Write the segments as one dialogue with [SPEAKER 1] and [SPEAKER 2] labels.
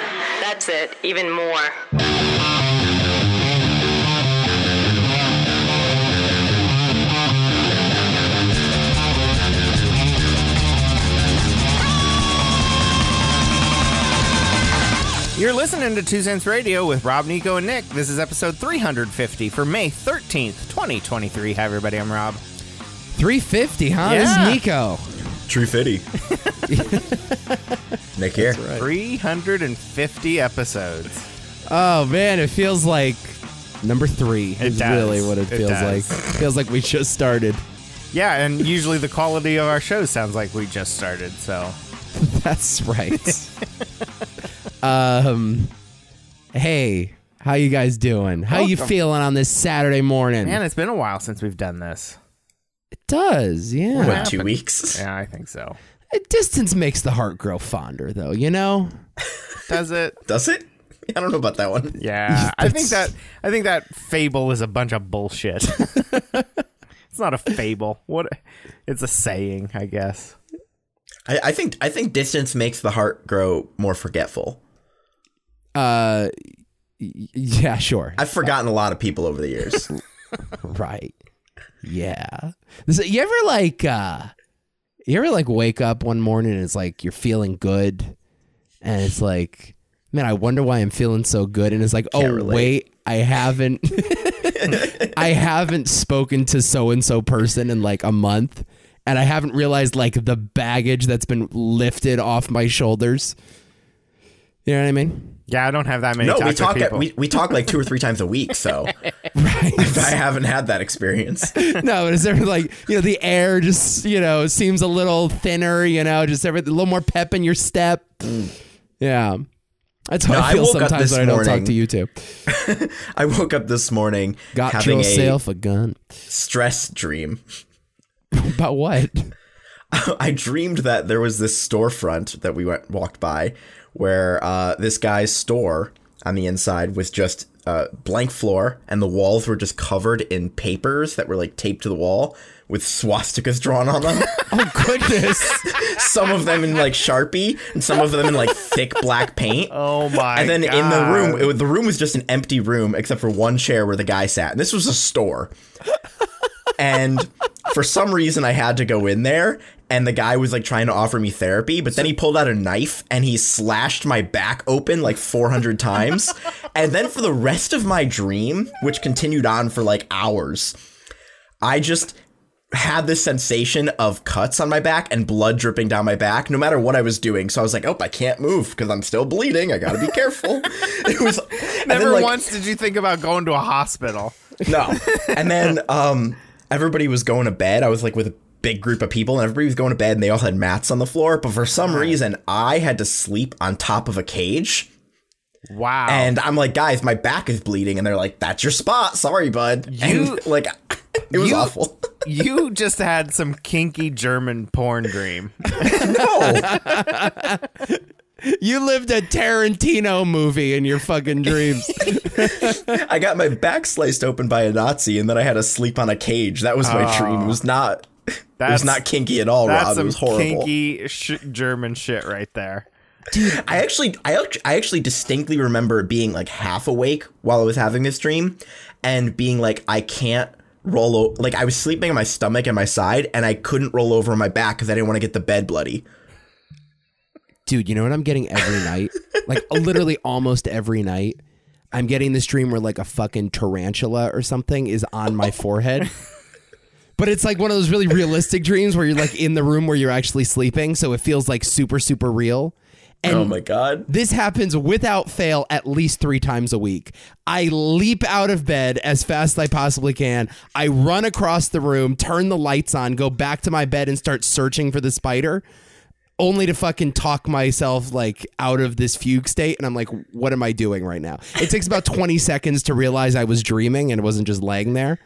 [SPEAKER 1] enhance it even more.
[SPEAKER 2] You're listening to Two Cents Radio with Rob, Nico, and Nick. This is episode 350 for May 13th, 2023. Hi, everybody. I'm Rob.
[SPEAKER 3] 350, huh? This
[SPEAKER 2] Yeah.
[SPEAKER 3] is Nico.
[SPEAKER 4] True fitty. Nick here.
[SPEAKER 2] 350 episodes.
[SPEAKER 3] Oh man, it feels like number three
[SPEAKER 2] It
[SPEAKER 3] is
[SPEAKER 2] does.
[SPEAKER 3] really what it
[SPEAKER 2] It
[SPEAKER 3] feels like.
[SPEAKER 2] does.
[SPEAKER 3] feels like we just started.
[SPEAKER 2] Yeah, and usually the quality of our show sounds like we just started, so.
[SPEAKER 3] That's right. um, hey, how you guys doing? How you
[SPEAKER 2] Welcome.
[SPEAKER 3] feeling on this Saturday morning?
[SPEAKER 2] Man, it's been a while since we've done this.
[SPEAKER 3] it does, yeah.
[SPEAKER 4] What, two weeks?
[SPEAKER 2] Yeah, I think so.
[SPEAKER 3] Uh, Distance makes the heart grow fonder, though. You know,
[SPEAKER 2] Does it?
[SPEAKER 4] Does it? I don't know about that one.
[SPEAKER 2] Yeah. I think that
[SPEAKER 3] That's-
[SPEAKER 2] I think that fable is a bunch of bullshit. it's not a fable. What it's a saying, I guess.
[SPEAKER 4] I, I think I think distance makes the heart grow more forgetful.
[SPEAKER 3] uh, y- yeah, sure.
[SPEAKER 4] I've forgotten a lot of people over the years.
[SPEAKER 3] Right. Yeah. This- you ever like uh you ever like wake up one morning and it's like you're feeling good and it's like man, I wonder why I'm feeling so good and it's like, "Oh,
[SPEAKER 4] Can't relate.
[SPEAKER 3] wait, I haven't I haven't spoken to so and so person in like a month." And I haven't realized like the baggage that's been lifted off my shoulders. You know what I mean?
[SPEAKER 2] Yeah, I don't have that many
[SPEAKER 4] no,
[SPEAKER 2] talks
[SPEAKER 4] we
[SPEAKER 2] with
[SPEAKER 4] talk
[SPEAKER 2] people.
[SPEAKER 4] we, we talk like two or three times a week, so I haven't had that experience.
[SPEAKER 3] no, but it's ever like you know the air just you know seems a little thinner. You know, just every a little more pep in your step. Yeah, that's how
[SPEAKER 4] No,
[SPEAKER 3] I
[SPEAKER 4] I
[SPEAKER 3] feel
[SPEAKER 4] woke up
[SPEAKER 3] sometimes
[SPEAKER 4] this
[SPEAKER 3] when I don't talk
[SPEAKER 4] morning
[SPEAKER 3] to you two.
[SPEAKER 4] I woke up this morning
[SPEAKER 3] Got
[SPEAKER 4] having a
[SPEAKER 3] yourself a gun.
[SPEAKER 4] stress dream.
[SPEAKER 3] About what?
[SPEAKER 4] I dreamed that there was this storefront that we went walked by where uh, this guy's store on the inside was just uh, blank floor and the walls were just covered in papers that were like taped to the wall with swastikas drawn on them.
[SPEAKER 3] Oh goodness!
[SPEAKER 4] some of them in like Sharpie and some of them in like thick black paint.
[SPEAKER 2] Oh my
[SPEAKER 4] And then in the
[SPEAKER 2] God.
[SPEAKER 4] room, it, was- the room was just an empty room except for one chair where the guy sat. And this was a store. and for some reason, I had to go in there, and the guy was like trying to offer me therapy, but then he pulled out a knife and he slashed my back open like 400 times. and then for the rest of my dream, which continued on for like hours, I just had this sensation of cuts on my back and blood dripping down my back no matter what I was doing. So I was like, oh, I can't move because I'm still bleeding. I got to be careful. it was and then,
[SPEAKER 2] Never
[SPEAKER 4] like,
[SPEAKER 2] once did you think about going to a hospital.
[SPEAKER 4] No. And then um, everybody was going to bed. I was like with a big group of people and everybody was going to bed and they all had mats on the floor. But for some reason, I had to sleep on top of a cage.
[SPEAKER 2] Oh. Wow.
[SPEAKER 4] And I'm like, guys, my back is bleeding. And they're like, that's your spot. Sorry, bud.
[SPEAKER 2] You-
[SPEAKER 4] and like, it was
[SPEAKER 2] you-
[SPEAKER 4] awful.
[SPEAKER 2] you just had some kinky German porn dream.
[SPEAKER 4] no.
[SPEAKER 3] You lived a Tarantino movie in your fucking dreams.
[SPEAKER 4] I got my back sliced open by a Nazi, and then I had to sleep on a cage. That was my dream. It was not. it
[SPEAKER 2] Ah, That's-
[SPEAKER 4] was not kinky at all,
[SPEAKER 2] That's
[SPEAKER 4] Rob. It
[SPEAKER 2] some
[SPEAKER 4] was horrible.
[SPEAKER 2] kinky sh- German shit right there.
[SPEAKER 4] I actually, I actually, I actually distinctly remember being like half awake while I was having this dream, and being like, I can't roll. O-. Like I was sleeping on my stomach and my side, and I couldn't roll over on my back because I didn't want to get the bed bloody.
[SPEAKER 3] dude, you know what I'm getting every night? Like literally almost every night. I'm getting this dream where like a fucking tarantula or something is on my forehead. But it's like one of those really realistic dreams where you're like in the room where you're actually sleeping, so it feels like super super real. And
[SPEAKER 4] oh my god!
[SPEAKER 3] this happens without fail at least three times a week. I leap out of bed as fast as I possibly can. I run across the room, turn the lights on, go back to my bed, and start searching for the spider, only to fucking talk myself like out of this fugue state. And I'm like, what am I doing right now? It takes about 20 seconds to realize I was dreaming and it wasn't just laying there.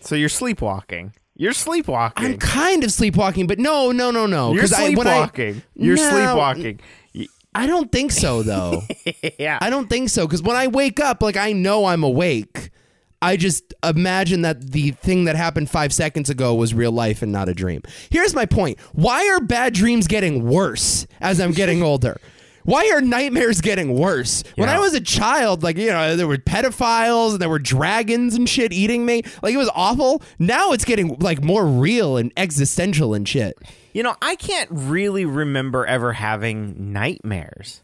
[SPEAKER 2] So you're sleepwalking. You're sleepwalking.
[SPEAKER 3] I'm kind of sleepwalking, but no, no, no, no.
[SPEAKER 2] you're
[SPEAKER 3] 'cause I- when I-
[SPEAKER 2] sleepwalking. you're
[SPEAKER 3] No,
[SPEAKER 2] sleepwalking.
[SPEAKER 3] I don't think so, though.
[SPEAKER 2] Yeah.
[SPEAKER 3] I don't think so because when I wake up, like I know I'm awake. I just imagine that the thing that happened five seconds ago was real life and not a dream. Here's my point: Why are bad dreams getting worse as I'm getting older? Why are nightmares getting worse? When
[SPEAKER 2] Yeah.
[SPEAKER 3] I was a child, like, you know, there were pedophiles and there were dragons and shit eating me. Like, it was awful. Now it's getting, like, more real and existential and shit.
[SPEAKER 2] You know, I can't really remember ever having nightmares.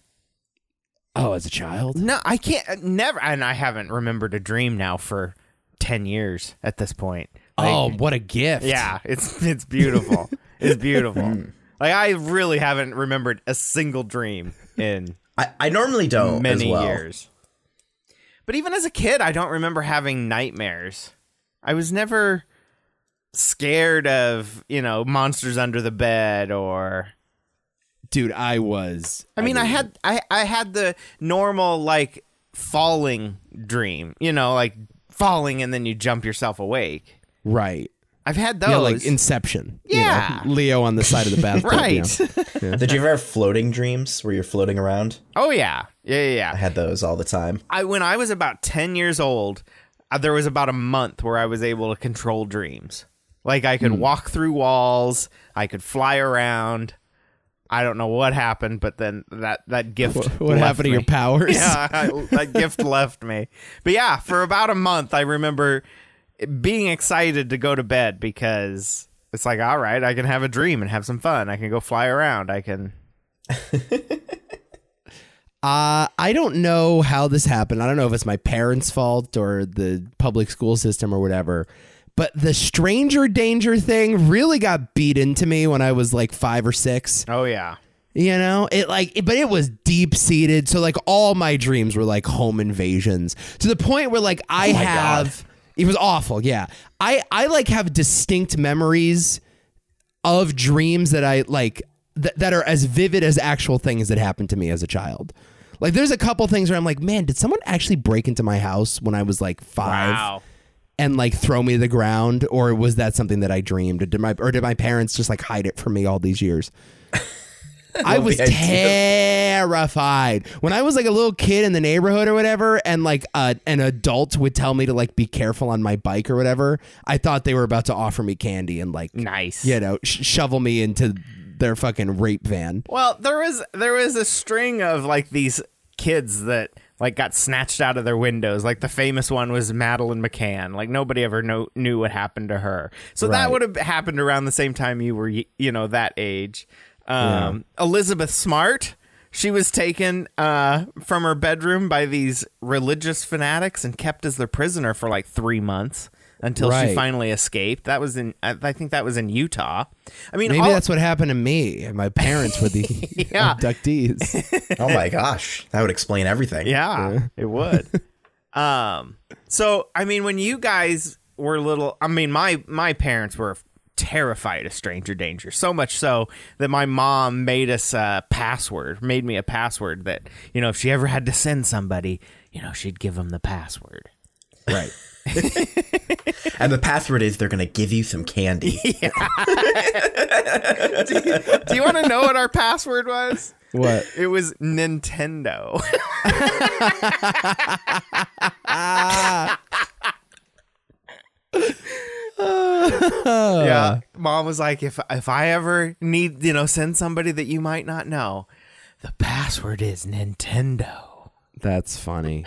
[SPEAKER 3] Oh, as a child?
[SPEAKER 2] No, I can't. Never. And I haven't remembered a dream now for 10 years at this point. Like,
[SPEAKER 3] Oh, what a gift.
[SPEAKER 2] Yeah, it's it's beautiful. it's beautiful. Like I really haven't remembered a single dream in
[SPEAKER 4] I, I normally don't as
[SPEAKER 2] many
[SPEAKER 4] well.
[SPEAKER 2] years. But even as a kid, I don't remember having nightmares. I was never scared of, you know, monsters under the bed or
[SPEAKER 3] Dude, I was.
[SPEAKER 2] I mean, I had I, I had the normal like falling dream, you know, like falling and then you jump yourself awake.
[SPEAKER 3] Right.
[SPEAKER 2] I've had those.
[SPEAKER 3] Yeah, like Inception. you know,
[SPEAKER 2] Yeah.
[SPEAKER 3] Leo on the side of the bathtub. you
[SPEAKER 2] right.
[SPEAKER 3] know.
[SPEAKER 4] Did you ever have floating dreams where you're floating around?
[SPEAKER 2] oh yeah. Yeah, yeah, yeah.
[SPEAKER 4] I had those all the time.
[SPEAKER 2] I when I was about ten years old, uh, there was about a month where I was able to control dreams. Like I
[SPEAKER 3] Hmm.
[SPEAKER 2] could walk through walls, I could fly around. I don't know what happened, but then that that gift.
[SPEAKER 3] What
[SPEAKER 2] left
[SPEAKER 3] happened to
[SPEAKER 2] me.
[SPEAKER 3] your powers?
[SPEAKER 2] Yeah, I- that gift left me. But yeah, for about a month, I remember being excited to go to bed because it's like, all right, I can have a dream and have some fun. I can go fly around. I can.
[SPEAKER 3] Uh, I don't know how this happened. I don't know if it's my parents' fault or the public school system or whatever. But the stranger danger thing really got beat into me when I was like five or six.
[SPEAKER 2] Oh yeah.
[SPEAKER 3] You know, it like, it- but it was deep seated. So like, all my dreams were like home invasions to the point where like I
[SPEAKER 4] my
[SPEAKER 3] have. It was awful. Yeah, I I like have distinct memories of dreams that I like th- that are as vivid as actual things that happened to me as a child. Like, there's a couple things where I'm like, man, did someone actually break into my house when I was like five?
[SPEAKER 2] Wow.
[SPEAKER 3] and like throw me to the ground or was that something that I dreamed or did my or did my parents just like hide it from me all these years? I was
[SPEAKER 4] the idea.
[SPEAKER 3] terrified when I was like a little kid in the neighborhood or whatever, and like uh, an adult would tell me to like be careful on my bike or whatever. I thought they were about to offer me candy and like
[SPEAKER 2] Nice.
[SPEAKER 3] you know sh- shovel me into their fucking rape van.
[SPEAKER 2] Well, there was there was a string of like these kids that like got snatched out of their windows. Like the famous one was Madeline McCann. Like nobody ever know, knew what happened to her. So that
[SPEAKER 3] Right.
[SPEAKER 2] would have happened around the same time you were y- you know that age. Um, Elizabeth Smart. She was taken uh, from her bedroom by these religious fanatics and kept as their prisoner for like three months until she
[SPEAKER 3] Right.
[SPEAKER 2] finally escaped. That was in, I, I think that was in Utah. I mean,
[SPEAKER 3] Maybe
[SPEAKER 2] all-
[SPEAKER 3] that's what happened to me. and My parents were the
[SPEAKER 2] Yeah.
[SPEAKER 3] abductees.
[SPEAKER 4] Oh my gosh, that would explain everything.
[SPEAKER 2] Yeah, it would. um, so I mean, when you guys were little, I mean, my my parents were terrified of stranger danger, so much so that my mom made us a password, made me a password that you know, if she ever had to send somebody, you know, she'd give them the password.
[SPEAKER 3] right.
[SPEAKER 4] And the password is they're gonna give you some candy.
[SPEAKER 2] Do you want to know what our password was?
[SPEAKER 3] What?
[SPEAKER 2] It was Nintendo. yeah, mom was like, if if I ever need, you know, send somebody that you might not know, the password is Nintendo.
[SPEAKER 3] That's funny.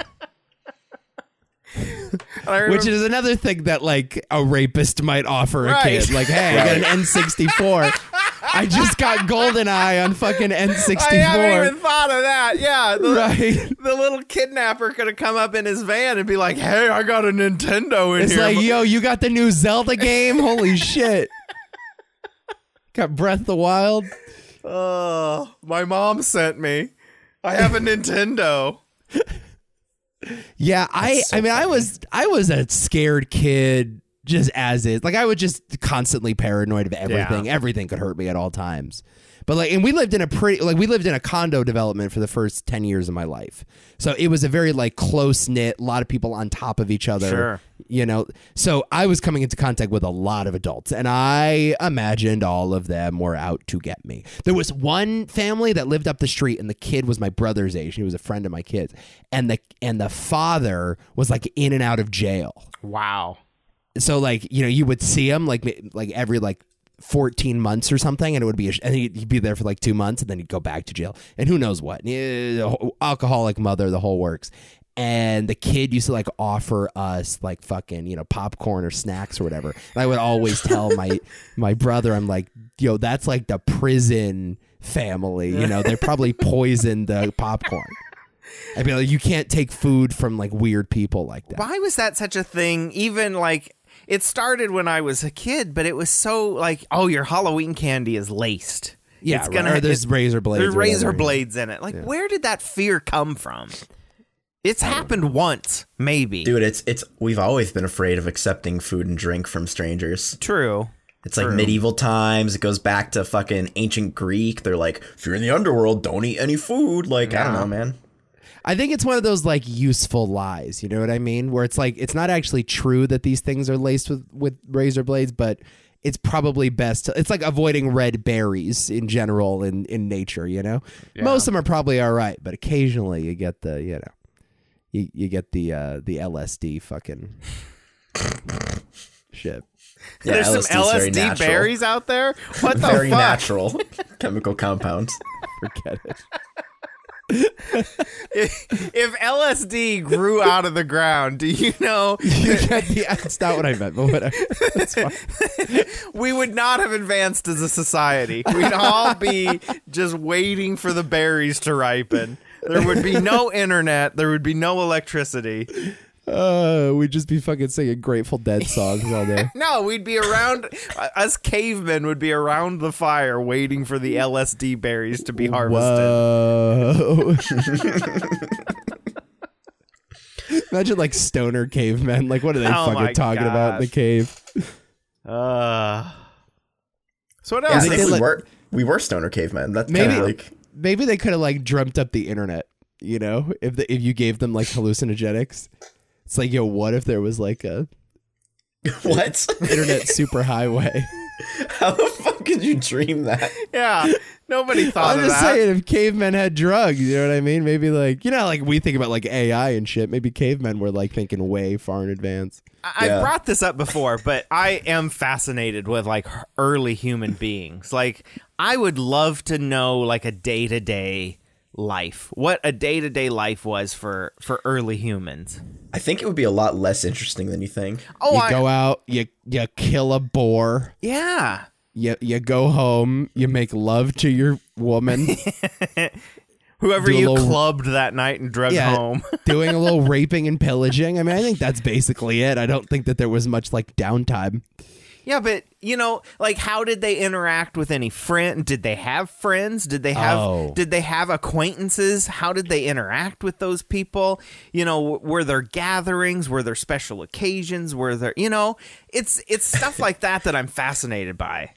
[SPEAKER 2] And I
[SPEAKER 3] Which
[SPEAKER 2] remember-
[SPEAKER 3] is another thing that like a rapist might offer a
[SPEAKER 2] Right.
[SPEAKER 3] kid. Like, hey, I got an N64. I just got GoldenEye on fucking
[SPEAKER 2] I haven't even
[SPEAKER 3] N64.
[SPEAKER 2] thought of that. Yeah, the,
[SPEAKER 3] Right.
[SPEAKER 2] the little kidnapper could have come up in his van and be like, "Hey, I got a Nintendo in
[SPEAKER 3] It's
[SPEAKER 2] here."
[SPEAKER 3] like, yo, you got the new Zelda game? Holy shit. Got Breath of the Wild.
[SPEAKER 2] Oh, my mom sent me. I have a Nintendo.
[SPEAKER 3] Yeah, I I mean I was I was a scared kid just as is. Like I was just constantly paranoid of everything. Everything could hurt me at all times. But like and we lived in a pretty like we lived in a condo development for the first 10 years of my life. So it was a very like close knit, a lot of people on top of each other.
[SPEAKER 2] Sure.
[SPEAKER 3] You know. So I was coming into contact with a lot of adults and I imagined all of them were out to get me. There was one family that lived up the street and the kid was my brother's age. He was a friend of my kids. And the and the father was like in and out of jail
[SPEAKER 2] Wow.
[SPEAKER 3] so like you know you would see him like like every like 14 months or something and it would be a sh- and he'd, he'd be there for like two months and then he'd go back to jail and who knows what Yeah, alcoholic mother the whole works and the kid used to like offer us like fucking you know popcorn or snacks or whatever and i would always tell my my brother i'm like yo that's like the prison family you know they probably poisoned the popcorn i'd be like you can't take food from like weird people like that
[SPEAKER 2] Why was that such a thing? Even like it started when I was a kid, but it was so like, oh, your Halloween candy is laced.
[SPEAKER 3] yeah
[SPEAKER 2] it's
[SPEAKER 3] right.
[SPEAKER 2] gonna
[SPEAKER 3] or there's
[SPEAKER 2] it-
[SPEAKER 3] razor blades
[SPEAKER 2] there's
[SPEAKER 3] or whatever.
[SPEAKER 2] razor blades in it. Like, where did that fear come from? It's happened once, maybe.
[SPEAKER 4] Dude, it's it's we've always been afraid of accepting food and drink from strangers.
[SPEAKER 2] True.
[SPEAKER 4] It's like medieval times. It goes back to fucking ancient Greek. They're like, if you're in the underworld, don't eat any food. Like, I don't know, man.
[SPEAKER 3] I think it's one of those like useful lies, you know what I mean? Where it's like it's not actually true that these things are laced with with razor blades, but it's probably best to, it's like avoiding red berries in general in in nature, you know? Most of them are probably all right, but occasionally you get the, you know, you, you get the uh the LSD fucking shit.
[SPEAKER 4] Yeah,
[SPEAKER 2] There's some
[SPEAKER 4] LSD is very
[SPEAKER 2] LSD
[SPEAKER 4] natural.
[SPEAKER 2] berries out there. What the
[SPEAKER 4] very
[SPEAKER 2] fuck?
[SPEAKER 4] natural chemical compounds.
[SPEAKER 3] Forget it.
[SPEAKER 2] If LSD grew out of the ground, do you know
[SPEAKER 3] You get the, that's not what I meant, but whatever. That's fine.
[SPEAKER 2] we would not have advanced as a society? We'd all be just waiting for the berries to ripen. There would be no internet. There would be no electricity.
[SPEAKER 3] Uh, we'd just be fucking singing Grateful Dead songs all day.
[SPEAKER 2] No, we'd be around. us cavemen would be around the fire waiting for the LSD berries to be harvested.
[SPEAKER 3] Whoa. Imagine like stoner cavemen. Like, what are they
[SPEAKER 2] Oh my
[SPEAKER 3] fucking talking about in the
[SPEAKER 2] gosh.
[SPEAKER 3] cave?
[SPEAKER 2] Uh, so what
[SPEAKER 4] I
[SPEAKER 2] else?
[SPEAKER 3] they
[SPEAKER 4] think
[SPEAKER 3] did,
[SPEAKER 4] we
[SPEAKER 3] like-
[SPEAKER 4] were we were stoner cavemen. That's
[SPEAKER 3] Maybe-
[SPEAKER 4] kind of like
[SPEAKER 3] Maybe they could have like dreamt up the internet. You know, if the, if you gave them like hallucinogenics, it's like, yo, what if there was like a
[SPEAKER 4] what?
[SPEAKER 3] internet superhighway?
[SPEAKER 4] How the fuck could you dream that?
[SPEAKER 2] yeah, nobody thought
[SPEAKER 3] I'm
[SPEAKER 2] of
[SPEAKER 3] just
[SPEAKER 2] that.
[SPEAKER 3] saying, if cavemen had drugs, you know what I mean? Maybe like you know, like we think about like AI and shit. Maybe cavemen were like thinking way far in advance.
[SPEAKER 2] I
[SPEAKER 4] Yeah.
[SPEAKER 2] I've brought this up before, but I am fascinated with like early human beings. Like I would love to know like a day-to-day life. What a day-to-day life was for for early humans.
[SPEAKER 4] I think it would be a lot less interesting than you think.
[SPEAKER 2] Oh,
[SPEAKER 3] you
[SPEAKER 2] I,
[SPEAKER 3] go out, you you kill a boar.
[SPEAKER 2] yeah.
[SPEAKER 3] you you go home, you make love to your woman,
[SPEAKER 2] Whoever
[SPEAKER 3] Do a
[SPEAKER 2] you
[SPEAKER 3] little-
[SPEAKER 2] clubbed that night and drug
[SPEAKER 3] Yeah.
[SPEAKER 2] home.
[SPEAKER 3] doing a little raping and pillaging. I mean, I think that's basically it. I don't think that there was much like downtime.
[SPEAKER 2] Yeah, but you know, like how did they interact with any friend? Did they have friends? Did they have
[SPEAKER 3] Oh.
[SPEAKER 2] did they have acquaintances? How did they interact with those people? You know, w- were there gatherings? Were there special occasions? Were there, you know, it's it's stuff like that that I'm fascinated by.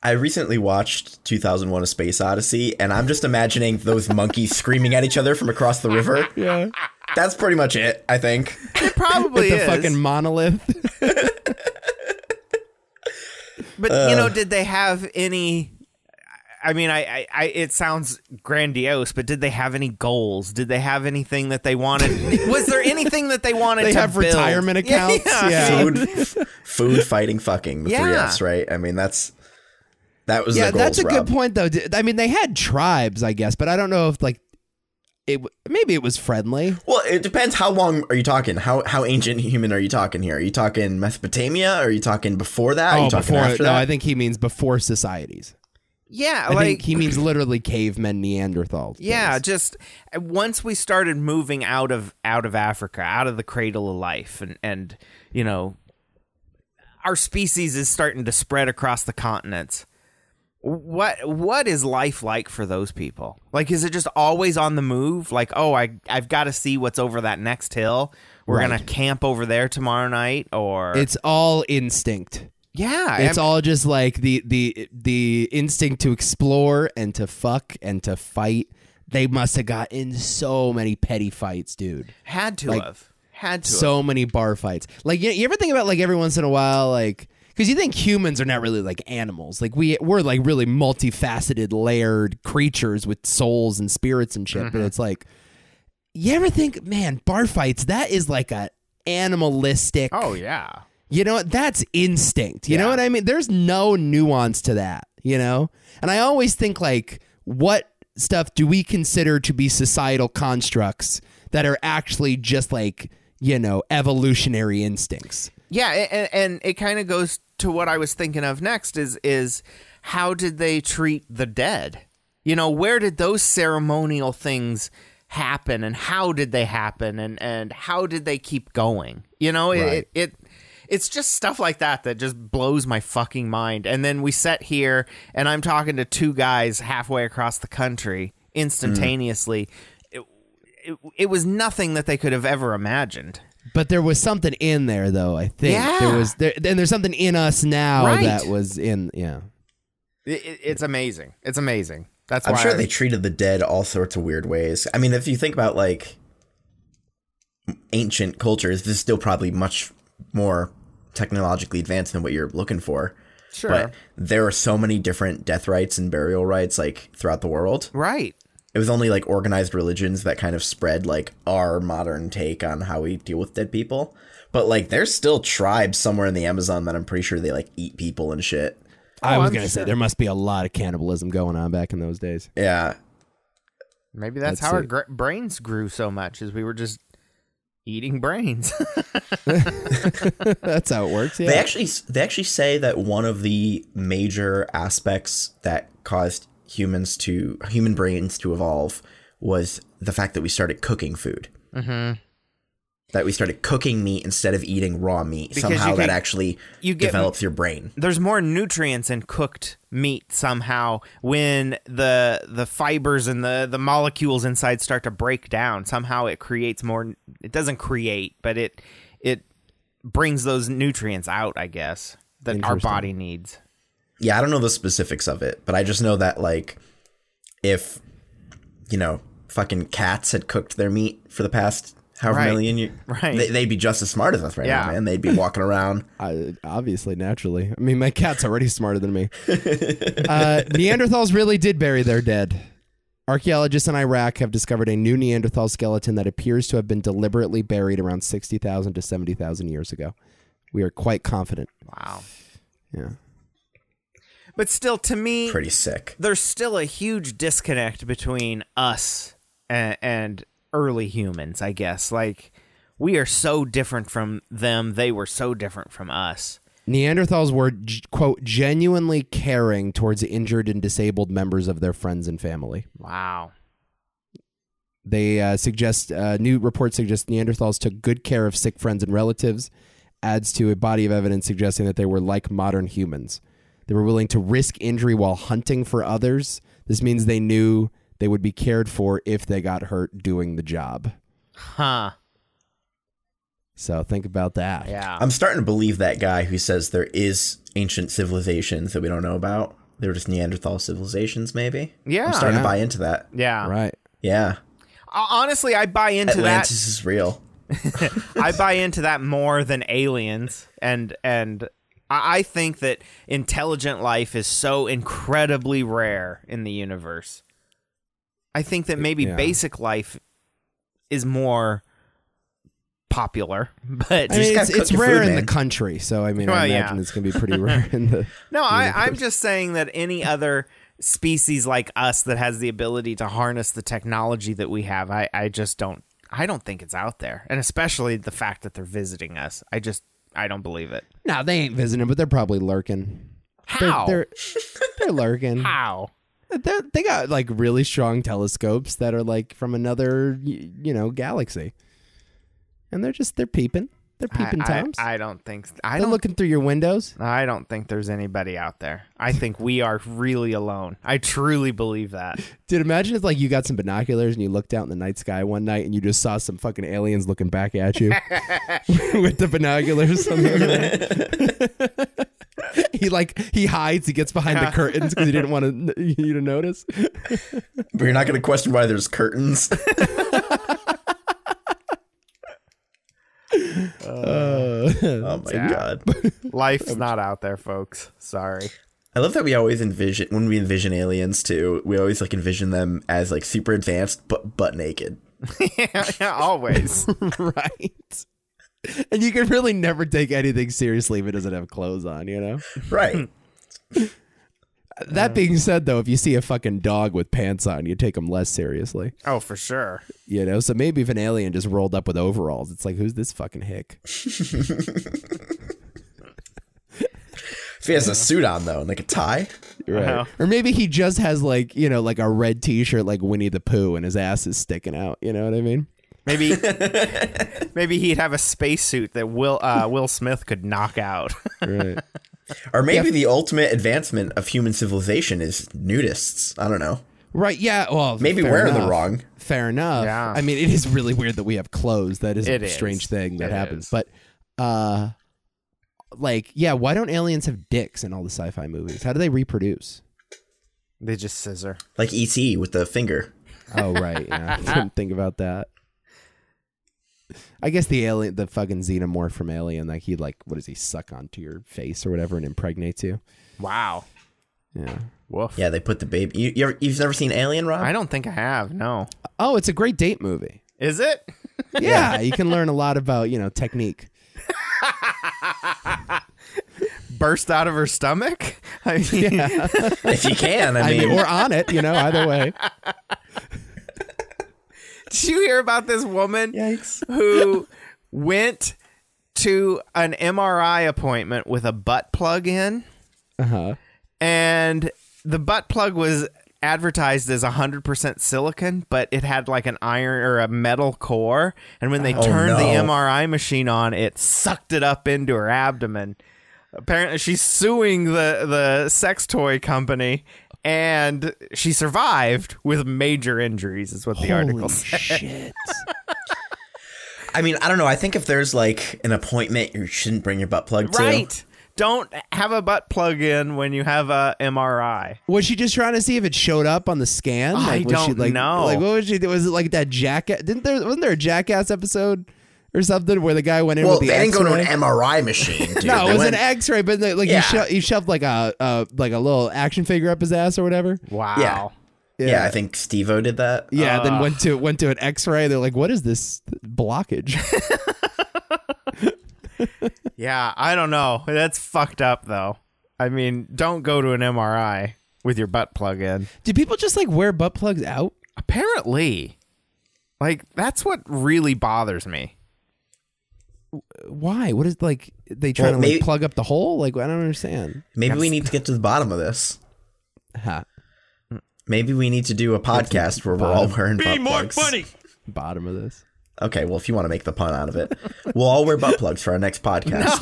[SPEAKER 4] I recently watched 2001: A Space Odyssey, and I'm just imagining those monkeys screaming at each other from across the river.
[SPEAKER 3] Yeah,
[SPEAKER 4] That's pretty much it, I think.
[SPEAKER 2] It probably
[SPEAKER 3] the
[SPEAKER 2] is.
[SPEAKER 3] fucking monolith.
[SPEAKER 2] But you
[SPEAKER 3] Uh.
[SPEAKER 2] know, did they have any? I mean, I, I, I, it sounds grandiose, but did they have any goals? Did they have anything that they wanted? Was there anything that they wanted?
[SPEAKER 3] They
[SPEAKER 2] to
[SPEAKER 3] have
[SPEAKER 2] build?
[SPEAKER 3] retirement accounts. Yeah.
[SPEAKER 4] Food, food, fighting, fucking the three
[SPEAKER 2] Yeah.
[SPEAKER 4] S, right? I mean, that's that was
[SPEAKER 3] yeah,
[SPEAKER 4] their goals,
[SPEAKER 3] that's a
[SPEAKER 4] Rob.
[SPEAKER 3] good point though. Did- I mean, they had tribes, I guess, but I don't know if like it. w- Maybe it was friendly.
[SPEAKER 4] Well, it depends. How long are you talking? How how ancient human are you talking here? Are you talking Mesopotamia? Are you talking before that? Are you talking
[SPEAKER 3] Oh, before
[SPEAKER 4] after
[SPEAKER 3] no,
[SPEAKER 4] that?
[SPEAKER 3] I think he means before societies.
[SPEAKER 2] Yeah,
[SPEAKER 3] I
[SPEAKER 2] like
[SPEAKER 3] think he means literally cavemen, Neanderthals.
[SPEAKER 2] yeah, just uh, once we started moving out of out of Africa, out of the cradle of life, and and you know, our species is starting to spread across the continents. What what is life like for those people? Like, is it just always on the move? Like, oh, I I've got to see what's over that next hill. We're gonna camp over there tomorrow night, or
[SPEAKER 3] it's all instinct.
[SPEAKER 2] yeah,
[SPEAKER 3] It's
[SPEAKER 2] I'm-
[SPEAKER 3] all just like the the the instinct to explore and to fuck and to fight. They must have got in so many petty fights, dude.
[SPEAKER 2] had to have had to. have.
[SPEAKER 3] So many bar fights. Like you, you ever think about like every once in a while, like because you think humans are not really like animals. Like we we're like really multifaceted, layered creatures with souls and spirits and shit.
[SPEAKER 2] Mm-hmm.
[SPEAKER 3] But it's like you ever think, man, bar fights. That is like a animalistic
[SPEAKER 2] Oh yeah.
[SPEAKER 3] You know what? That's instinct. You know
[SPEAKER 4] Yeah.
[SPEAKER 3] what I mean? There's no nuance to that, you know? And I always think, like, what stuff do we consider to be societal constructs that are actually just like, you know, evolutionary instincts?
[SPEAKER 2] Yeah, a- and, and it kind of goes to what I was thinking of next is is how did they treat the dead? You know, where did those ceremonial things happen and how did they happen and and how did they keep going? You know, it
[SPEAKER 3] Right.
[SPEAKER 2] it, it it's just stuff like that that just blows my fucking mind. And then we sat here and I'm talking to two guys halfway across the country instantaneously. It, it, it was nothing that they could have ever imagined.
[SPEAKER 3] But there was something in there, though, I think.
[SPEAKER 2] Yeah.
[SPEAKER 3] There was, there, and there's something in us now
[SPEAKER 2] Right.
[SPEAKER 3] that was in, yeah.
[SPEAKER 2] It, it, it's amazing. It's amazing. That's
[SPEAKER 4] I'm
[SPEAKER 2] why
[SPEAKER 4] sure
[SPEAKER 2] I-
[SPEAKER 4] they treated the dead all sorts of weird ways. I mean, if you think about like ancient cultures, this is still probably much more technologically advanced than what you're looking for.
[SPEAKER 2] sure
[SPEAKER 4] But there are so many different death rites and burial rites like throughout the world.
[SPEAKER 2] right.
[SPEAKER 4] It was only like organized religions that kind of spread like our modern take on how we deal with dead people. But like there's still tribes somewhere in the Amazon that I'm pretty sure they like eat people and shit.
[SPEAKER 3] I
[SPEAKER 2] Oh,
[SPEAKER 3] was
[SPEAKER 2] I'm
[SPEAKER 3] going to say
[SPEAKER 2] sure.
[SPEAKER 3] there must be a lot of cannibalism going on back in those days.
[SPEAKER 4] Yeah.
[SPEAKER 2] Maybe that's,
[SPEAKER 3] That's
[SPEAKER 2] how our
[SPEAKER 3] it.
[SPEAKER 2] gr- brains grew so much is we were just eating brains.
[SPEAKER 3] That's how it works. Yeah.
[SPEAKER 4] They actually they actually say that one of the major aspects that caused humans to human brains to evolve was the fact that we started cooking food.
[SPEAKER 2] mm-hmm.
[SPEAKER 4] That we started cooking meat instead of eating raw meat.
[SPEAKER 2] Because you
[SPEAKER 4] Somehow that
[SPEAKER 2] can-
[SPEAKER 4] actually
[SPEAKER 2] you get-
[SPEAKER 4] develops your brain.
[SPEAKER 2] There's more nutrients in cooked meat somehow when the the fibers and the the molecules inside start to break down. Somehow it creates more. It doesn't create, but it it brings those nutrients out. I guess that our
[SPEAKER 3] Interesting.
[SPEAKER 2] body needs.
[SPEAKER 4] yeah, I don't know the specifics of it, but I just know that like if you know fucking cats had cooked their meat for the past however
[SPEAKER 2] Right.
[SPEAKER 4] million years,
[SPEAKER 2] Right.
[SPEAKER 4] they, they'd be just as smart as us right now,
[SPEAKER 2] Yeah.
[SPEAKER 4] man. They'd be walking around.
[SPEAKER 3] I, obviously, naturally. I mean, my cat's already smarter than me. Uh, Neanderthals really did bury their dead. Archaeologists in Iraq have discovered a new Neanderthal skeleton that appears to have been deliberately buried around 60,000 to 70,000 years ago. We are quite confident.
[SPEAKER 2] Wow.
[SPEAKER 3] Yeah.
[SPEAKER 2] But still, to me,
[SPEAKER 4] Pretty sick.
[SPEAKER 2] there's still a huge disconnect between us and, and early humans, I guess. Like we are so different from them, they were so different from us.
[SPEAKER 3] Neanderthals were, g- quote, genuinely caring towards injured and disabled members of their friends and family.
[SPEAKER 2] Wow.
[SPEAKER 3] They uh, suggest uh, new reports suggest Neanderthals took good care of sick friends and relatives. Adds to a body of evidence suggesting that they were like modern humans. They were willing to risk injury while hunting for others. This means they knew they would be cared for if they got hurt doing the job.
[SPEAKER 2] Huh.
[SPEAKER 3] So think about that.
[SPEAKER 2] Yeah.
[SPEAKER 4] I'm starting to believe that guy who says there is ancient civilizations that we don't know about. They were just Neanderthal civilizations, maybe. I'm
[SPEAKER 2] Yeah.
[SPEAKER 4] starting
[SPEAKER 3] Yeah.
[SPEAKER 4] to buy into that.
[SPEAKER 2] Yeah.
[SPEAKER 3] Right.
[SPEAKER 4] Yeah,
[SPEAKER 2] O- Honestly, I buy into
[SPEAKER 4] Atlantis is real.
[SPEAKER 2] that. I buy into that more than aliens and and I I think that intelligent life is so incredibly rare in the universe. I think that maybe
[SPEAKER 3] Yeah.
[SPEAKER 2] basic life is more popular, but
[SPEAKER 3] I mean,
[SPEAKER 4] gotta
[SPEAKER 3] it's,
[SPEAKER 4] cook
[SPEAKER 3] it's
[SPEAKER 4] your
[SPEAKER 3] rare
[SPEAKER 4] food,
[SPEAKER 3] in the
[SPEAKER 4] man.
[SPEAKER 3] country, so I mean, I
[SPEAKER 2] Well, yeah.
[SPEAKER 3] imagine it's going to be pretty rare in the.
[SPEAKER 2] no, I, I'm just saying that any other species like us that has the ability to harness the technology that we have, I, I just don't, I don't think it's out there, and especially the fact that they're visiting us, I just, I don't believe it.
[SPEAKER 3] No, they ain't visiting, but they're probably lurking. They're-
[SPEAKER 2] How?
[SPEAKER 3] They're, they're lurking.
[SPEAKER 2] How?
[SPEAKER 3] They're, they got like really strong telescopes that are like from another, y- you know, galaxy, and they're just they're peeping. They're
[SPEAKER 2] I,
[SPEAKER 3] peeping
[SPEAKER 2] I-
[SPEAKER 3] times.
[SPEAKER 2] I don't think I
[SPEAKER 3] they're
[SPEAKER 2] don't.
[SPEAKER 3] looking through your windows.
[SPEAKER 2] I don't think there's anybody out there. I think we are really alone. I truly believe that.
[SPEAKER 3] Dude, imagine if like you got some binoculars and you looked out in the night sky one night and you just saw some fucking aliens looking back at you with the binoculars. on the other end. he like he hides. He gets behind the curtains because he didn't want to you to notice.
[SPEAKER 4] But you're not going to question why there's curtains.
[SPEAKER 3] Uh,
[SPEAKER 4] oh my
[SPEAKER 2] Yeah.
[SPEAKER 4] god.
[SPEAKER 2] Life's not out there, folks. Sorry.
[SPEAKER 4] I love that we always envision when we envision aliens too. We always like envision them as like super advanced but butt naked.
[SPEAKER 2] yeah, always.
[SPEAKER 3] right. and you can really never take anything seriously if it doesn't have clothes on, you know?
[SPEAKER 4] Right.
[SPEAKER 3] That being said, though, if you see a fucking dog with pants on, you take them less seriously,
[SPEAKER 2] Oh, for sure.
[SPEAKER 3] you know? So maybe if an alien just rolled up with overalls, it's like, who's this fucking hick?
[SPEAKER 4] If he has a suit on though and like a tie.
[SPEAKER 3] Right.
[SPEAKER 2] Wow.
[SPEAKER 3] Or maybe he just has like, you know, like a red t shirt like Winnie the Pooh and his ass is sticking out. You know what I mean?
[SPEAKER 2] Maybe maybe he'd have a spacesuit that Will uh, Will Smith could knock out.
[SPEAKER 3] Right.
[SPEAKER 4] Or maybe the ultimate advancement of human civilization is nudists. I don't know.
[SPEAKER 3] right. Yeah. Well,
[SPEAKER 4] Maybe
[SPEAKER 3] fair
[SPEAKER 4] we're in the
[SPEAKER 3] enough.
[SPEAKER 4] wrong.
[SPEAKER 3] Fair enough.
[SPEAKER 2] Yeah.
[SPEAKER 3] I mean, it is really weird that we have clothes. That is
[SPEAKER 2] It
[SPEAKER 3] a
[SPEAKER 2] is.
[SPEAKER 3] strange thing that
[SPEAKER 2] It
[SPEAKER 3] happens.
[SPEAKER 2] is.
[SPEAKER 3] But, uh, like, yeah, why don't aliens have dicks in all the sci fi movies? How do they reproduce?
[SPEAKER 2] they just scissor.
[SPEAKER 4] Like E.T. with the finger.
[SPEAKER 3] Oh, right. Yeah. I didn't think about that. I guess the alien, the fucking xenomorph from Alien, like he like, what does he suck onto your face or whatever and impregnates you?
[SPEAKER 2] Wow.
[SPEAKER 3] Yeah.
[SPEAKER 2] Woof.
[SPEAKER 4] Yeah, they put the baby. You, you ever, you've never seen Alien, Rob?
[SPEAKER 2] I don't think I have. No.
[SPEAKER 3] Oh, it's a great date movie.
[SPEAKER 2] Is it?
[SPEAKER 3] Yeah, you can learn a lot about you know technique.
[SPEAKER 2] Burst out of her stomach? I mean,
[SPEAKER 4] if you can, I
[SPEAKER 3] I
[SPEAKER 4] mean,
[SPEAKER 3] mean, we're on it, you know. Either way,
[SPEAKER 2] Did you hear about this woman
[SPEAKER 4] Yikes.
[SPEAKER 2] who went to an MRI appointment with a butt plug in?
[SPEAKER 3] uh huh.
[SPEAKER 2] and the butt plug was advertised as 100% silicon but it had like an iron or a metal core and when they turned the
[SPEAKER 4] no.
[SPEAKER 2] mri machine on it sucked it up into her abdomen apparently she's suing the the sex toy company and she survived with major injuries is what the article said
[SPEAKER 3] shit.
[SPEAKER 4] I mean, I don't know. I think if there's like an appointment, you shouldn't bring your butt plug to.
[SPEAKER 2] right don't have a butt plug in when you have a mri
[SPEAKER 3] Was she just trying to see if it showed up on the scan?
[SPEAKER 2] I
[SPEAKER 3] was she,
[SPEAKER 2] don't
[SPEAKER 3] like,
[SPEAKER 2] know.
[SPEAKER 3] Like, what was she? Was it like that jackass? Didn't there? Wasn't there a jackass episode or something where the guy went in
[SPEAKER 4] Well,
[SPEAKER 3] with the
[SPEAKER 4] they didn't go to
[SPEAKER 3] X-ray?
[SPEAKER 4] an MRI machine. Dude.
[SPEAKER 3] No,
[SPEAKER 4] They
[SPEAKER 3] it was
[SPEAKER 4] went-
[SPEAKER 3] an X-ray, but like he,
[SPEAKER 4] Yeah.
[SPEAKER 3] sho- he shoved like a uh, like a little action figure up his ass or whatever.
[SPEAKER 2] wow
[SPEAKER 4] Yeah. Yeah. I think Steve O did that.
[SPEAKER 3] Yeah, then
[SPEAKER 2] Uh.
[SPEAKER 3] went to went to an X-ray. They're like, "What is this blockage?"
[SPEAKER 2] Yeah, I don't know. That's fucked up though. I mean, don't go to an MRI with your butt plug in.
[SPEAKER 3] Do people just like wear butt plugs out?
[SPEAKER 2] Apparently. Like that's what really bothers me.
[SPEAKER 3] Why? What is like they trying
[SPEAKER 4] Well,
[SPEAKER 3] to like
[SPEAKER 4] maybe-
[SPEAKER 3] plug up the hole? Like I don't understand.
[SPEAKER 4] Maybe we need to get to the bottom of this.
[SPEAKER 3] Ha.
[SPEAKER 4] Maybe we need to do a podcast where we're all wearing butt plugs.
[SPEAKER 3] Bottom of this.
[SPEAKER 4] Okay, well, if you want to make the pun out of it, we'll all wear butt plugs for our next podcast.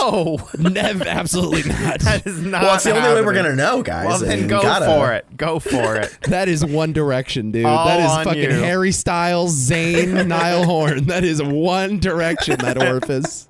[SPEAKER 2] No,
[SPEAKER 3] Nev, absolutely not.
[SPEAKER 2] that is not.
[SPEAKER 4] Well, it's the only way we're
[SPEAKER 2] happening.
[SPEAKER 4] gonna know, guys.
[SPEAKER 2] Uh, Well,
[SPEAKER 4] I mean,
[SPEAKER 2] then
[SPEAKER 4] we
[SPEAKER 2] go
[SPEAKER 4] gotta-
[SPEAKER 2] for it. Go for it.
[SPEAKER 3] That is One Direction, dude.
[SPEAKER 2] All
[SPEAKER 3] that
[SPEAKER 2] on
[SPEAKER 3] is fucking
[SPEAKER 2] you.
[SPEAKER 3] Harry Styles, Zayn, Niall Horn. That is One Direction. That orifice.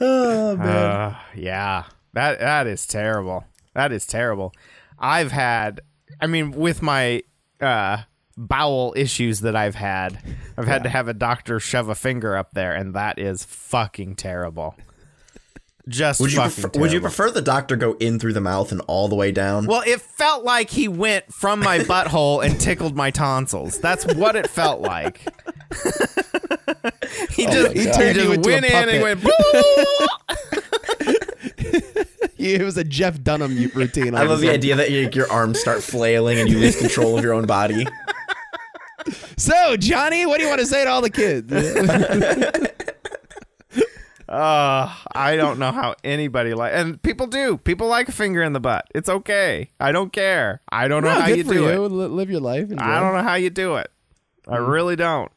[SPEAKER 2] Uh, yeah, that that is terrible. That is terrible. I've had, I mean, with my uh, bowel issues that I've had, I've had to have a doctor shove a finger up there, and that is fucking terrible. Just
[SPEAKER 4] Would you
[SPEAKER 2] fucking
[SPEAKER 4] prefer,
[SPEAKER 2] terrible.
[SPEAKER 4] would you prefer the doctor go in through the mouth and all the way down?
[SPEAKER 2] Well, it felt like he went from my butthole and tickled my tonsils. That's what it felt like. he just, he
[SPEAKER 3] God.
[SPEAKER 2] turned
[SPEAKER 3] Turned you
[SPEAKER 2] just
[SPEAKER 3] into a
[SPEAKER 2] went in and he
[SPEAKER 3] puppet.
[SPEAKER 2] went. "Boo!"
[SPEAKER 3] It was a Jeff Dunham routine.
[SPEAKER 4] I love the idea that your your arms start flailing and you lose control of your own body.
[SPEAKER 3] So, Johnny, what do you want to say to all the kids?
[SPEAKER 2] Uh, I don't know how anybody like, and people do. People like a finger in the butt. It's okay. I don't care. I don't know
[SPEAKER 3] No,
[SPEAKER 2] how
[SPEAKER 3] good
[SPEAKER 2] you
[SPEAKER 3] for
[SPEAKER 2] do it.
[SPEAKER 3] Li- Live your life. enjoy.
[SPEAKER 2] I don't know how you do it. I
[SPEAKER 3] Mm.
[SPEAKER 2] really don't.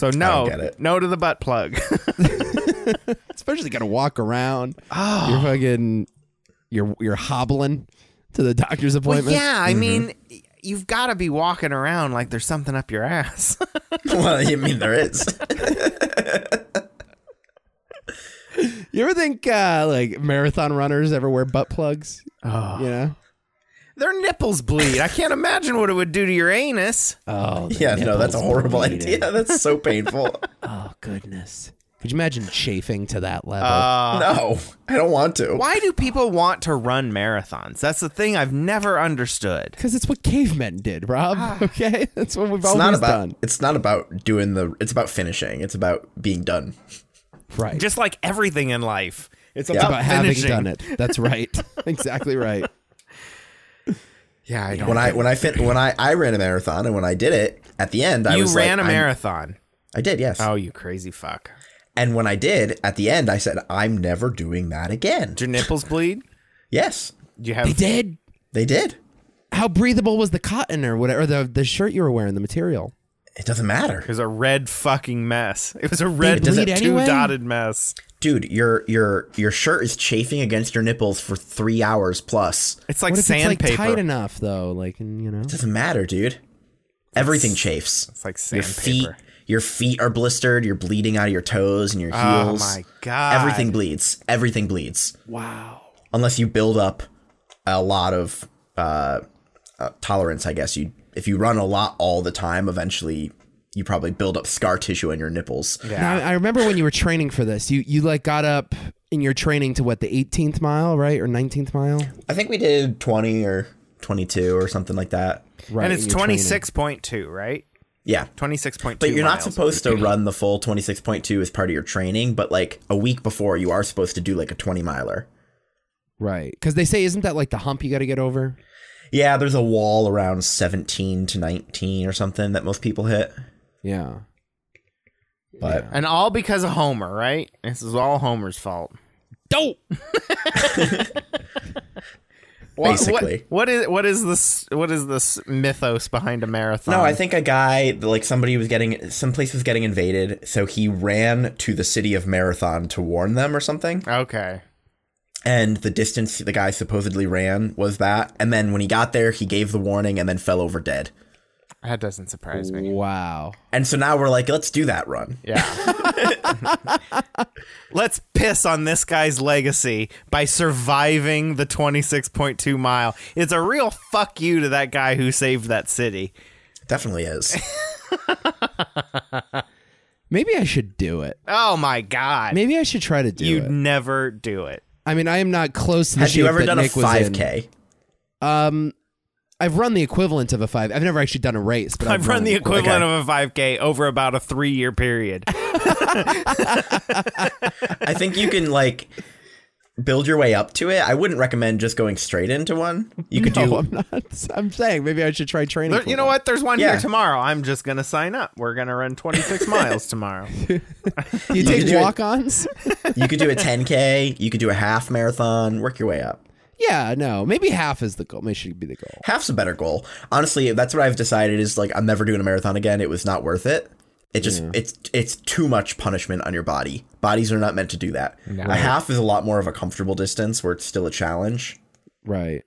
[SPEAKER 2] So no,
[SPEAKER 4] get it.
[SPEAKER 2] no to the butt plug.
[SPEAKER 3] Especially got to walk around.
[SPEAKER 2] Oh.
[SPEAKER 3] You're fucking. You're you're hobbling to the doctor's
[SPEAKER 2] well,
[SPEAKER 3] appointment.
[SPEAKER 2] yeah, I mean, you've got to be walking around like there's something up your ass.
[SPEAKER 4] well, I mean, there is.
[SPEAKER 3] You ever think uh, like marathon runners ever wear butt plugs?
[SPEAKER 2] Oh.
[SPEAKER 3] You know.
[SPEAKER 2] Their nipples bleed. I can't imagine what it would do to your anus.
[SPEAKER 3] Oh
[SPEAKER 4] Yeah, no, that's a horrible
[SPEAKER 3] bleeding.
[SPEAKER 4] idea. That's so painful.
[SPEAKER 3] Oh goodness. Could you imagine chafing to that level?
[SPEAKER 2] Uh,
[SPEAKER 4] no, I don't want to.
[SPEAKER 2] Why do people want to run marathons? That's the thing I've never understood.
[SPEAKER 3] Because it's what cavemen did, Rob. Okay, that's what we've
[SPEAKER 4] It's
[SPEAKER 3] always
[SPEAKER 4] not about.
[SPEAKER 3] done.
[SPEAKER 4] It's not about doing the. It's about finishing. It's about being done.
[SPEAKER 3] Right.
[SPEAKER 2] Just like everything in life, it's
[SPEAKER 3] It's
[SPEAKER 2] about,
[SPEAKER 3] about having
[SPEAKER 2] finishing.
[SPEAKER 3] done it. That's right. exactly right.
[SPEAKER 2] Yeah, I don't.
[SPEAKER 4] When I when I fin- when I I ran a marathon and when I did it at the end I
[SPEAKER 2] you
[SPEAKER 4] was
[SPEAKER 2] ran
[SPEAKER 4] like,
[SPEAKER 2] a
[SPEAKER 4] I'm-
[SPEAKER 2] marathon.
[SPEAKER 4] I did yes.
[SPEAKER 2] Oh, you crazy fuck!
[SPEAKER 4] And when I did at the end I said I'm never doing that again.
[SPEAKER 2] Did your nipples bleed?
[SPEAKER 4] Yes,
[SPEAKER 2] Did you have?
[SPEAKER 3] They did.
[SPEAKER 4] they did.
[SPEAKER 3] How breathable was the cotton or whatever the the shirt you were wearing, the material?
[SPEAKER 4] It doesn't
[SPEAKER 2] It
[SPEAKER 4] matter,
[SPEAKER 2] was a red fucking mess. It was a red,
[SPEAKER 3] bleed
[SPEAKER 2] two
[SPEAKER 3] anyway?
[SPEAKER 2] dotted mess.
[SPEAKER 4] dude. Your your your shirt is chafing against your nipples for three hours plus.
[SPEAKER 2] It's like
[SPEAKER 3] what if
[SPEAKER 2] sandpaper.
[SPEAKER 3] it's like tight enough though? Like and, you know,
[SPEAKER 4] doesn't matter, dude. Everything chafes.
[SPEAKER 2] it's like
[SPEAKER 4] Your feet,
[SPEAKER 2] sandpaper.
[SPEAKER 4] your feet are blistered. You're bleeding out of your toes and your
[SPEAKER 2] Oh
[SPEAKER 4] heels.
[SPEAKER 2] my god!
[SPEAKER 4] Everything bleeds. Everything bleeds.
[SPEAKER 3] wow.
[SPEAKER 4] Unless you build up a lot of uh, uh, tolerance, I guess. You if you run a lot all the time, eventually you probably build up scar tissue on your nipples.
[SPEAKER 3] Now,
[SPEAKER 2] Yeah.
[SPEAKER 3] I remember when you were training for this, you you like got up in your training to what the 18th mile, right, or 19th mile?
[SPEAKER 4] I think we did twenty or twenty-two or something like that.
[SPEAKER 3] Right.
[SPEAKER 2] and it's
[SPEAKER 3] in your
[SPEAKER 2] twenty
[SPEAKER 3] training.
[SPEAKER 2] six point two, right?
[SPEAKER 4] Yeah.
[SPEAKER 2] Twenty six point two.
[SPEAKER 4] But you're not
[SPEAKER 2] miles.
[SPEAKER 4] supposed to run the full 26.2 as part of your training, but like a week before, you are supposed to do like a 20 miler.
[SPEAKER 3] Right, because they say isn't that like the hump you got to get over?
[SPEAKER 4] Yeah, there's a wall around 17 to 19 or something that most people hit.
[SPEAKER 3] Yeah.
[SPEAKER 4] But
[SPEAKER 2] And all because of Homer, right? This is all Homer's fault.
[SPEAKER 3] Dope.
[SPEAKER 2] What- what-
[SPEAKER 4] Basically.
[SPEAKER 2] what is what is this? What is this mythos behind a marathon?
[SPEAKER 4] no, I think a guy, like somebody was getting, some place was getting invaded, so he ran to the city of Marathon to warn them or something.
[SPEAKER 2] Okay.
[SPEAKER 4] And the distance the guy supposedly ran was that. And then when he got there, he gave the warning and then fell over dead.
[SPEAKER 2] That doesn't surprise me.
[SPEAKER 3] Wow.
[SPEAKER 4] And so now we're like, let's do that run.
[SPEAKER 2] Yeah. Let's piss on this guy's legacy by surviving the 26.2 mile. It's a real fuck you to that guy who saved that city.
[SPEAKER 4] Definitely is.
[SPEAKER 3] Maybe I should do it.
[SPEAKER 2] Oh my god.
[SPEAKER 3] Maybe I should try to do
[SPEAKER 2] You'd
[SPEAKER 3] it.
[SPEAKER 2] never do it.
[SPEAKER 3] I mean, I am not close to the
[SPEAKER 4] Have you
[SPEAKER 3] shape
[SPEAKER 4] ever
[SPEAKER 3] that
[SPEAKER 4] done a
[SPEAKER 3] Nick was in.
[SPEAKER 4] 5K?
[SPEAKER 3] Um, I've run the equivalent of a five. I've never actually done a race, but
[SPEAKER 2] I've,
[SPEAKER 3] I've,
[SPEAKER 2] run, the
[SPEAKER 3] equivalent.
[SPEAKER 2] equivalent of a 5K over about a 3-year period.
[SPEAKER 4] I think you can like build your way up to it. I wouldn't recommend just going straight into one. You could
[SPEAKER 3] No,
[SPEAKER 4] do
[SPEAKER 3] I'm not. I'm saying maybe I should try training.
[SPEAKER 2] There-
[SPEAKER 3] for
[SPEAKER 2] you know
[SPEAKER 3] one.
[SPEAKER 2] what? There's one
[SPEAKER 4] Yeah.
[SPEAKER 2] here tomorrow. I'm just going to sign up. We're going to run 26 miles tomorrow.
[SPEAKER 3] You take
[SPEAKER 4] could do it.
[SPEAKER 3] walk-ons?
[SPEAKER 4] you could do a 10k, you could do a half marathon, work your way up.
[SPEAKER 3] yeah, no. Maybe half is the goal. Maybe should be the goal.
[SPEAKER 4] Half's a better goal. Honestly, that's what I've decided is like I'm never doing a marathon again. It was not worth it. It just it's it's too much punishment on your body. Bodies are not meant to do that. A half is a lot more of a comfortable distance where it's still a challenge,
[SPEAKER 3] Right.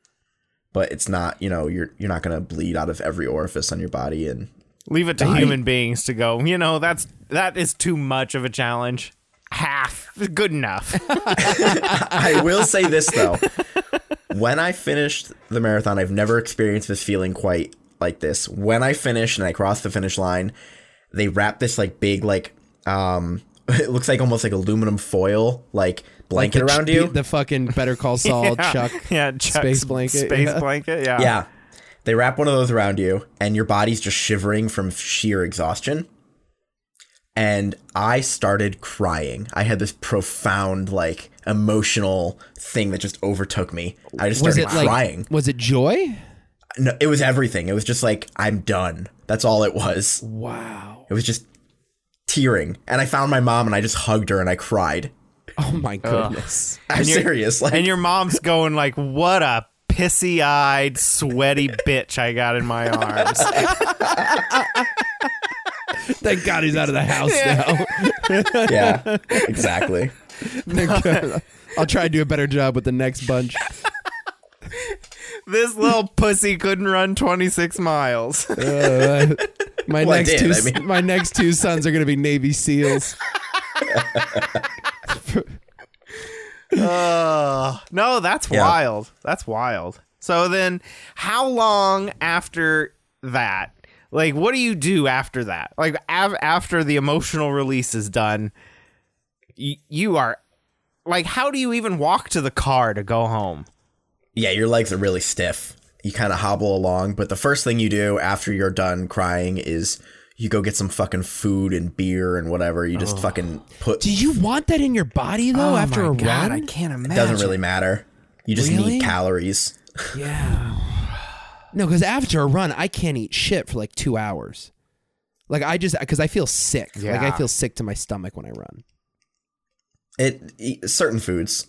[SPEAKER 4] but it's not, you know, you're you're not going to bleed out of every orifice on your body and
[SPEAKER 2] Leave it to human beings to go. You know, that's that is too much of a challenge. Half good enough.
[SPEAKER 4] I will say this though. When I finished the marathon, I've never experienced this feeling quite like this. When I finished and I crossed the finish line, they wrap this like big like um it looks like almost like aluminum foil like blanket
[SPEAKER 3] The ch-
[SPEAKER 4] around you.
[SPEAKER 3] The fucking Better Call Saul Chuck.
[SPEAKER 2] yeah, Chuck's
[SPEAKER 3] space blanket,
[SPEAKER 2] space
[SPEAKER 3] yeah.
[SPEAKER 2] blanket, yeah,
[SPEAKER 4] yeah. They wrap one of those around you and your body's just shivering from sheer exhaustion. And I started crying. I had this profound like emotional thing that just overtook me. I just
[SPEAKER 3] Was
[SPEAKER 4] started
[SPEAKER 3] it like?
[SPEAKER 4] crying.
[SPEAKER 3] Was it joy?
[SPEAKER 4] no, it was everything. It was just like I'm done. That's all it was.
[SPEAKER 3] Wow.
[SPEAKER 4] It was just tearing, and I found my mom and I just hugged her and I cried.
[SPEAKER 3] Oh my goodness.
[SPEAKER 4] I'm
[SPEAKER 2] you're-
[SPEAKER 4] serious. Like
[SPEAKER 2] And your mom's going like, "What a pissy-eyed, sweaty bitch I got in my arms."
[SPEAKER 3] Thank God he's out of the house
[SPEAKER 4] yeah, exactly.
[SPEAKER 3] now. Thank God. I'll try to do a better job with the next bunch.
[SPEAKER 2] this little pussy couldn't run 26 miles.
[SPEAKER 3] Uh, my
[SPEAKER 4] Well, I
[SPEAKER 3] next
[SPEAKER 4] did,
[SPEAKER 3] two,
[SPEAKER 4] I mean-
[SPEAKER 3] my next two sons are going to be Navy SEALs.
[SPEAKER 2] Ugh. no, that's
[SPEAKER 4] Yeah.
[SPEAKER 2] wild. That's wild. So then, how long after that? Like, what do you do after that? Like, av- after the emotional release is done, y- you are like, how do you even walk to the car to go home?
[SPEAKER 4] Yeah, your legs are really stiff. You kind of hobble along, but the first thing you do after you're done crying is you go get some fucking food and beer and whatever. You just fucking put.
[SPEAKER 3] Do you want that in your body though? Oh,
[SPEAKER 4] Oh
[SPEAKER 3] after a run,
[SPEAKER 2] Oh I can't imagine.
[SPEAKER 4] doesn't really matter. You just
[SPEAKER 3] Really?
[SPEAKER 4] need calories.
[SPEAKER 3] Yeah. No, because after a run, I can't eat shit for like two hours. Like I just because I feel sick. Like
[SPEAKER 2] Yeah.
[SPEAKER 3] I feel sick to my stomach when I run.
[SPEAKER 4] It e- certain foods.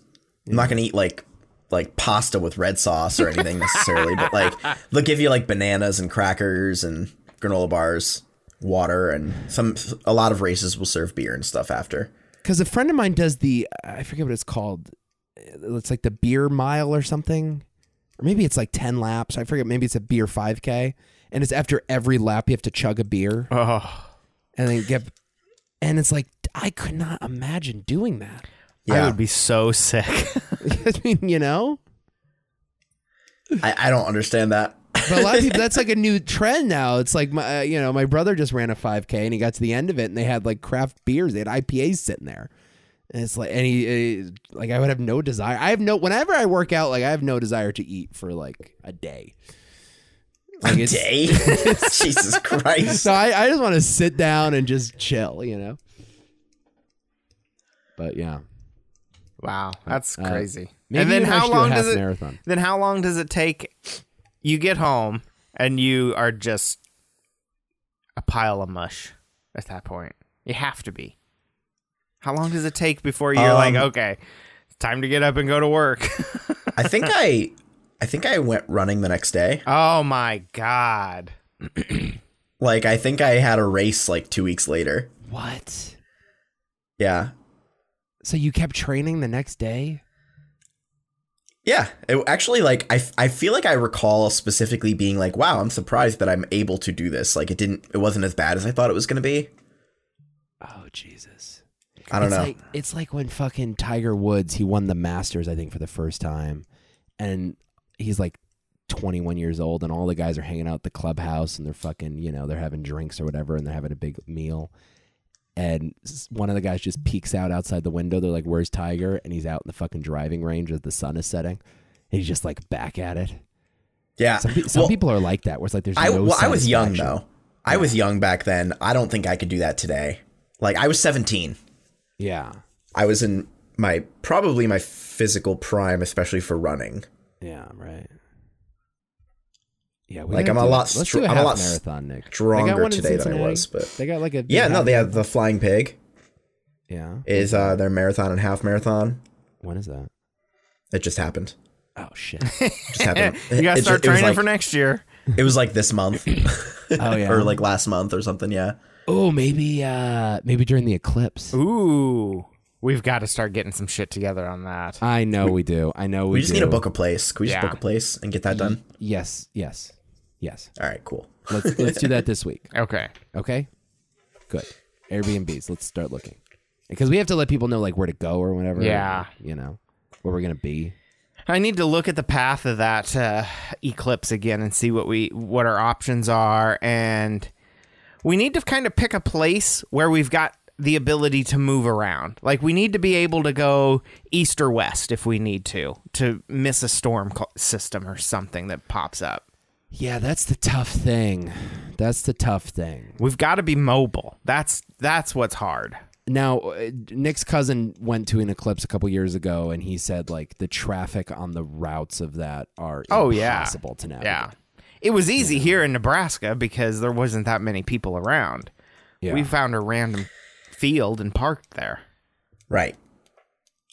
[SPEAKER 4] I'm not gonna eat like like pasta with red sauce or anything necessarily, but like they'll give you like bananas and crackers and granola bars, water, and some. A lot of races will serve beer and stuff after.
[SPEAKER 3] Because a friend of mine does the I forget what it's called. Uh, It's like the beer mile or something, or maybe it's like ten laps. I forget. Maybe it's a beer five k, and it's after every lap you have to chug a beer
[SPEAKER 2] Oh,
[SPEAKER 3] and then get. And it's like I could not imagine doing that.
[SPEAKER 2] I
[SPEAKER 4] Yeah.
[SPEAKER 2] would be so sick.
[SPEAKER 3] I mean, you know.
[SPEAKER 4] I, I don't understand that.
[SPEAKER 3] But a lot of people, that's like a new trend now. It's like my, uh, you know, my brother just ran a 5K and he got to the end of it and they had like craft beers, they had IPAs sitting there, and it's like, and he, uh, like I would have no desire. I have no. Whenever I work out, like I have no desire to eat for like a day. Like it's,
[SPEAKER 4] Day, Jesus Christ.
[SPEAKER 3] So I, I just want to sit down and just chill, you know. But yeah,
[SPEAKER 2] wow, that's
[SPEAKER 3] Uh,
[SPEAKER 2] crazy.
[SPEAKER 3] maybe
[SPEAKER 2] and then
[SPEAKER 3] even I
[SPEAKER 2] how
[SPEAKER 3] should do a
[SPEAKER 2] long
[SPEAKER 3] half
[SPEAKER 2] does it?
[SPEAKER 3] marathon?
[SPEAKER 2] Then how long does it take? You get home and you are just a pile of mush at that point. You have to be. How long does it take before you're like,
[SPEAKER 4] Um,
[SPEAKER 2] okay, it's time to get up and go to work?
[SPEAKER 4] I think I, I think I went running the next day.
[SPEAKER 2] oh my god.
[SPEAKER 4] Like I think I had a race like two weeks later.
[SPEAKER 3] What?
[SPEAKER 4] Yeah,
[SPEAKER 3] So you kept training the next day?
[SPEAKER 4] yeah. It, actually, like I, f- I feel like I recall specifically being like, wow, I'm surprised that I'm able to do this. Like it didn't, it wasn't as bad as I thought it was gonna be.
[SPEAKER 3] Oh Jesus.
[SPEAKER 4] I don't
[SPEAKER 3] it's
[SPEAKER 4] know.
[SPEAKER 3] Like, it's like when fucking Tiger Woods he won the Masters, I think, for the first time, and he's like 21 years old, and all the guys are hanging out at the clubhouse, and they're fucking, you know, they're having drinks or whatever, and they're having a big meal, and s- one of the guys just peeks out outside the window. They're like, "Where's Tiger?" And he's out in the fucking driving range as the sun is setting, and he's just like back at it.
[SPEAKER 4] yeah.
[SPEAKER 3] Some, pe- some
[SPEAKER 4] Well,
[SPEAKER 3] people are like that, where it's like there's
[SPEAKER 4] I,
[SPEAKER 3] no.
[SPEAKER 4] well, I was young
[SPEAKER 3] satisfaction.
[SPEAKER 4] though. I was young back then. I don't think I could do that today. Like I was 17.
[SPEAKER 3] Yeah,
[SPEAKER 4] I was in my probably my physical prime, especially for running.
[SPEAKER 3] yeah, right. Yeah, we
[SPEAKER 4] Like,
[SPEAKER 3] gotta
[SPEAKER 4] I'm a
[SPEAKER 3] do
[SPEAKER 4] lot
[SPEAKER 3] Let's do a
[SPEAKER 4] str- I'm a
[SPEAKER 3] half
[SPEAKER 4] lot
[SPEAKER 3] marathon, Nick. They got
[SPEAKER 4] stronger
[SPEAKER 3] one in
[SPEAKER 4] today than I
[SPEAKER 3] Cincinnati.
[SPEAKER 4] was, but-
[SPEAKER 3] they got like a
[SPEAKER 4] Yeah,
[SPEAKER 3] big
[SPEAKER 4] no, they
[SPEAKER 3] half-
[SPEAKER 4] have the Flying Pig
[SPEAKER 3] yeah.
[SPEAKER 4] is uh, their marathon and half marathon.
[SPEAKER 3] When is that?
[SPEAKER 4] It just happened.
[SPEAKER 3] Oh shit!
[SPEAKER 4] It just happened.
[SPEAKER 2] You
[SPEAKER 4] It
[SPEAKER 2] gotta
[SPEAKER 4] ju-
[SPEAKER 2] start
[SPEAKER 4] it was
[SPEAKER 2] training
[SPEAKER 4] like-
[SPEAKER 2] for next year.
[SPEAKER 4] It was like this month.
[SPEAKER 3] Oh, yeah.
[SPEAKER 4] or like last month or something. Yeah.
[SPEAKER 3] oh, maybe uh maybe during the eclipse.
[SPEAKER 2] Ooh. We've got to start getting some shit together on that.
[SPEAKER 3] I know we, do. I know we,
[SPEAKER 4] We, just
[SPEAKER 3] do.
[SPEAKER 4] need to book a place. Can we just
[SPEAKER 2] Yeah. Mm-hmm.
[SPEAKER 4] book a place and get that done?
[SPEAKER 3] Yes, yes, yes.
[SPEAKER 4] All right, cool.
[SPEAKER 3] Let's let's do that this week.
[SPEAKER 2] Okay.
[SPEAKER 3] Okay, good. Airbnbs. Let's start looking because we have to let people know like where to go or whatever.
[SPEAKER 2] Yeah.
[SPEAKER 3] you know where we're gonna be.
[SPEAKER 2] I need to look at the path of that uh, eclipse again and see what we what our options are, and we need to kind of pick a place where we've got the ability to move around. Like we need to be able to go east or west if we need to to miss a storm co- system or something that pops up.
[SPEAKER 3] Yeah, that's the tough thing. That's the tough thing.
[SPEAKER 2] We've got to be mobile. That's that's what's hard.
[SPEAKER 3] Now, uh, Nick's cousin went to an eclipse a couple years ago, and he said like the traffic on the routes of that are
[SPEAKER 2] Oh, yeah.
[SPEAKER 3] impossible to navigate.
[SPEAKER 2] Yeah. It was easy here in Nebraska because there wasn't that many people around.
[SPEAKER 3] Yeah.
[SPEAKER 2] We found a random field and parked there.
[SPEAKER 4] Right.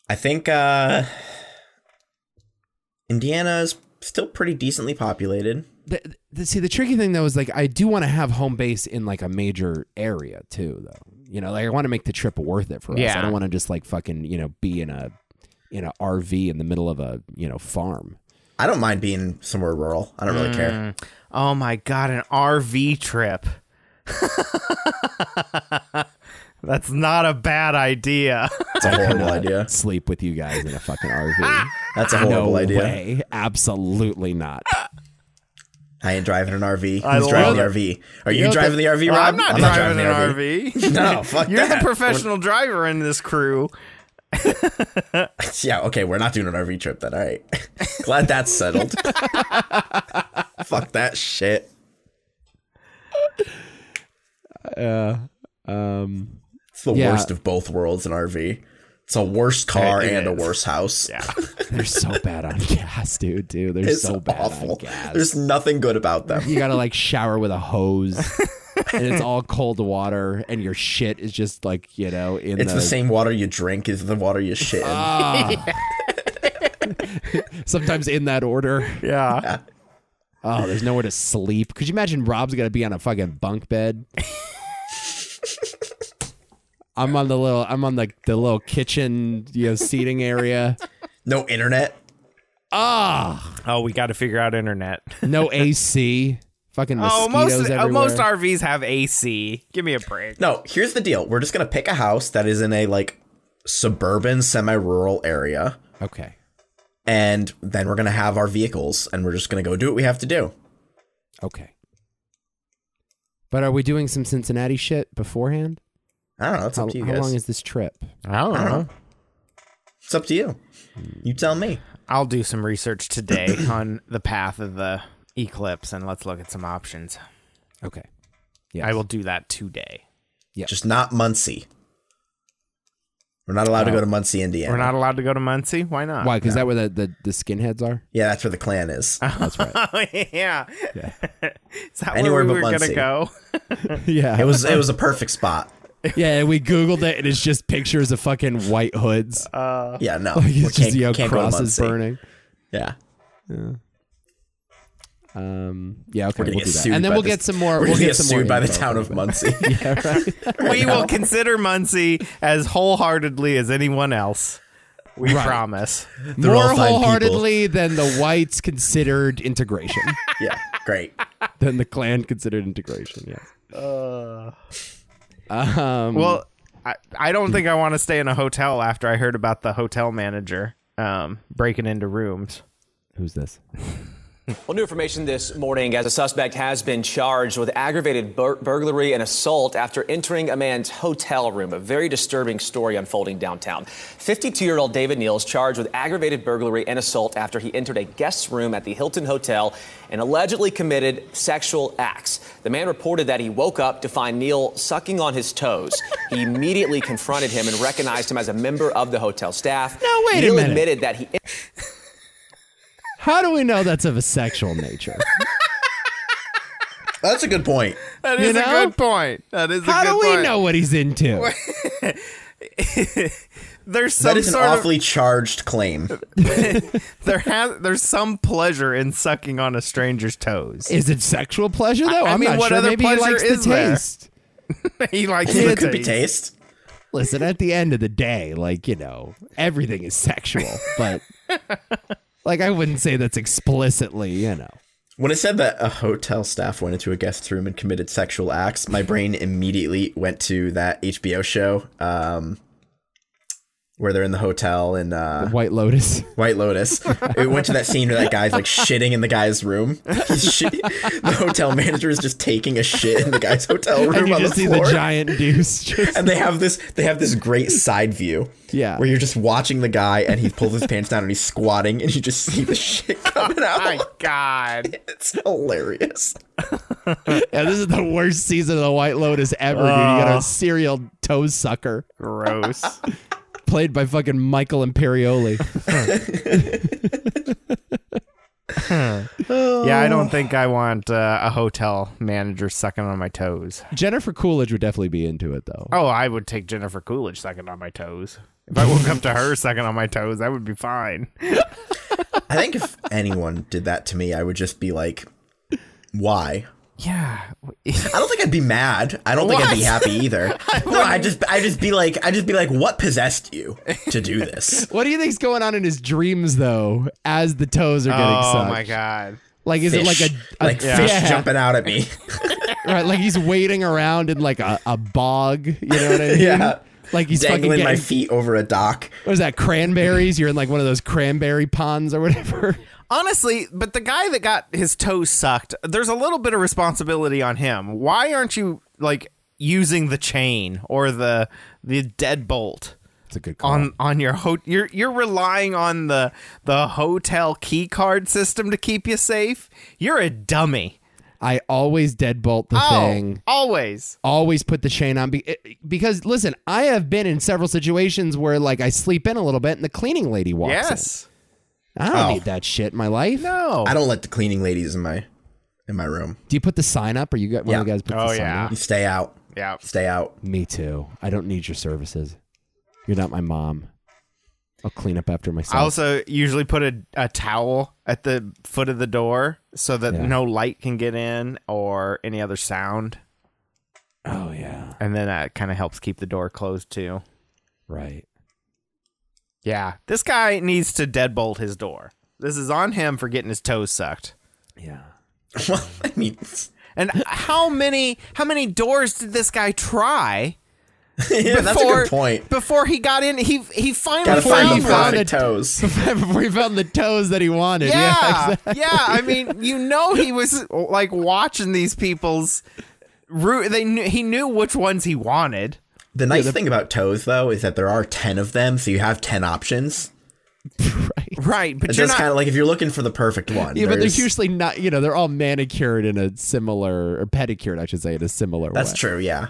[SPEAKER 4] I think uh Indiana is still pretty decently populated.
[SPEAKER 3] The- the- see, the tricky thing though is like I do want to have home base in like a major area too, though. You know, like I want to make the trip worth it for us. I
[SPEAKER 2] Yeah.
[SPEAKER 3] don't want to just like fucking you know be in a in a RV in the middle of a you know farm.
[SPEAKER 4] I don't mind being somewhere rural. I don't really care.
[SPEAKER 2] Oh my god, an RV trip. That's not a bad idea.
[SPEAKER 4] That's a horrible idea.
[SPEAKER 3] Sleep with you guys in a fucking RV.
[SPEAKER 4] That's a horrible
[SPEAKER 3] no
[SPEAKER 4] idea.
[SPEAKER 3] way. Absolutely not.
[SPEAKER 4] I ain't driving an RV. Who's
[SPEAKER 2] I love
[SPEAKER 4] driving the
[SPEAKER 2] it.
[SPEAKER 4] RV? Are you,
[SPEAKER 3] know what
[SPEAKER 4] driving
[SPEAKER 3] the-
[SPEAKER 4] the RV,
[SPEAKER 2] Well,
[SPEAKER 4] Rob?
[SPEAKER 2] I'm not driving an
[SPEAKER 4] the
[SPEAKER 2] RV.
[SPEAKER 4] No, fuck
[SPEAKER 2] You're the
[SPEAKER 4] that.
[SPEAKER 2] professional driver in this crew.
[SPEAKER 4] Yeah, okay, we're not doing an RV trip then. All right. Glad that's settled. fuck that shit.
[SPEAKER 3] Um,
[SPEAKER 4] It's the
[SPEAKER 3] Yeah.
[SPEAKER 4] worst of both worlds, an RV. It's a worse car
[SPEAKER 2] It
[SPEAKER 4] and a
[SPEAKER 2] is.
[SPEAKER 4] worse house.
[SPEAKER 2] Yeah.
[SPEAKER 3] they're so bad on gas, dude. Dude, they're
[SPEAKER 4] It's
[SPEAKER 3] so bad on
[SPEAKER 4] awful.
[SPEAKER 3] gas.
[SPEAKER 4] There's nothing good about them.
[SPEAKER 3] you gotta like shower with a hose, and it's all cold water, and your shit is just like you know in
[SPEAKER 4] It's the same water you drink is the water you shit in.
[SPEAKER 2] Ah.
[SPEAKER 3] sometimes in that order.
[SPEAKER 2] Yeah.
[SPEAKER 3] Oh, there's nowhere to sleep. Could you imagine Rob's gonna be on a fucking bunk bed? I'm on the little I'm on the, the little kitchen, you know, seating area.
[SPEAKER 4] no internet.
[SPEAKER 3] Ah,
[SPEAKER 2] Oh, we got to figure out internet.
[SPEAKER 3] no AC. Fucking mosquitoes
[SPEAKER 2] Oh, most
[SPEAKER 3] everywhere.
[SPEAKER 2] uh, most RVs have AC. Give me a break.
[SPEAKER 4] No, here's the deal. We're just gonna pick a house that is in a like suburban, semi-rural area,
[SPEAKER 3] okay.
[SPEAKER 4] and then we're gonna have our vehicles, and we're just gonna go do what we have to do.
[SPEAKER 3] Okay. But are we doing some Cincinnati shit beforehand?
[SPEAKER 4] I don't know. It's
[SPEAKER 3] How,
[SPEAKER 4] up to you
[SPEAKER 3] how
[SPEAKER 4] guys.
[SPEAKER 3] long is this trip?
[SPEAKER 2] I don't know.
[SPEAKER 4] it's up to you. You tell me.
[SPEAKER 2] I'll do some research today on the path of the eclipse and let's look at some options.
[SPEAKER 3] Okay. Yeah.
[SPEAKER 2] I will do that today.
[SPEAKER 4] Just not Muncie. We're not allowed to go to Muncie, Indiana.
[SPEAKER 2] We're not allowed to go to Muncie. Why not?
[SPEAKER 3] Why? Because that where the, the, the skinheads are?
[SPEAKER 4] Yeah, that's where the clan is.
[SPEAKER 2] That's right. yeah. Is that
[SPEAKER 4] Anywhere
[SPEAKER 2] where
[SPEAKER 4] but
[SPEAKER 2] we were gonna
[SPEAKER 4] Muncie.
[SPEAKER 2] go?
[SPEAKER 3] yeah.
[SPEAKER 4] It was it was a perfect spot.
[SPEAKER 3] yeah, and we Googled it and it's just pictures of fucking white hoods.
[SPEAKER 4] Yeah, no,
[SPEAKER 3] Like,
[SPEAKER 4] we
[SPEAKER 3] it's just you know,
[SPEAKER 4] Uh, go to
[SPEAKER 3] crosses
[SPEAKER 4] Muncie.
[SPEAKER 3] burning.
[SPEAKER 4] Yeah,
[SPEAKER 3] Um, yeah, okay,
[SPEAKER 4] we're gonna
[SPEAKER 3] we'll do that,
[SPEAKER 4] get sued,
[SPEAKER 3] and then
[SPEAKER 4] by
[SPEAKER 3] we'll
[SPEAKER 4] this-
[SPEAKER 3] get some more.
[SPEAKER 4] We're
[SPEAKER 3] We'll
[SPEAKER 4] gonna
[SPEAKER 3] get,
[SPEAKER 4] get
[SPEAKER 3] some
[SPEAKER 4] sued
[SPEAKER 3] more
[SPEAKER 4] by the
[SPEAKER 3] info.
[SPEAKER 4] town of Muncie.
[SPEAKER 2] we will consider Muncie as wholeheartedly as anyone else. We promise.
[SPEAKER 4] all
[SPEAKER 3] more
[SPEAKER 4] fine people.
[SPEAKER 3] wholeheartedly than the whites considered integration,
[SPEAKER 4] yeah, great.
[SPEAKER 3] than the Klan considered integration. Yes. Um,
[SPEAKER 2] Well, I, I don't think I want to stay in a hotel after I heard about the hotel manager um, breaking into rooms.
[SPEAKER 3] who's this?
[SPEAKER 1] Well, new information this morning as a suspect has been charged with aggravated bur- burglary and assault after entering a man's hotel room. A very disturbing story unfolding downtown. 52 year old David Neal is charged with aggravated burglary and assault after he entered a guest's room at the Hilton Hotel and allegedly committed sexual acts. The man reported that he woke up to find Neal sucking on his toes. He immediately confronted him and recognized him as a member of the hotel staff.
[SPEAKER 3] Now, wait a
[SPEAKER 1] Neal
[SPEAKER 3] minute.
[SPEAKER 1] admitted that he.
[SPEAKER 3] How do we know that's of a sexual nature?
[SPEAKER 4] That's a good point.
[SPEAKER 2] That
[SPEAKER 3] You
[SPEAKER 2] is
[SPEAKER 3] know?
[SPEAKER 2] a good point. That is
[SPEAKER 3] How
[SPEAKER 2] a good
[SPEAKER 3] do we
[SPEAKER 2] point.
[SPEAKER 3] know what he's into?
[SPEAKER 2] There's
[SPEAKER 4] That
[SPEAKER 2] some
[SPEAKER 4] is an
[SPEAKER 2] sort of
[SPEAKER 4] awfully charged claim.
[SPEAKER 2] there has there's some pleasure in sucking on a stranger's toes.
[SPEAKER 3] Is it sexual pleasure though?
[SPEAKER 2] I
[SPEAKER 3] am
[SPEAKER 2] mean,
[SPEAKER 3] not
[SPEAKER 2] what
[SPEAKER 3] sure.
[SPEAKER 2] other
[SPEAKER 3] Maybe he
[SPEAKER 2] pleasure
[SPEAKER 3] likes
[SPEAKER 2] is
[SPEAKER 3] the
[SPEAKER 2] there?
[SPEAKER 3] taste.
[SPEAKER 2] he likes
[SPEAKER 4] It
[SPEAKER 2] the
[SPEAKER 4] could be
[SPEAKER 2] taste.
[SPEAKER 4] taste.
[SPEAKER 3] Listen, at the end of the day, like you know, everything is sexual, but like I wouldn't say that's explicitly, you know.
[SPEAKER 4] When it said that a hotel staff went into a guest's room and committed sexual acts, my brain immediately went to that HBO show um, where they're in the hotel in uh,
[SPEAKER 3] White Lotus.
[SPEAKER 4] White Lotus. it went to that scene where that guy's like shitting in the guy's room. He's shi- the hotel manager is just taking a shit in the guy's hotel room
[SPEAKER 3] and you
[SPEAKER 4] on
[SPEAKER 3] just
[SPEAKER 4] the
[SPEAKER 3] see
[SPEAKER 4] floor.
[SPEAKER 3] the giant deuce. Just,
[SPEAKER 4] and they have this they have this great side view
[SPEAKER 3] Yeah.
[SPEAKER 4] where you're just watching the guy and he pulls his pants down and he's squatting and you just see the shit coming
[SPEAKER 2] My
[SPEAKER 4] out
[SPEAKER 2] God.
[SPEAKER 4] it's hilarious
[SPEAKER 3] yeah, this is the worst season of the White Lotus ever, dude. You got a serial toe sucker
[SPEAKER 2] Gross.
[SPEAKER 3] played by fucking Michael Imperioli.
[SPEAKER 2] yeah, I don't think I want uh, a hotel manager sucking on my toes.
[SPEAKER 3] Jennifer Coolidge would definitely be into it though.
[SPEAKER 2] Oh, I would take Jennifer Coolidge sucking on my toes. If I woke up to her sucking on my toes, that would be fine.
[SPEAKER 4] i think if anyone did that to me i would just be like why
[SPEAKER 2] Yeah.
[SPEAKER 4] i don't think i'd be mad i don't think i'd be
[SPEAKER 2] What?
[SPEAKER 4] happy either no i just i just be like i just be like what possessed you to do this
[SPEAKER 3] What do you think's going on in his dreams though, as the toes are getting
[SPEAKER 2] Oh
[SPEAKER 3] sucked?
[SPEAKER 2] my God.
[SPEAKER 3] Like is
[SPEAKER 4] fish.
[SPEAKER 3] it like a, a-
[SPEAKER 4] like
[SPEAKER 3] yeah.
[SPEAKER 4] fish
[SPEAKER 3] Yeah.
[SPEAKER 4] jumping out at me
[SPEAKER 3] right? Like he's wading around in like a, a bog. You know what I mean?
[SPEAKER 4] Yeah.
[SPEAKER 3] Like he's fucking
[SPEAKER 4] dangling
[SPEAKER 3] getting
[SPEAKER 4] my feet over a dock
[SPEAKER 3] what is that cranberries? You're in like one of those cranberry ponds or whatever.
[SPEAKER 2] honestly, but the guy that got his toes sucked, there's a little bit of responsibility on him. Why aren't you like using the chain or the the deadbolt?
[SPEAKER 3] It's a good call.
[SPEAKER 2] on on your ho- you're you're relying on the the hotel key card system to keep you safe. You're a dummy.
[SPEAKER 3] I always deadbolt the thing.
[SPEAKER 2] Oh, always.
[SPEAKER 3] always put the chain on be- because listen, I have been in several situations where like I sleep in a little bit and the cleaning lady walks. in.
[SPEAKER 2] Yes. Oh.
[SPEAKER 3] I don't
[SPEAKER 4] Oh.
[SPEAKER 3] need that shit in my life.
[SPEAKER 2] No.
[SPEAKER 4] I don't let the cleaning ladies in my in my room.
[SPEAKER 3] Do you put the sign up or you got one of you
[SPEAKER 4] Yeah.
[SPEAKER 3] guys put
[SPEAKER 2] Oh,
[SPEAKER 3] the sign
[SPEAKER 2] yeah.
[SPEAKER 3] up?
[SPEAKER 4] You stay out.
[SPEAKER 2] Yeah.
[SPEAKER 4] Stay out.
[SPEAKER 3] Me too. I don't need your services. You're not my mom. I'll clean up after myself.
[SPEAKER 2] I also usually put a, a towel at the foot of the door so that
[SPEAKER 3] Yeah.
[SPEAKER 2] no light can get in or any other sound.
[SPEAKER 3] oh yeah.
[SPEAKER 2] And then that kind of helps keep the door closed too.
[SPEAKER 3] Right.
[SPEAKER 2] Yeah. This guy needs to deadbolt his door. This is on him for getting his toes sucked.
[SPEAKER 3] Yeah.
[SPEAKER 4] well, I mean, it's-
[SPEAKER 2] And how many how many doors did this guy try
[SPEAKER 4] yeah, that's a good point.
[SPEAKER 2] before he got in? He he finally
[SPEAKER 4] Gotta
[SPEAKER 2] found
[SPEAKER 4] find the
[SPEAKER 3] Before
[SPEAKER 2] one.
[SPEAKER 3] you
[SPEAKER 4] perfect toes.
[SPEAKER 3] Before he found the toes that he wanted.
[SPEAKER 2] Yeah, yeah, I mean, you know, he was like watching these people's. ru- They knew, he knew which ones he wanted.
[SPEAKER 4] The nice thing about toes, though, is that there are ten of them, so you have ten options.
[SPEAKER 2] Right, but
[SPEAKER 4] It's
[SPEAKER 2] you're
[SPEAKER 4] just
[SPEAKER 2] not.
[SPEAKER 4] kind of like if you're looking for the perfect one.
[SPEAKER 3] Yeah, but they're
[SPEAKER 4] there's-
[SPEAKER 3] usually not, you know, they're all manicured in a similar, or pedicured, I should say, in a similar way.
[SPEAKER 4] That's true. Yeah.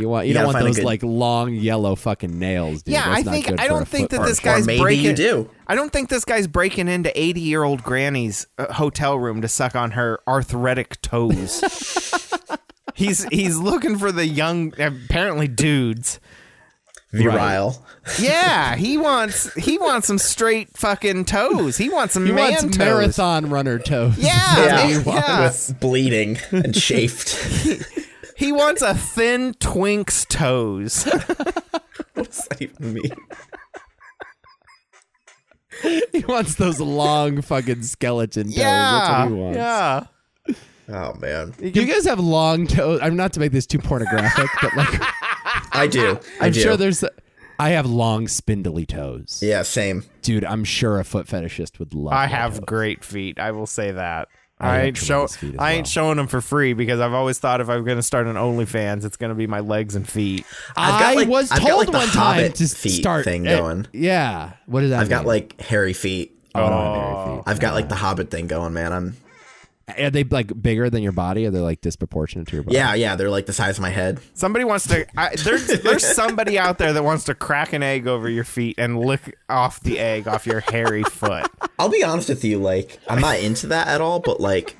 [SPEAKER 3] You want you,
[SPEAKER 4] You
[SPEAKER 3] don't
[SPEAKER 4] gotta
[SPEAKER 3] want
[SPEAKER 4] find a
[SPEAKER 3] those
[SPEAKER 4] good-
[SPEAKER 3] like long yellow fucking nails, dude.
[SPEAKER 2] yeah,
[SPEAKER 3] That's
[SPEAKER 2] I
[SPEAKER 3] not
[SPEAKER 2] think
[SPEAKER 3] good for
[SPEAKER 2] I
[SPEAKER 3] a
[SPEAKER 2] don't think that
[SPEAKER 3] footprint.
[SPEAKER 2] this
[SPEAKER 4] Or
[SPEAKER 2] guy's
[SPEAKER 4] maybe
[SPEAKER 2] breaking.
[SPEAKER 4] you do.
[SPEAKER 2] I don't think this guy's breaking into eighty-year-old granny's uh, hotel room to suck on her arthritic toes. he's he's looking for the young, apparently dudes.
[SPEAKER 4] Virile.
[SPEAKER 2] Yeah, he wants he wants some straight fucking toes. He wants some
[SPEAKER 3] he
[SPEAKER 2] man
[SPEAKER 3] wants
[SPEAKER 2] toes.
[SPEAKER 3] marathon runner toes.
[SPEAKER 2] Yeah,
[SPEAKER 4] Yeah.
[SPEAKER 2] man, yeah.
[SPEAKER 4] With bleeding and chafed.
[SPEAKER 2] He wants a thin twink's toes.
[SPEAKER 4] What's that even mean?
[SPEAKER 3] he wants those long fucking skeleton toes. That's
[SPEAKER 2] yeah.
[SPEAKER 3] what he wants.
[SPEAKER 2] Yeah.
[SPEAKER 4] Oh man,
[SPEAKER 3] Do you guys have long toes? I'm not to make this too pornographic, but like
[SPEAKER 4] I do. I
[SPEAKER 3] I'm
[SPEAKER 4] do.
[SPEAKER 3] sure there's. I have long spindly toes,
[SPEAKER 4] yeah, same.
[SPEAKER 3] dude. I'm sure a foot fetishist would love.
[SPEAKER 2] I
[SPEAKER 3] my
[SPEAKER 2] have
[SPEAKER 3] toes.
[SPEAKER 2] great feet. I will say that.
[SPEAKER 3] I
[SPEAKER 2] I
[SPEAKER 3] have
[SPEAKER 2] ain't show
[SPEAKER 3] tremendous feet as
[SPEAKER 2] I ain't
[SPEAKER 3] well.
[SPEAKER 2] showing them for free because I've always thought if I'm going to start an OnlyFans, it's going to be my legs and feet.
[SPEAKER 4] I've got,
[SPEAKER 3] I
[SPEAKER 4] like-
[SPEAKER 3] was
[SPEAKER 4] I've
[SPEAKER 3] told
[SPEAKER 4] got, like, the
[SPEAKER 3] one time
[SPEAKER 4] Hobbit
[SPEAKER 3] to
[SPEAKER 4] feet
[SPEAKER 3] start
[SPEAKER 4] thing
[SPEAKER 3] eh,
[SPEAKER 4] going.
[SPEAKER 3] Yeah, what is that?
[SPEAKER 4] I've got
[SPEAKER 3] mean?
[SPEAKER 4] like hairy feet.
[SPEAKER 3] Mm. Oh, I don't have hairy feet.
[SPEAKER 4] I've got like the Hobbit thing going, man. I'm
[SPEAKER 3] Are they like bigger than your body? Are they like disproportionate to your body?
[SPEAKER 4] yeah, yeah. They're like the size of my head.
[SPEAKER 2] Somebody wants to. I, there's there's somebody out there that wants to crack an egg over your feet and lick off the egg off your hairy foot.
[SPEAKER 4] I'll be honest with you, like I'm not into that at all, but like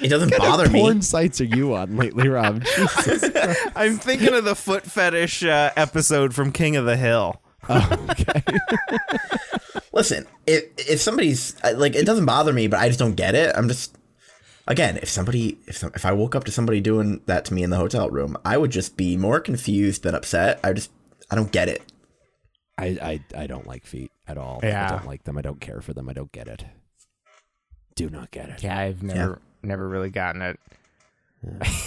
[SPEAKER 4] it doesn't bother
[SPEAKER 3] porn
[SPEAKER 4] me.
[SPEAKER 3] sites are you on lately, Rob? Jesus.
[SPEAKER 2] I'm thinking of the foot fetish uh, episode from King of the Hill.
[SPEAKER 4] Listen, if if somebody's I- like it doesn't bother me, but I just don't get it. I'm just again, if somebody if some, if I woke up to somebody doing that to me in the hotel room, I would just be more confused than upset. I just I don't get it.
[SPEAKER 3] I, I I don't like feet at all.
[SPEAKER 2] Yeah.
[SPEAKER 3] I don't like them. I don't care for them. I don't get it. Do not get it.
[SPEAKER 2] Yeah, I've never never really gotten it.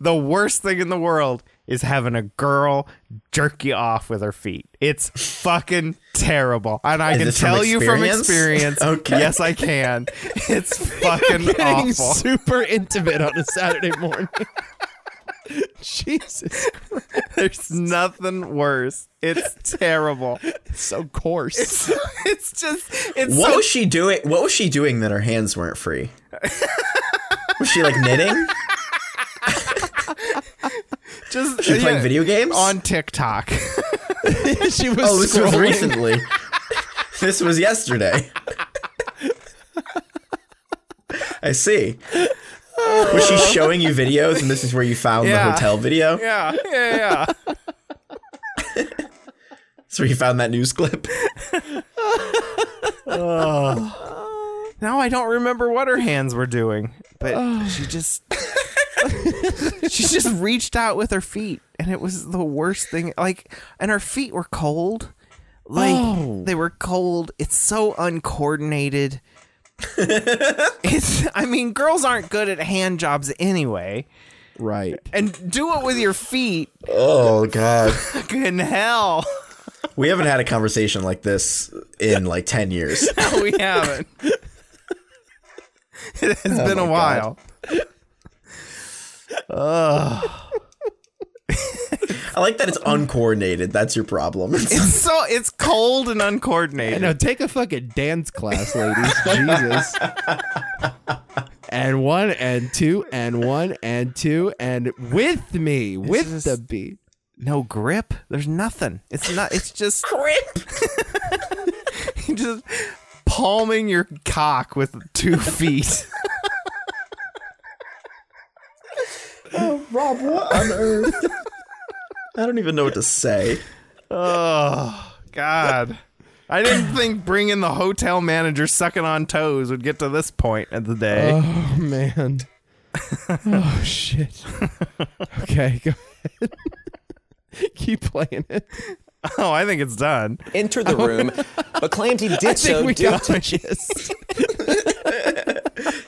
[SPEAKER 2] the worst thing in the world is having a girl jerk you off with her feet. It's fucking terrible. And I
[SPEAKER 4] Is
[SPEAKER 2] can
[SPEAKER 4] this from
[SPEAKER 2] tell you from
[SPEAKER 4] experience?
[SPEAKER 2] experience.
[SPEAKER 4] Okay.
[SPEAKER 2] Yes, I can. It's fucking
[SPEAKER 3] Getting
[SPEAKER 2] awful.
[SPEAKER 3] super intimate on a Saturday morning. Jesus,
[SPEAKER 2] There's nothing worse. It's terrible.
[SPEAKER 3] it's so coarse.
[SPEAKER 2] It's just it's
[SPEAKER 4] What
[SPEAKER 2] so
[SPEAKER 4] was she doing? What was she doing that her hands weren't free? was she like knitting?
[SPEAKER 2] just
[SPEAKER 4] She playing
[SPEAKER 2] yeah,
[SPEAKER 4] video games?
[SPEAKER 2] on TikTok.
[SPEAKER 3] she was
[SPEAKER 4] oh, this was
[SPEAKER 3] scrolling.
[SPEAKER 4] recently. this was yesterday. I see. Was she showing you videos, and this is where you found
[SPEAKER 2] Yeah.
[SPEAKER 4] the hotel video?
[SPEAKER 2] yeah, yeah, yeah.
[SPEAKER 4] That's where you found that news clip.
[SPEAKER 2] Now I don't remember what her hands were doing, but she just she just reached out with her feet, and it was the worst thing. Like, and her feet were cold. Like
[SPEAKER 3] Oh.
[SPEAKER 2] they were cold. It's so uncoordinated. it's. I mean, girls aren't good at hand jobs anyway,
[SPEAKER 3] right.
[SPEAKER 2] and do it with your feet.
[SPEAKER 4] Oh God!
[SPEAKER 2] Fucking hell.
[SPEAKER 4] We haven't had a conversation like this in like 10 years.
[SPEAKER 2] No, we haven't. it has been a
[SPEAKER 4] my
[SPEAKER 2] while.
[SPEAKER 4] I like that it's uncoordinated. That's your problem.
[SPEAKER 2] It's so it's cold and uncoordinated.
[SPEAKER 3] No, take a fucking dance class, ladies. Jesus. And one and two and one and two and with me with
[SPEAKER 2] just-
[SPEAKER 3] the beat.
[SPEAKER 2] no grip. There's nothing. It's not. It's just grip. just palming your cock with two feet.
[SPEAKER 4] Rob, what on earth? I don't even know what to say.
[SPEAKER 2] oh God. I didn't think bringing the hotel manager sucking on toes would get to this point of the day.
[SPEAKER 3] Oh man. oh shit. Okay, go ahead. Keep playing it.
[SPEAKER 2] oh, I think it's done.
[SPEAKER 1] entered the room, but claimed he did so
[SPEAKER 3] we
[SPEAKER 1] due
[SPEAKER 3] got
[SPEAKER 1] to
[SPEAKER 3] the gist.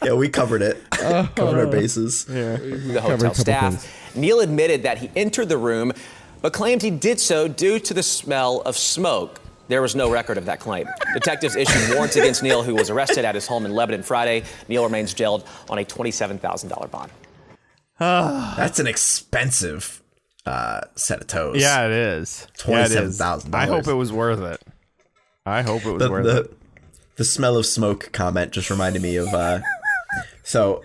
[SPEAKER 4] Yeah, we covered it. covered
[SPEAKER 2] Uh,
[SPEAKER 4] our bases.
[SPEAKER 1] the hotel
[SPEAKER 3] couple
[SPEAKER 1] staff. Neil admitted that he entered the room, but claimed he did so due to the smell of smoke. There was no record of that claim. Detectives issued warrants against Neil, who was arrested at his home in Lebanon Friday. Neil remains jailed on a $27,000 bond.
[SPEAKER 4] That's an expensive uh, set of toes.
[SPEAKER 2] Yeah, it is. Yeah, it is.
[SPEAKER 4] $27,000.
[SPEAKER 2] I hope it was worth it. I hope it was
[SPEAKER 4] The,
[SPEAKER 2] worth it.
[SPEAKER 4] the, the smell of smoke comment just reminded me of. Uh, so,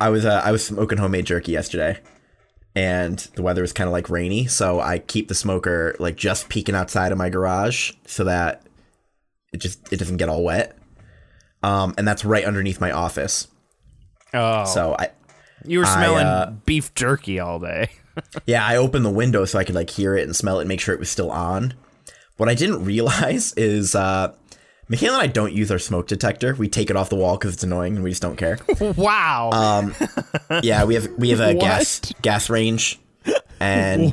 [SPEAKER 4] I was uh, I was smoking homemade jerky yesterday, and the weather was kind of like rainy. So I keep the smoker like just peeking outside of my garage so that it just it doesn't get all wet. Um, and that's right underneath my office.
[SPEAKER 2] Oh,
[SPEAKER 4] So I
[SPEAKER 2] you were smelling
[SPEAKER 4] uh,
[SPEAKER 2] beef jerky all day.
[SPEAKER 4] Yeah, I opened the window so I could like hear it and smell it and make sure it was still on. What I didn't realize is uh Michaela and I don't use our smoke detector. We take it off the wall because it's annoying and we just don't care.
[SPEAKER 2] wow.
[SPEAKER 4] uh, yeah, we have we have a
[SPEAKER 3] What?
[SPEAKER 4] gas gas range, and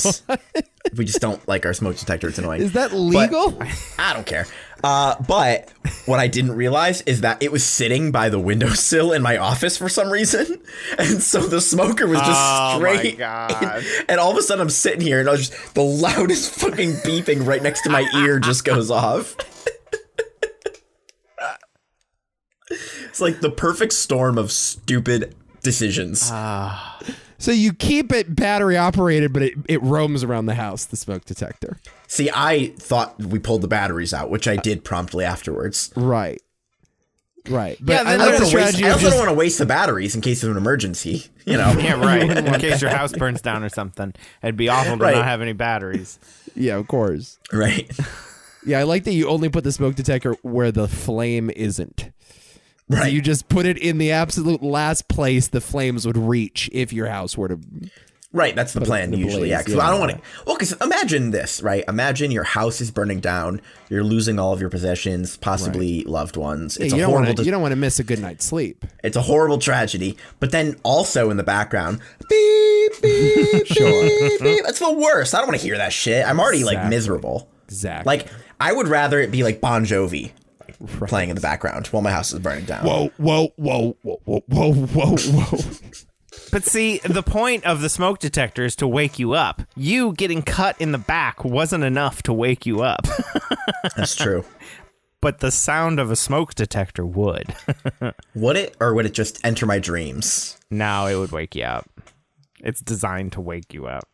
[SPEAKER 4] we just don't like our smoke detector. It's annoying.
[SPEAKER 3] Is that legal?
[SPEAKER 4] I don't care. Uh, but what I didn't realize is that it was sitting by the windowsill in my office for some reason. And so the smoker was just
[SPEAKER 2] Oh my
[SPEAKER 4] straight. in.
[SPEAKER 2] God.
[SPEAKER 4] and all of a sudden I'm sitting here and I was just the loudest fucking beeping right next to my ear just goes off. it's like the perfect storm of stupid decisions.
[SPEAKER 3] So you keep it battery operated, but it, it roams around the house, the smoke detector.
[SPEAKER 4] See, I thought we pulled the batteries out, which I did promptly afterwards.
[SPEAKER 3] Right. Right. But
[SPEAKER 2] Yeah,
[SPEAKER 3] I
[SPEAKER 2] then
[SPEAKER 3] like
[SPEAKER 4] I
[SPEAKER 3] the
[SPEAKER 2] there's
[SPEAKER 4] don't wanna waste-
[SPEAKER 3] strategy
[SPEAKER 4] I
[SPEAKER 3] of
[SPEAKER 4] also
[SPEAKER 3] just,
[SPEAKER 4] don't want to waste the batteries in case of an emergency. You know,
[SPEAKER 2] yeah, right. In case your house burns down or something, it'd be awful to
[SPEAKER 4] Right.
[SPEAKER 2] not have any batteries.
[SPEAKER 3] yeah, of course.
[SPEAKER 4] right?
[SPEAKER 3] Yeah, I like that you only put the smoke detector where the flame isn't. So
[SPEAKER 4] Right.
[SPEAKER 3] you just put it in the absolute last place the flames would reach if your house were to.
[SPEAKER 4] Right, that's the plan
[SPEAKER 3] the
[SPEAKER 4] usually. Yeah,
[SPEAKER 3] blaze,
[SPEAKER 4] 'cause I don't
[SPEAKER 3] yeah.
[SPEAKER 4] want to. Well, because imagine this, right? Imagine your house is burning down. You're losing all of your possessions, possibly loved ones. It's
[SPEAKER 3] you
[SPEAKER 4] a
[SPEAKER 3] don't
[SPEAKER 4] horrible.
[SPEAKER 3] want to.
[SPEAKER 4] dis-
[SPEAKER 3] You don't want to miss a good night's sleep.
[SPEAKER 4] it's a horrible tragedy. But then also in the background, beep beep beep beep. That's the worst. I don't want to hear that shit. I'm already like
[SPEAKER 3] Exactly.
[SPEAKER 4] miserable.
[SPEAKER 3] Exactly.
[SPEAKER 4] Like I would rather it be like Bon Jovi playing in the background while my house is burning down.
[SPEAKER 3] whoa, whoa, whoa, whoa, whoa, whoa, whoa, whoa.
[SPEAKER 2] But see, the point of the smoke detector is to wake you up. You getting cut in the back wasn't enough to wake you up,
[SPEAKER 4] that's true.
[SPEAKER 2] but the sound of a smoke detector would.
[SPEAKER 4] Would it or would it just enter my dreams?
[SPEAKER 2] No, it would wake you up. It's designed to wake you up.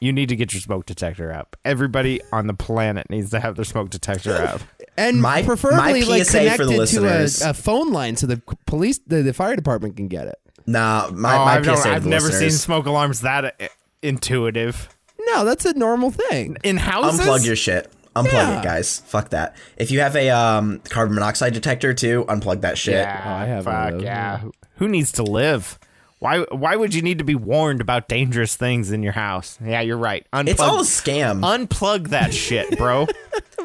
[SPEAKER 2] You need to get your smoke detector up. Everybody on the planet needs to have their smoke detector up.
[SPEAKER 3] And
[SPEAKER 4] My-
[SPEAKER 3] preferably
[SPEAKER 4] my
[SPEAKER 3] like
[SPEAKER 4] PSA for the
[SPEAKER 3] connected
[SPEAKER 4] listeners.
[SPEAKER 3] to a, a phone line so the police, the, the fire department can get it.
[SPEAKER 4] Nah, my,
[SPEAKER 2] Oh,
[SPEAKER 4] my
[SPEAKER 2] I've,
[SPEAKER 4] PSA
[SPEAKER 2] never-
[SPEAKER 4] to the
[SPEAKER 2] I've never seen
[SPEAKER 4] listeners,
[SPEAKER 2] smoke alarms that uh, intuitive
[SPEAKER 3] No, that's a normal thing.
[SPEAKER 2] in houses.
[SPEAKER 4] unplug your shit. Unplug
[SPEAKER 3] Yeah.
[SPEAKER 4] it, guys. Fuck that. If you have a um, carbon monoxide detector too, unplug that shit.
[SPEAKER 2] Yeah,
[SPEAKER 3] Oh, I have one of
[SPEAKER 2] fuck
[SPEAKER 3] those,
[SPEAKER 2] yeah. Who needs to live? Why? Why would you need to be warned about dangerous things in your house? Yeah, you're right. Unplug,
[SPEAKER 4] It's all a scam.
[SPEAKER 2] unplug that shit, bro.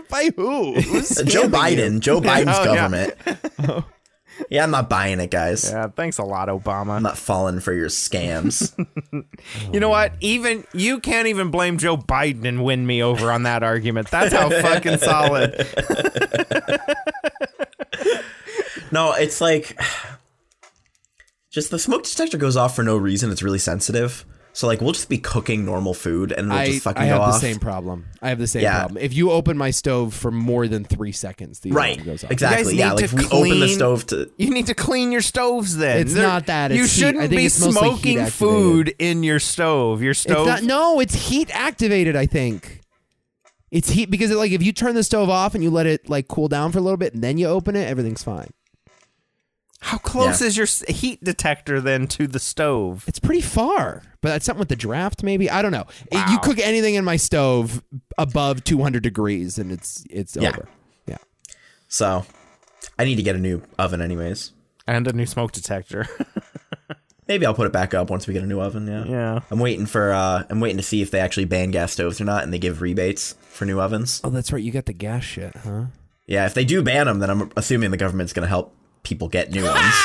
[SPEAKER 3] By who? Who's scamming
[SPEAKER 4] Joe
[SPEAKER 3] you?
[SPEAKER 4] Biden, Joe Biden's
[SPEAKER 2] Oh, yeah.
[SPEAKER 4] government. Yeah. I'm not buying it, guys.
[SPEAKER 2] yeah, thanks a lot, Obama.
[SPEAKER 4] I'm not falling for your scams.
[SPEAKER 2] You know what? Even you can't even blame Joe Biden and win me over on that argument. That's how fucking solid.
[SPEAKER 4] no, it's like just the smoke detector goes off for no reason. It's really sensitive. So like we'll just be cooking normal food and it'll
[SPEAKER 3] I,
[SPEAKER 4] just fucking
[SPEAKER 3] I
[SPEAKER 4] go
[SPEAKER 3] have
[SPEAKER 4] off.
[SPEAKER 3] the same problem. I have the same
[SPEAKER 4] Yeah.
[SPEAKER 3] problem. If you open my stove for more than three seconds, the alarm
[SPEAKER 4] right.
[SPEAKER 3] goes off.
[SPEAKER 4] Exactly.
[SPEAKER 2] You
[SPEAKER 4] Yeah.
[SPEAKER 2] guys
[SPEAKER 4] Like
[SPEAKER 2] need
[SPEAKER 4] we
[SPEAKER 2] to
[SPEAKER 4] open the
[SPEAKER 2] clean-
[SPEAKER 4] stove to
[SPEAKER 2] You need to clean your stoves then.
[SPEAKER 3] It's not that,
[SPEAKER 2] you
[SPEAKER 3] it's heat.
[SPEAKER 2] shouldn't
[SPEAKER 3] I think
[SPEAKER 2] be
[SPEAKER 3] it's mostly heat
[SPEAKER 2] smoking
[SPEAKER 3] activated.
[SPEAKER 2] food in your stove. Your
[SPEAKER 3] It's
[SPEAKER 2] stove
[SPEAKER 3] not. No, it's heat activated. I think it's heat because like if you turn the stove off and you let it like cool down for a little bit and then you open it, everything's fine.
[SPEAKER 2] How close
[SPEAKER 4] Yeah.
[SPEAKER 2] is your s- heat detector then to the stove?
[SPEAKER 3] It's pretty far, but that's something with the draft. Maybe I don't know. It- you
[SPEAKER 2] Wow.
[SPEAKER 3] cook anything in my stove above 200 degrees and it's it's
[SPEAKER 4] Yeah.
[SPEAKER 3] over. Yeah.
[SPEAKER 4] so I need to get a new oven anyways.
[SPEAKER 2] And a new smoke detector.
[SPEAKER 4] Maybe I'll put it back up once we get a new oven, yeah.
[SPEAKER 2] Yeah.
[SPEAKER 4] I'm waiting for uh I'm waiting to see if they actually ban gas stoves or not and they give rebates for new ovens.
[SPEAKER 3] Oh, that's right. You got the gas shit, huh?
[SPEAKER 4] Yeah, if they do ban them, then I'm assuming the government's going to help people get new ones.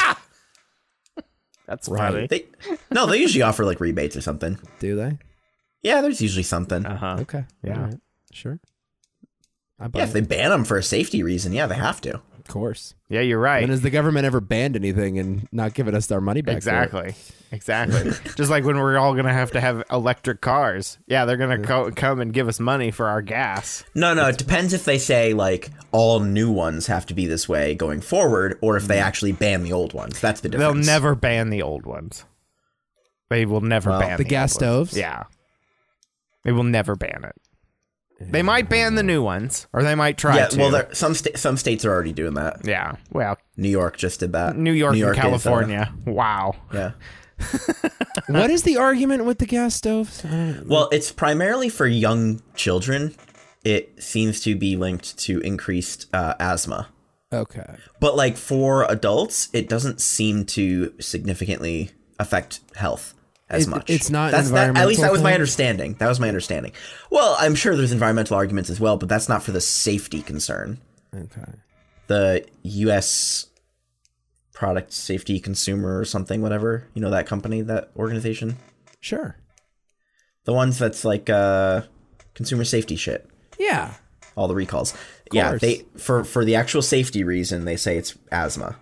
[SPEAKER 2] That's
[SPEAKER 3] Right.
[SPEAKER 2] funny.
[SPEAKER 4] They No, they usually offer like rebates or something.
[SPEAKER 3] Do they?
[SPEAKER 4] Yeah, there's usually something.
[SPEAKER 2] Uh huh.
[SPEAKER 3] Okay.
[SPEAKER 2] Yeah.
[SPEAKER 3] All right. Sure. I buy
[SPEAKER 4] Yeah, if
[SPEAKER 3] it.
[SPEAKER 4] they ban them for a safety reason, yeah, they have to.
[SPEAKER 3] of course.
[SPEAKER 2] Yeah, you're
[SPEAKER 3] And
[SPEAKER 2] right.
[SPEAKER 3] has the government ever banned anything and not given us our money back? for it?
[SPEAKER 2] Exactly. Exactly. Just like when we're all going to have to have electric cars. Yeah, they're going to co- come and give us money for our gas.
[SPEAKER 4] No, no, it depends if they say like all new ones have to be this way going forward or if they actually ban the old ones. That's the
[SPEAKER 2] Mm-hmm. They'll
[SPEAKER 4] difference.
[SPEAKER 2] never ban the old ones. They will never
[SPEAKER 4] Well,
[SPEAKER 2] ban
[SPEAKER 3] the gas
[SPEAKER 2] old ones.
[SPEAKER 3] stoves?
[SPEAKER 2] Yeah. They will never ban it. They might ban the new ones, or they might try
[SPEAKER 4] Yeah,
[SPEAKER 2] to.
[SPEAKER 4] well, there- some sta- some states are already doing that.
[SPEAKER 2] yeah. Well,
[SPEAKER 4] New York just did that.
[SPEAKER 2] New York and
[SPEAKER 4] is, uh,
[SPEAKER 2] California. wow.
[SPEAKER 4] yeah.
[SPEAKER 3] What is the argument with the gas stoves? I don't-
[SPEAKER 4] Well, it's primarily for young children. It seems to be linked to increased uh, asthma.
[SPEAKER 3] Okay.
[SPEAKER 4] But like for adults, it doesn't seem to significantly affect health as
[SPEAKER 3] It-
[SPEAKER 4] much.
[SPEAKER 3] it's not an
[SPEAKER 4] that's that, at least that
[SPEAKER 3] environmental
[SPEAKER 4] was my
[SPEAKER 3] thing?
[SPEAKER 4] understanding. That was my understanding. Well, I'm sure there's environmental arguments as well, but that's not for the safety concern.
[SPEAKER 3] Okay.
[SPEAKER 4] The U.S. Product Safety Consumer or something, whatever you know that company, that organization,
[SPEAKER 3] Sure.
[SPEAKER 4] the ones that's like uh, consumer safety shit.
[SPEAKER 3] Yeah.
[SPEAKER 4] all the recalls. Yeah,
[SPEAKER 3] course.
[SPEAKER 4] they for for the actual safety reason they say it's asthma.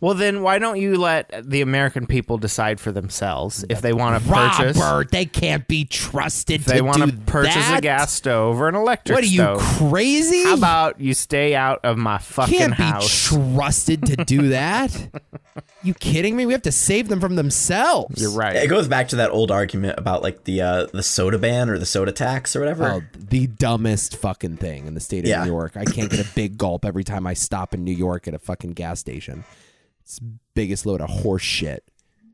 [SPEAKER 2] Well, then why don't you let the American people decide for themselms if they want to purchase?
[SPEAKER 3] Robert, they can't be trusted
[SPEAKER 2] if they
[SPEAKER 3] to
[SPEAKER 2] want
[SPEAKER 3] do
[SPEAKER 2] to purchase
[SPEAKER 3] that?
[SPEAKER 2] a gas stove or an electric
[SPEAKER 3] What are you
[SPEAKER 2] stove.
[SPEAKER 3] crazy?
[SPEAKER 2] How about you stay out of my fucking
[SPEAKER 3] can't
[SPEAKER 2] house?
[SPEAKER 3] be trusted to do that. you kidding me? We have to save them from themselves.
[SPEAKER 2] You're right.
[SPEAKER 4] It goes back to that old argument about like the uh, the soda ban or the soda tax or whatever.
[SPEAKER 3] Oh, the dumbest fucking thing in the state of
[SPEAKER 4] Yeah.
[SPEAKER 3] New York. I can't get a big gulp every time I stop in New York at a fucking gas station. It's biggest load of horse shit.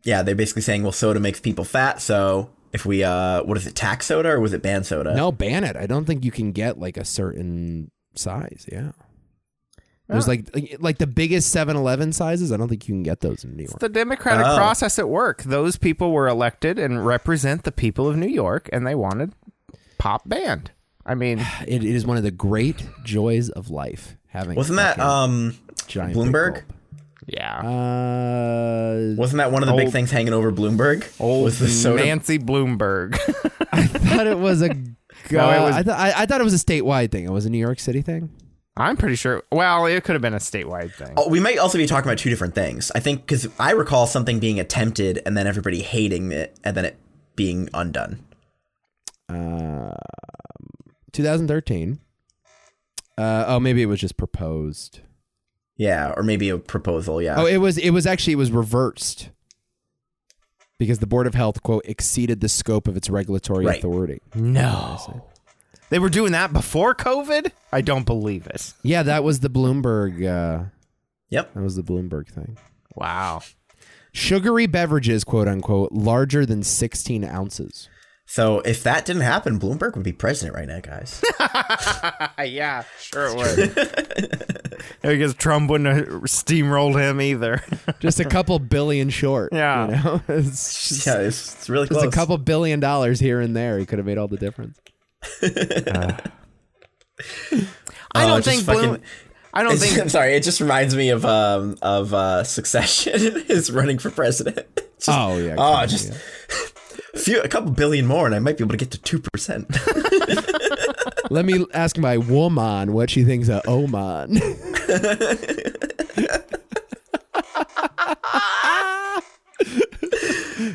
[SPEAKER 4] Yeah, they're basically saying well soda makes people fat, so if we uh what is it tax soda or was it ban
[SPEAKER 2] Uh,
[SPEAKER 4] soda?
[SPEAKER 3] No, ban it. I don't think you can get like a certain size. Yeah.
[SPEAKER 2] Ah.
[SPEAKER 3] There's like like- like the biggest 7-Eleven sizes. I don't think you can get those in New York.
[SPEAKER 2] It's the democratic
[SPEAKER 4] Oh.
[SPEAKER 2] process at work. Those people were elected and represent the people of New York, and they wanted pop band. I mean,
[SPEAKER 3] It, it is one of the great joys of life having.
[SPEAKER 4] Wasn't that
[SPEAKER 3] fucking
[SPEAKER 4] um
[SPEAKER 3] giant big
[SPEAKER 4] Bloomberg?
[SPEAKER 3] gulp.
[SPEAKER 2] yeah.
[SPEAKER 3] Uh,
[SPEAKER 4] wasn't that one of the big
[SPEAKER 2] Old-
[SPEAKER 4] things hanging over Bloomberg?
[SPEAKER 2] Old
[SPEAKER 4] was the soda
[SPEAKER 2] Nancy Bloomberg.
[SPEAKER 3] thought it was a.
[SPEAKER 2] it was-
[SPEAKER 3] I, thought I, I thought it was a statewide thing. It was a New York City thing.
[SPEAKER 2] I'm pretty sure. Well, it could have been a statewide thing.
[SPEAKER 4] Oh, we might also be talking about two different things. I think because I recall something being attempted and then everybody hating it and then it being undone.
[SPEAKER 3] Uh, 2013. Uh, oh, maybe it was just proposed.
[SPEAKER 4] Yeah, or maybe a proposal. Yeah.
[SPEAKER 3] Oh, it was. It was actually. It was reversed because the Board of Health quote exceeded the scope of its regulatory
[SPEAKER 4] Right.
[SPEAKER 3] authority.
[SPEAKER 2] No. They were doing that before COVID? I don't believe it.
[SPEAKER 3] Yeah, that was the Bloomberg. Uh,
[SPEAKER 4] yep.
[SPEAKER 3] that was the Bloomberg thing.
[SPEAKER 2] Wow.
[SPEAKER 3] Sugary beverages, quote unquote, larger than 16 ounces.
[SPEAKER 4] So if that didn't happen, Bloomberg would be president right now, guys.
[SPEAKER 2] Uh, yeah, sure it would. because Trump wouldn't have steamrolled him either.
[SPEAKER 3] Just a couple billion short.
[SPEAKER 2] Yeah.
[SPEAKER 3] You know? It's just-
[SPEAKER 4] yeah, it's, it's really
[SPEAKER 3] Just
[SPEAKER 4] close.
[SPEAKER 3] a couple billion dollars here and there. He could have made all the difference.
[SPEAKER 2] I
[SPEAKER 4] Oh,
[SPEAKER 2] don't think
[SPEAKER 4] it's just
[SPEAKER 2] Bloom.
[SPEAKER 4] fucking-
[SPEAKER 2] I don't
[SPEAKER 4] It's-
[SPEAKER 2] think.
[SPEAKER 4] I'm sorry. It just reminds me of um of uh Succession is running for president. It's just,
[SPEAKER 3] Oh, yeah,
[SPEAKER 4] Oh,
[SPEAKER 3] kinda,
[SPEAKER 4] just a few a couple billion more, and I might be able to get to two percent.
[SPEAKER 3] Let me ask my woman what she thinks of Oman.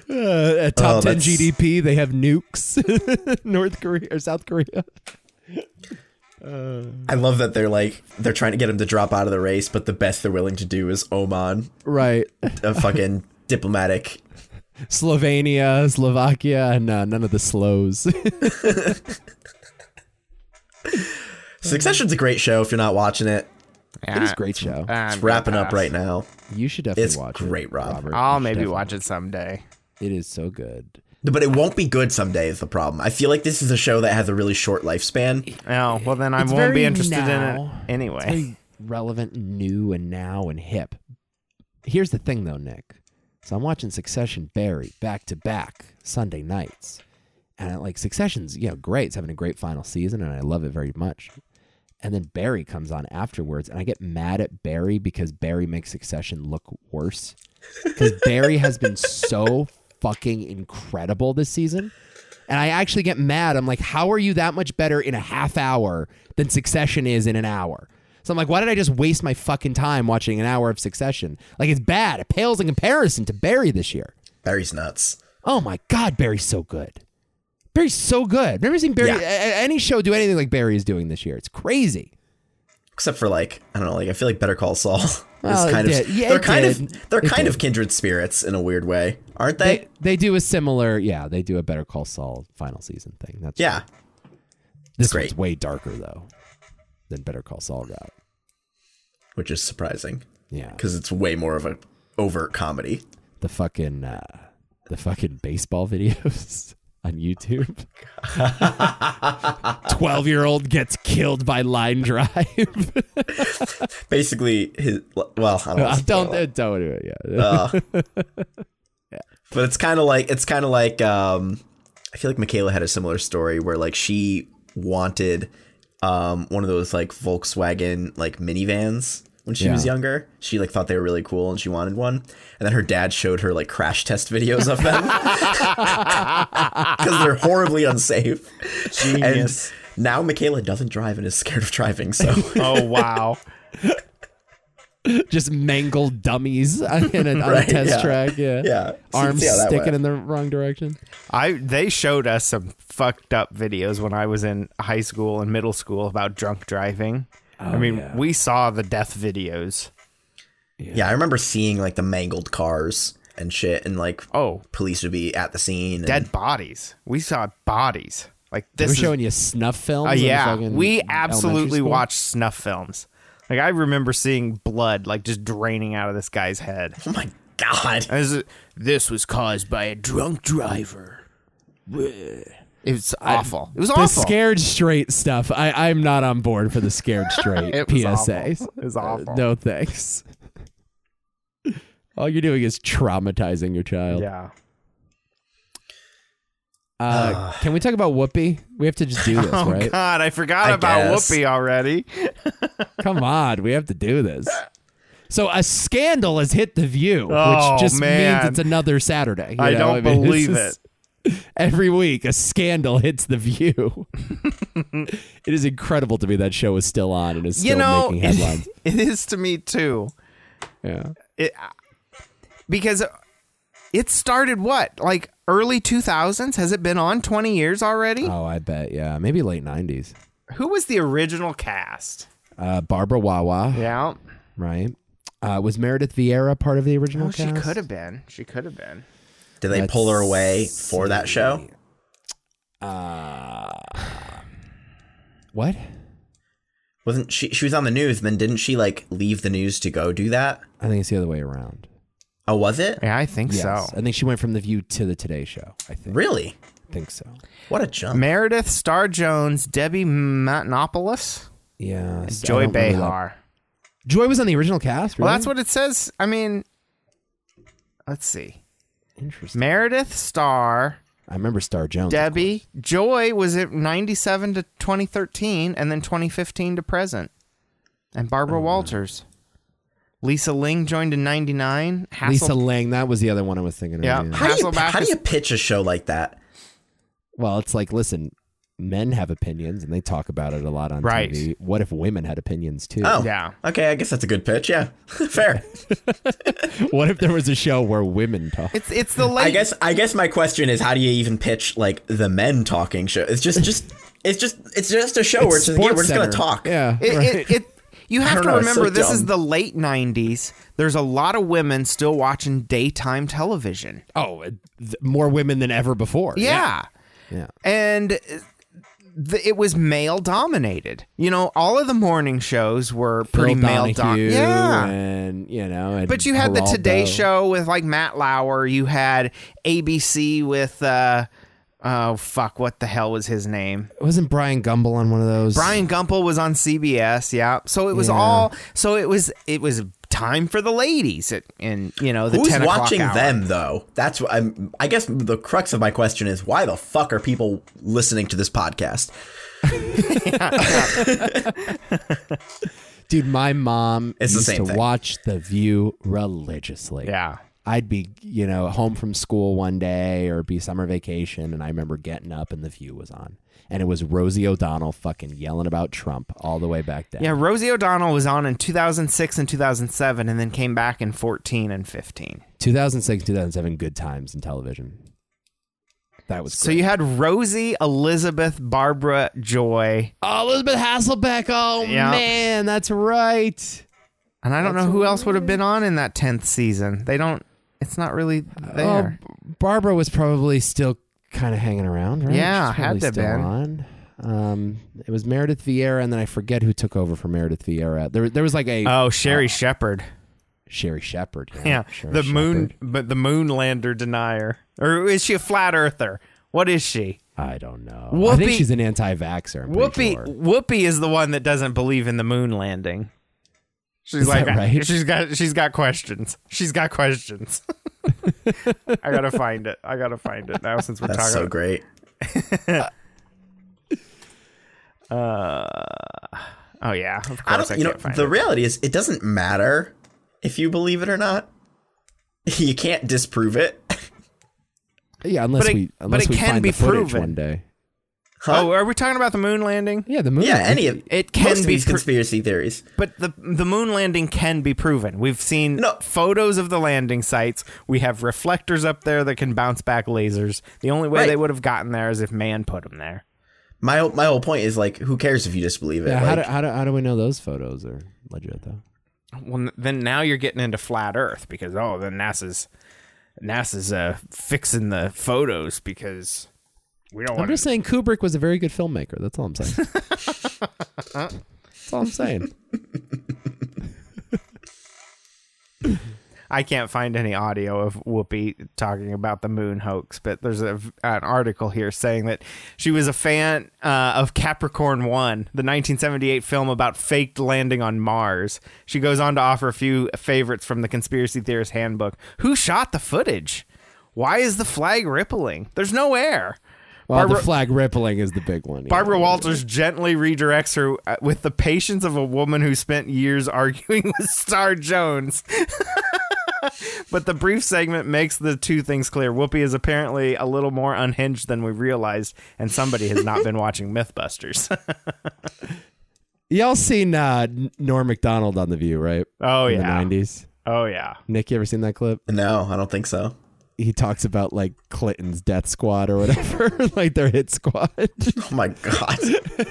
[SPEAKER 3] Uh, a top top
[SPEAKER 4] Oh,
[SPEAKER 3] 10
[SPEAKER 4] that's-
[SPEAKER 3] GDP. They have nukes. North Korea or South Korea.
[SPEAKER 4] I love that they're like they're trying to get him to drop out of the race, but the best they're willing to do is Oman,
[SPEAKER 3] Right.
[SPEAKER 4] a fucking diplomatic.
[SPEAKER 3] Slovenia, Slovakia, and uh, none of the slows.
[SPEAKER 4] Succession's a great show if you're not watching it.
[SPEAKER 2] Yeah,
[SPEAKER 3] It is a great show.
[SPEAKER 2] I'm
[SPEAKER 4] It's wrapping
[SPEAKER 2] gonna
[SPEAKER 4] up
[SPEAKER 2] pass.
[SPEAKER 4] right now.
[SPEAKER 3] You should definitely
[SPEAKER 4] It's
[SPEAKER 3] watch it.
[SPEAKER 4] great, Rob.
[SPEAKER 3] Robert. You
[SPEAKER 2] I'll
[SPEAKER 3] should
[SPEAKER 2] maybe
[SPEAKER 3] definitely-
[SPEAKER 2] watch it someday.
[SPEAKER 3] It is so good.
[SPEAKER 4] But it won't be good someday is the problem. I feel like this is a show that has a really short lifespan.
[SPEAKER 2] Oh well, then I
[SPEAKER 3] It's
[SPEAKER 2] won't
[SPEAKER 3] very
[SPEAKER 2] be interested
[SPEAKER 3] now.
[SPEAKER 2] in it anyway.
[SPEAKER 3] It's very relevant, and new, and now and hip. Here's the thing, though, Nick. So I'm watching Succession Barry back to back Sunday nights, and like Succession's, you know, great. It's having a great final season, and I love it very much. And then Barry comes on afterwards, and I get mad at Barry because Barry makes Succession look worse. Because Barry has been so fucking incredible this season. And I actually get mad. I'm like, how are you that much better in a half hour than Succession is in an hour? So I'm like, why did I just waste my fucking time watching an hour of Succession? Like, it's bad. It pales in comparison to Barry this year.
[SPEAKER 4] Barry's nuts.
[SPEAKER 3] Oh my God, Barry's so good. Barry's so good. I've never seen Barry, a- a- any show do anything like Barry is doing this year. It's crazy.
[SPEAKER 4] Except for like, I don't know, like I feel like Better Call Saul is
[SPEAKER 3] Well, Oh, it
[SPEAKER 4] kind
[SPEAKER 3] did.
[SPEAKER 4] of
[SPEAKER 3] Yeah,
[SPEAKER 4] they're
[SPEAKER 3] it
[SPEAKER 4] kind
[SPEAKER 3] did.
[SPEAKER 4] of they're
[SPEAKER 3] It
[SPEAKER 4] kind
[SPEAKER 3] did.
[SPEAKER 4] of kindred spirits in a weird way, aren't they?
[SPEAKER 3] They, they do a similar, yeah, they do a Better Call Saul final season thing. That's
[SPEAKER 4] yeah.
[SPEAKER 3] This
[SPEAKER 4] great.
[SPEAKER 3] one's way darker, though, than Better Call Saul got.
[SPEAKER 4] Which is surprising.
[SPEAKER 3] Yeah.
[SPEAKER 4] Because it's way more of a overt comedy.
[SPEAKER 3] the fucking uh, the fucking baseball videos on YouTube. Twelve year old gets killed by line drive.
[SPEAKER 4] Basically his well, I don't know.
[SPEAKER 3] don't uh, don't do it. Yeah,
[SPEAKER 4] Uh. But it's kind of like it's kind of like um, I feel like Michaela had a similar story where like she wanted um, one of those like Volkswagen like minivans when she was
[SPEAKER 3] Yeah.
[SPEAKER 4] younger. She like thought they were really cool and she wanted one. And then her dad showed her like crash test videos of them because they're horribly unsafe.
[SPEAKER 2] Genius.
[SPEAKER 4] And now Michaela doesn't drive and is scared of driving. So
[SPEAKER 2] oh wow.
[SPEAKER 3] just mangled dummies on a, on
[SPEAKER 4] Right,
[SPEAKER 3] a test
[SPEAKER 4] yeah.
[SPEAKER 3] track. Yeah,
[SPEAKER 4] yeah,
[SPEAKER 3] arms
[SPEAKER 4] See how that
[SPEAKER 3] sticking
[SPEAKER 4] went.
[SPEAKER 3] in the wrong direction.
[SPEAKER 2] I they showed us some fucked up videos when I was in high school and middle school about drunk driving. I mean,
[SPEAKER 3] Oh, yeah.
[SPEAKER 2] we saw the death videos.
[SPEAKER 4] Yeah, I remember seeing like the mangled cars and shit, and like
[SPEAKER 2] Oh,
[SPEAKER 4] police would be at the scene. and-
[SPEAKER 2] dead bodies. We saw bodies. Like this
[SPEAKER 3] We're
[SPEAKER 2] is
[SPEAKER 3] showing you snuff films.
[SPEAKER 2] Uh,
[SPEAKER 3] in
[SPEAKER 2] yeah,
[SPEAKER 3] fucking
[SPEAKER 2] we
[SPEAKER 3] elementary
[SPEAKER 2] absolutely
[SPEAKER 3] school?
[SPEAKER 2] watched snuff films. Like I remember seeing blood like just draining out of this guy's head.
[SPEAKER 4] Oh my god.
[SPEAKER 2] I was- this was caused by a drunk driver. It was awful. it was
[SPEAKER 3] The
[SPEAKER 2] awful.
[SPEAKER 3] scared straight stuff. I, I'm not on board for the scared straight
[SPEAKER 2] It was awful.
[SPEAKER 3] PSAs.
[SPEAKER 2] It was awful.
[SPEAKER 3] Uh, No thanks. All you're doing is traumatizing your child.
[SPEAKER 2] Yeah.
[SPEAKER 3] Uh, can we talk about Whoopi? We have to just do this,
[SPEAKER 2] Oh
[SPEAKER 3] right?
[SPEAKER 2] God, I forgot
[SPEAKER 4] I
[SPEAKER 2] about
[SPEAKER 4] guess.
[SPEAKER 2] Whoopi already.
[SPEAKER 3] Come on, we have to do this. So a scandal has hit the view,
[SPEAKER 2] Oh,
[SPEAKER 3] which just
[SPEAKER 2] man.
[SPEAKER 3] means it's another Saturday. you
[SPEAKER 2] I
[SPEAKER 3] know?
[SPEAKER 2] don't
[SPEAKER 3] mean, it's
[SPEAKER 2] believe
[SPEAKER 3] just- Every week, a scandal hits the view. it is incredible to me that show is still on and is still
[SPEAKER 2] you know,
[SPEAKER 3] making
[SPEAKER 2] it,
[SPEAKER 3] headlines.
[SPEAKER 2] it is to me too.
[SPEAKER 3] yeah.
[SPEAKER 2] It because it started what like early two thousands. Has it been on twenty years already?
[SPEAKER 3] Oh, I bet. Yeah, maybe late '90s.
[SPEAKER 2] Who was the original cast?
[SPEAKER 3] Uh, Barbara Wawa,
[SPEAKER 2] Yeah,
[SPEAKER 3] right? Uh, was Meredith Vieira part of the original
[SPEAKER 2] oh, she
[SPEAKER 3] cast?
[SPEAKER 2] could have been. She could have been.
[SPEAKER 4] Did they pull her away for that show?
[SPEAKER 3] What?
[SPEAKER 4] Wasn't she? She was on the news, and then didn't she like leave the news to go do that?
[SPEAKER 3] I think it's the other way around.
[SPEAKER 4] Oh, was it
[SPEAKER 2] Yeah, I think so.
[SPEAKER 3] I think she went from The View to The Today Show. I think.
[SPEAKER 4] really?
[SPEAKER 3] I think so.
[SPEAKER 4] What a jump!
[SPEAKER 2] Meredith Star Jones, Debbie Matenopoulos,
[SPEAKER 3] Yeah. so I
[SPEAKER 2] Joy
[SPEAKER 3] don't really
[SPEAKER 2] Behar.
[SPEAKER 3] know. Joy was on the original cast. Really?
[SPEAKER 2] Well, that's what it says. I mean, let's see.
[SPEAKER 3] Interesting.
[SPEAKER 2] Meredith Star.
[SPEAKER 3] I remember Star Jones.
[SPEAKER 2] Debbie Joy was it 97 to 2013 and then 2015 to present. And Barbara
[SPEAKER 3] Oh,
[SPEAKER 2] Walters. Lisa Ling joined in 99. Hassel-
[SPEAKER 3] Lisa Lang. That was the other one I was thinking of.
[SPEAKER 2] Yeah.
[SPEAKER 3] yeah.
[SPEAKER 4] How do you
[SPEAKER 2] Hasselback
[SPEAKER 4] how do
[SPEAKER 2] is-
[SPEAKER 4] you pitch a show like that?
[SPEAKER 3] Well, it's like, listen, men have opinions and they talk about it a lot on
[SPEAKER 2] Right.
[SPEAKER 3] TV. What if women had opinions too?
[SPEAKER 4] Oh,
[SPEAKER 2] Yeah.
[SPEAKER 4] Okay, I guess that's a good pitch. Yeah, fair.
[SPEAKER 3] What if there was a show where women talk?
[SPEAKER 2] It's it's the late.
[SPEAKER 4] I guess. I guess my question is, how do you even pitch like the men talking show? It's just, just, it's just, it's just a show where it's just, yeah, we're just gonna
[SPEAKER 3] SportsCenter.
[SPEAKER 4] talk.
[SPEAKER 3] Yeah.
[SPEAKER 2] It, it, it, you have
[SPEAKER 4] don't
[SPEAKER 2] to
[SPEAKER 4] know, it's
[SPEAKER 2] remember
[SPEAKER 4] so
[SPEAKER 2] this is
[SPEAKER 4] dumb.
[SPEAKER 2] the late 90s. There's a lot of women still watching daytime television.
[SPEAKER 3] oh, it- th- more women than ever before.
[SPEAKER 2] Yeah.
[SPEAKER 3] Yeah.
[SPEAKER 2] And th- it was male dominated. You know, all of the morning shows were pretty
[SPEAKER 3] Phil
[SPEAKER 2] male
[SPEAKER 3] Donahue
[SPEAKER 2] dominated. Yeah.
[SPEAKER 3] And, you know, and
[SPEAKER 2] but you had the
[SPEAKER 3] Geraldo.
[SPEAKER 2] Today Show with like Matt Lauer. You had ABC with uh, oh fuck, what the hell was his name?
[SPEAKER 3] Wasn't Brian Gumble on one of those?
[SPEAKER 2] Brian Gumpel was on CBS. Yeah, so it was
[SPEAKER 3] Yeah.
[SPEAKER 2] all. So it was it was time for the ladies. At, in you know the
[SPEAKER 4] Who's
[SPEAKER 2] 10 o'clock
[SPEAKER 4] watching
[SPEAKER 2] hour.
[SPEAKER 4] them though? That's what I'm. I guess the crux of my question is, why the fuck are people listening to this podcast?
[SPEAKER 3] Dude, my mom
[SPEAKER 4] It's the
[SPEAKER 3] used
[SPEAKER 4] same
[SPEAKER 3] to
[SPEAKER 4] thing.
[SPEAKER 3] watch The View religiously.
[SPEAKER 2] Yeah.
[SPEAKER 3] I'd be, you know, home from school one day or be summer vacation, and I remember getting up and The View was on. And it was Rosie O'Donnell fucking yelling about Trump all the way back then.
[SPEAKER 2] Yeah, Rosie O'Donnell was on in 2006 and 2007, and then came back in 14 and 15.
[SPEAKER 3] 2006, 2007, good times in television. That was
[SPEAKER 2] So you had Rosie, Elizabeth, Barbara, Joy,
[SPEAKER 3] Oh, Elizabeth Hasselbeck. Oh,
[SPEAKER 2] Yeah.
[SPEAKER 3] man, that's right.
[SPEAKER 2] and I don't know who else would have been on in that 10th season. They don't. It's not really there.
[SPEAKER 3] Oh, B- Barbara was probably still kind of hanging around, right?
[SPEAKER 2] Yeah,
[SPEAKER 3] She's
[SPEAKER 2] had
[SPEAKER 3] probably
[SPEAKER 2] to
[SPEAKER 3] still
[SPEAKER 2] been.
[SPEAKER 3] on. Um, it was Meredith Vieira, and then I forget who took over for Meredith Vieira. There, there was like a
[SPEAKER 2] Oh, Sherry Shepard.
[SPEAKER 3] Sherry Shepard. Yeah,
[SPEAKER 2] Yeah,
[SPEAKER 3] Sherry
[SPEAKER 2] the moon,
[SPEAKER 3] Shepherd.
[SPEAKER 2] but the moonlander denier, or is she a flat earther? What is she?
[SPEAKER 3] I don't know. I think
[SPEAKER 2] Whoopi-
[SPEAKER 3] she's an anti-vaxxer. I'm pretty
[SPEAKER 2] Whoopi,
[SPEAKER 3] sure.
[SPEAKER 2] Whoopi is the one that doesn't believe in the moon landing. She's
[SPEAKER 3] Is
[SPEAKER 2] like,
[SPEAKER 3] that right?
[SPEAKER 2] she's got, she's got questions. She's got questions. I gotta find it. I gotta find it now since we're
[SPEAKER 4] That's
[SPEAKER 2] talking.
[SPEAKER 4] so great.
[SPEAKER 2] Oh yeah, of
[SPEAKER 4] I
[SPEAKER 2] course.
[SPEAKER 4] don't.
[SPEAKER 2] I,
[SPEAKER 4] you know,
[SPEAKER 2] can't find
[SPEAKER 4] the
[SPEAKER 2] it.
[SPEAKER 4] reality is, it doesn't matter if you believe it or not. You can't disprove it.
[SPEAKER 3] Yeah, unless
[SPEAKER 2] But it-
[SPEAKER 3] we
[SPEAKER 2] but
[SPEAKER 3] unless
[SPEAKER 2] it
[SPEAKER 3] we
[SPEAKER 2] can
[SPEAKER 3] find
[SPEAKER 2] be
[SPEAKER 3] the footage
[SPEAKER 2] proven.
[SPEAKER 3] one day.
[SPEAKER 2] oh, are we talking about the moon landing?
[SPEAKER 3] Yeah, the moon.
[SPEAKER 4] Yeah, any of
[SPEAKER 2] It can
[SPEAKER 4] most of
[SPEAKER 2] be
[SPEAKER 4] these
[SPEAKER 2] pro-
[SPEAKER 4] conspiracy theories.
[SPEAKER 2] But the the moon landing can be proven. We've seen
[SPEAKER 4] No.
[SPEAKER 2] photos of the landing sites. We have reflectors up there that can bounce back lasers. The only way
[SPEAKER 4] Right.
[SPEAKER 2] they would have gotten there is if man put them there.
[SPEAKER 4] My whole- my whole point is like, who cares if you disbelieve it?
[SPEAKER 3] Yeah, how, do,
[SPEAKER 4] Like,
[SPEAKER 3] how, do, how do we know those photos are legit though?
[SPEAKER 2] Well, n- then now you're getting into flat Earth because oh, then NASA's NASA's uh, fixing the photos because we don't
[SPEAKER 3] I'm
[SPEAKER 2] want
[SPEAKER 3] just
[SPEAKER 2] to.
[SPEAKER 3] saying Kubrick was a very good filmmaker. That's all I'm saying. That's all I'm saying.
[SPEAKER 2] I can't find any audio of Whoopi talking about the moon hoax, but there's a, v- an article here saying that she was a fan uh, of Capricorn One, the 1978 film about faked landing on Mars. She goes on to offer a few favorites from the conspiracy theorist handbook. Who shot the footage? Why is the flag rippling? There's no air.
[SPEAKER 3] Well,
[SPEAKER 2] Barbara-
[SPEAKER 3] the flag rippling is the big one. yeah.
[SPEAKER 2] Barbara Walters gently redirects her uh, with the patience of a woman who spent years arguing with Star Jones. but the brief segment makes the two things clear. Whoopi is apparently a little more unhinged than we realized, and somebody has not been watching Mythbusters.
[SPEAKER 3] Y'all seen uh, N- Norm Macdonald on The View, right?
[SPEAKER 2] oh,
[SPEAKER 3] In
[SPEAKER 2] yeah.
[SPEAKER 3] the 90s.
[SPEAKER 2] Oh, yeah.
[SPEAKER 3] Nick, you ever seen that clip?
[SPEAKER 4] no, I don't think so.
[SPEAKER 3] He talks about like Clinton's death squad or whatever, like their hit squad.
[SPEAKER 4] Oh my god.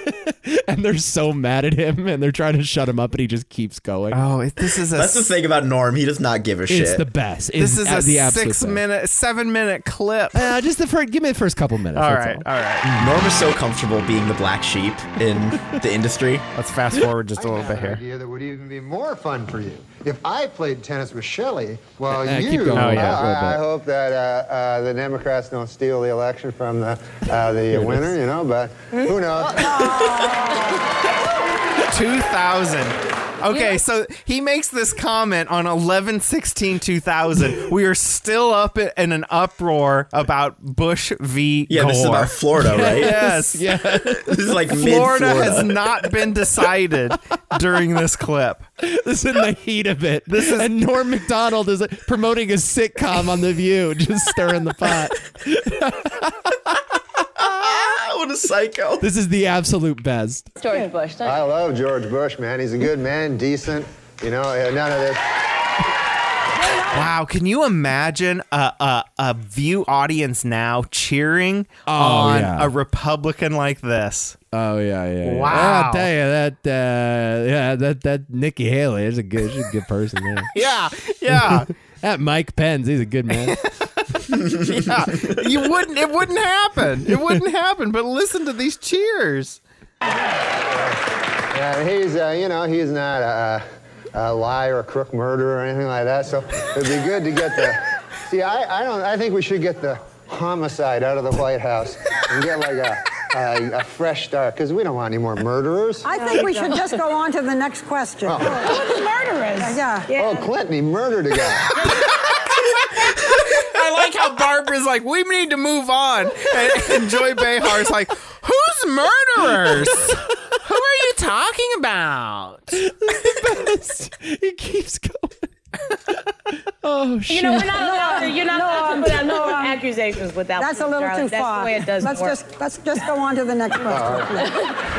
[SPEAKER 3] and they're so mad at him and they're trying to shut him up and he just keeps going.
[SPEAKER 2] Oh, it- this is a.
[SPEAKER 4] That's the thing about Norm. He does not give a
[SPEAKER 3] it's
[SPEAKER 4] shit.
[SPEAKER 3] the best. It's
[SPEAKER 2] this is
[SPEAKER 3] at
[SPEAKER 2] a
[SPEAKER 3] the absolute
[SPEAKER 2] six
[SPEAKER 3] best.
[SPEAKER 2] minute, seven minute clip.
[SPEAKER 3] Uh, just the first, give me the first couple minutes.
[SPEAKER 2] all
[SPEAKER 3] that's
[SPEAKER 2] right,
[SPEAKER 3] all.
[SPEAKER 2] all right.
[SPEAKER 4] Norm is so comfortable being the black sheep in the industry.
[SPEAKER 2] Let's fast forward just a little
[SPEAKER 5] have
[SPEAKER 2] bit
[SPEAKER 5] an
[SPEAKER 2] here.
[SPEAKER 5] idea that would even be more fun for you. If I played tennis with Shelley, while
[SPEAKER 3] Uh,
[SPEAKER 5] you,
[SPEAKER 3] keep going.
[SPEAKER 2] Oh, yeah.
[SPEAKER 5] I-
[SPEAKER 3] Little bit.
[SPEAKER 5] I, hope that uh, uh, the Democrats don't steal the election from the uh, the winner. You know, but who knows?
[SPEAKER 2] 2000. Okay, so he makes this comment on 11 16 2000. We are still up in in an uproar about Bush v.
[SPEAKER 4] Yeah,
[SPEAKER 2] Gore.
[SPEAKER 4] this is about Florida, right?
[SPEAKER 2] yes.
[SPEAKER 3] Yeah.
[SPEAKER 4] This is like mid
[SPEAKER 2] Florida
[SPEAKER 4] Florida.
[SPEAKER 2] has not been decided during this clip.
[SPEAKER 3] This is in the heat of it. This is and Norm Macdonald is like, promoting a sitcom on The View, just stirring the pot.
[SPEAKER 4] what a psycho.
[SPEAKER 3] This is the absolute best.
[SPEAKER 6] George Bush. Don't
[SPEAKER 4] Uh,
[SPEAKER 5] I love George Bush, man. He's a good man, decent. You know, uh, none of this.
[SPEAKER 2] Wow, can you imagine a, a, a view audience now cheering
[SPEAKER 4] Oh,
[SPEAKER 2] on
[SPEAKER 3] yeah.
[SPEAKER 2] a Republican like this?
[SPEAKER 3] Oh yeah, yeah. yeah.
[SPEAKER 2] Wow.
[SPEAKER 3] I'll tell you that. Uh, yeah, that that Nikki Haley is a good, she's a good person. Yeah.
[SPEAKER 2] Yeah, yeah,
[SPEAKER 3] that Mike Pence, he's a good man.
[SPEAKER 2] yeah. You wouldn't. It wouldn't happen. It wouldn't happen. But listen to these cheers.
[SPEAKER 5] Yeah, he's, uh, you know, he's not a, a liar, or a crook murderer, or anything like that. So it'd be good to get the. See, I, I don't. I think we should get the homicide out of the White House and get like a, a, a fresh start because we don't want any more murderers.
[SPEAKER 7] I think we should just go on to the next question.
[SPEAKER 6] murderers.
[SPEAKER 7] Yeah.
[SPEAKER 5] Oh, Clinton, he murdered a guy.
[SPEAKER 2] I like how Barbara's like, we need to move on, and, and Joy Behar's like, who's murderers? Who are you talking about?
[SPEAKER 3] he keeps going. oh shit!
[SPEAKER 6] You know, we're not allowed to. You're not
[SPEAKER 7] No,
[SPEAKER 6] allowed to
[SPEAKER 7] um,
[SPEAKER 6] put out no
[SPEAKER 7] no, um,
[SPEAKER 6] accusations without.
[SPEAKER 7] That's a
[SPEAKER 6] proof,
[SPEAKER 7] little
[SPEAKER 6] darling.
[SPEAKER 7] too
[SPEAKER 6] That's
[SPEAKER 7] far.
[SPEAKER 6] the way it does
[SPEAKER 7] let's
[SPEAKER 6] work.
[SPEAKER 7] just let's just go on to the next question. please.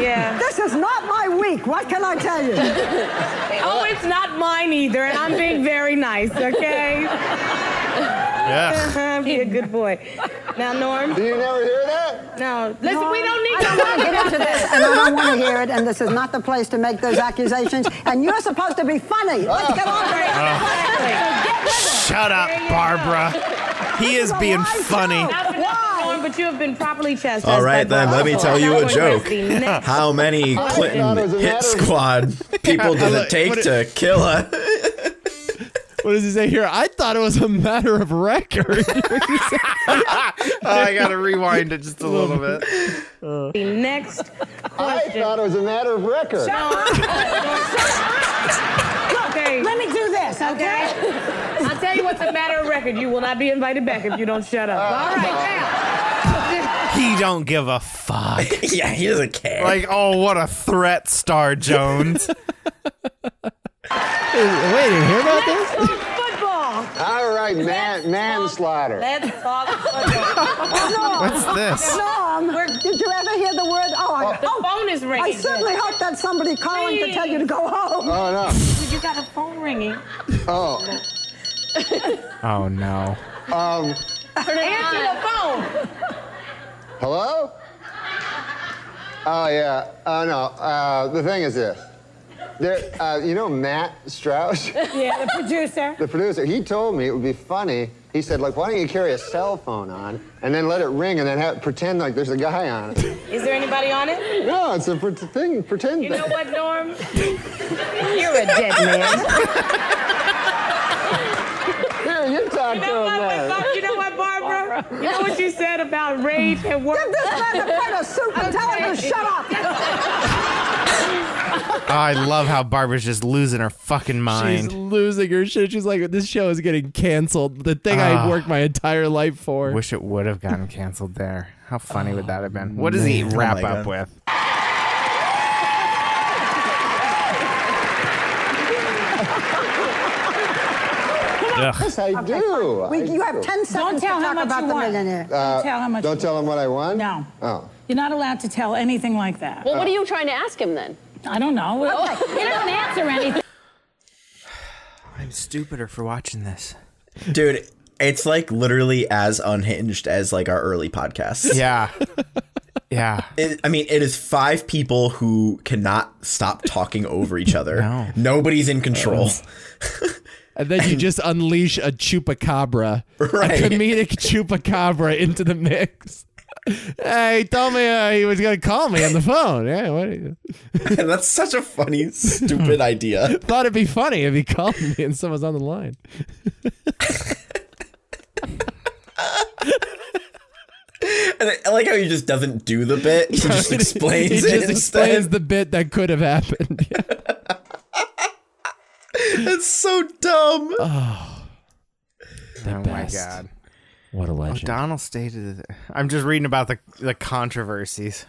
[SPEAKER 6] yeah.
[SPEAKER 7] This is not my week. What can I tell you?
[SPEAKER 6] Oh, it's not mine either, and I'm being very nice. Okay. Yeah. Be a good boy. Now, Norm.
[SPEAKER 5] Do you never hear that?
[SPEAKER 6] No. Listen, we don't
[SPEAKER 7] I
[SPEAKER 6] need
[SPEAKER 7] don't want to
[SPEAKER 6] to
[SPEAKER 7] get into this, and I don't want to hear it. And this is not the place to make those accusations. And you're supposed to be funny. Let's get on with it.
[SPEAKER 2] Oh. Shut up, Barbara. He is being funny.
[SPEAKER 6] Enough, enough, Norm, but you have been properly chastised.
[SPEAKER 4] All right,
[SPEAKER 6] by
[SPEAKER 4] then, let me
[SPEAKER 6] Barack
[SPEAKER 4] tell you a
[SPEAKER 6] Obama.
[SPEAKER 4] joke.
[SPEAKER 6] Now, we're next.
[SPEAKER 4] How many Clinton
[SPEAKER 5] it was a
[SPEAKER 4] hit
[SPEAKER 5] matter-
[SPEAKER 4] squad people did it take to kill a?
[SPEAKER 3] What does he say here? I thought it was a matter of record.
[SPEAKER 2] I gotta rewind it just a little bit.
[SPEAKER 6] The next
[SPEAKER 5] I
[SPEAKER 6] question.
[SPEAKER 5] thought it was a matter of record.
[SPEAKER 6] okay.
[SPEAKER 7] Let me do this, okay?
[SPEAKER 6] I'll tell you what's a matter of record. You will not be invited back if you don't shut up. All right,
[SPEAKER 2] He don't give a fuck.
[SPEAKER 4] yeah, he doesn't care.
[SPEAKER 2] Like, oh, what a threat, Star Jones.
[SPEAKER 3] Wait, you hear about
[SPEAKER 6] now.
[SPEAKER 3] this?
[SPEAKER 6] Let's talk football.
[SPEAKER 5] All right, man,
[SPEAKER 6] Let's
[SPEAKER 5] manslaughter.
[SPEAKER 6] Let's talk football.
[SPEAKER 7] Norm,
[SPEAKER 2] What's this?
[SPEAKER 7] Norm, did you ever hear the word? Oh, I,
[SPEAKER 6] The phone is ringing.
[SPEAKER 7] I certainly hope that's somebody calling to tell you to go home.
[SPEAKER 5] Oh no.
[SPEAKER 6] You got a phone ringing.
[SPEAKER 5] Oh,
[SPEAKER 2] Oh no.
[SPEAKER 6] Answer the phone.
[SPEAKER 5] hello. Oh yeah. Oh no. Uh, the thing is this. There, uh, you know Matt Strauss.
[SPEAKER 6] Yeah, the producer.
[SPEAKER 5] The producer, he told me it would be funny. He said, like, why don't you carry a cell phone on and then let it ring and then have, pretend like there's a guy on it.
[SPEAKER 6] Is there anybody on it?
[SPEAKER 5] no, it's a pret thing, pretend
[SPEAKER 6] You
[SPEAKER 5] thing.
[SPEAKER 6] know what, Norm? You're a dead man.
[SPEAKER 5] Here, you talk
[SPEAKER 6] You
[SPEAKER 5] to him
[SPEAKER 6] know what,
[SPEAKER 5] then.
[SPEAKER 6] Bob- you know what, Barbara? You know what you said about rage and work?
[SPEAKER 7] Give this man the print a suit and tell him to shut up.
[SPEAKER 2] I love how Barbara's just losing her fucking
[SPEAKER 3] She's
[SPEAKER 2] mind.
[SPEAKER 3] losing her shit. She's like, this show is getting canceled. The thing I worked my entire life for.
[SPEAKER 2] Wish it would have gotten canceled there. How funny would that have been? What does he
[SPEAKER 4] man.
[SPEAKER 2] wrap
[SPEAKER 4] Oh my
[SPEAKER 2] up
[SPEAKER 4] God.
[SPEAKER 2] with? Ugh.
[SPEAKER 5] I do. I
[SPEAKER 7] We, you have
[SPEAKER 5] do.
[SPEAKER 7] 10 seconds
[SPEAKER 8] tell
[SPEAKER 7] to
[SPEAKER 8] how
[SPEAKER 7] talk
[SPEAKER 8] much
[SPEAKER 7] about
[SPEAKER 8] you
[SPEAKER 7] the
[SPEAKER 8] want.
[SPEAKER 7] millionaire.
[SPEAKER 8] Don't tell how much.
[SPEAKER 5] Don't tell him what I won?
[SPEAKER 8] No.
[SPEAKER 5] Oh.
[SPEAKER 8] You're not allowed to tell anything like that.
[SPEAKER 9] Well, what are you trying to ask him then?
[SPEAKER 8] I don't know.
[SPEAKER 9] You don't answer anything.
[SPEAKER 2] I'm stupider for watching this.
[SPEAKER 4] Dude, it's like literally as unhinged as like our early podcasts.
[SPEAKER 2] Yeah. Yeah.
[SPEAKER 4] It, I mean, it is five people who cannot stop talking over each other.
[SPEAKER 2] No.
[SPEAKER 4] Nobody's in control.
[SPEAKER 3] And then you just unleash a chupacabra,
[SPEAKER 4] Right.
[SPEAKER 3] a comedic chupacabra into the mix. Hey, he told me uh, he was gonna call me on the phone. Yeah, what are you-
[SPEAKER 4] and that's such a funny, stupid idea.
[SPEAKER 3] thought it'd be funny if he called me and someone's on the line.
[SPEAKER 4] And I like how he just doesn't do the bit. He just explains
[SPEAKER 3] he
[SPEAKER 4] it.
[SPEAKER 3] just
[SPEAKER 4] instead.
[SPEAKER 3] explains the bit that could have happened. Yeah.
[SPEAKER 4] It's so dumb.
[SPEAKER 2] Oh my
[SPEAKER 3] best.
[SPEAKER 2] god.
[SPEAKER 3] What a legend!
[SPEAKER 4] Oh,
[SPEAKER 2] Donald stated I'm just reading about the the controversies.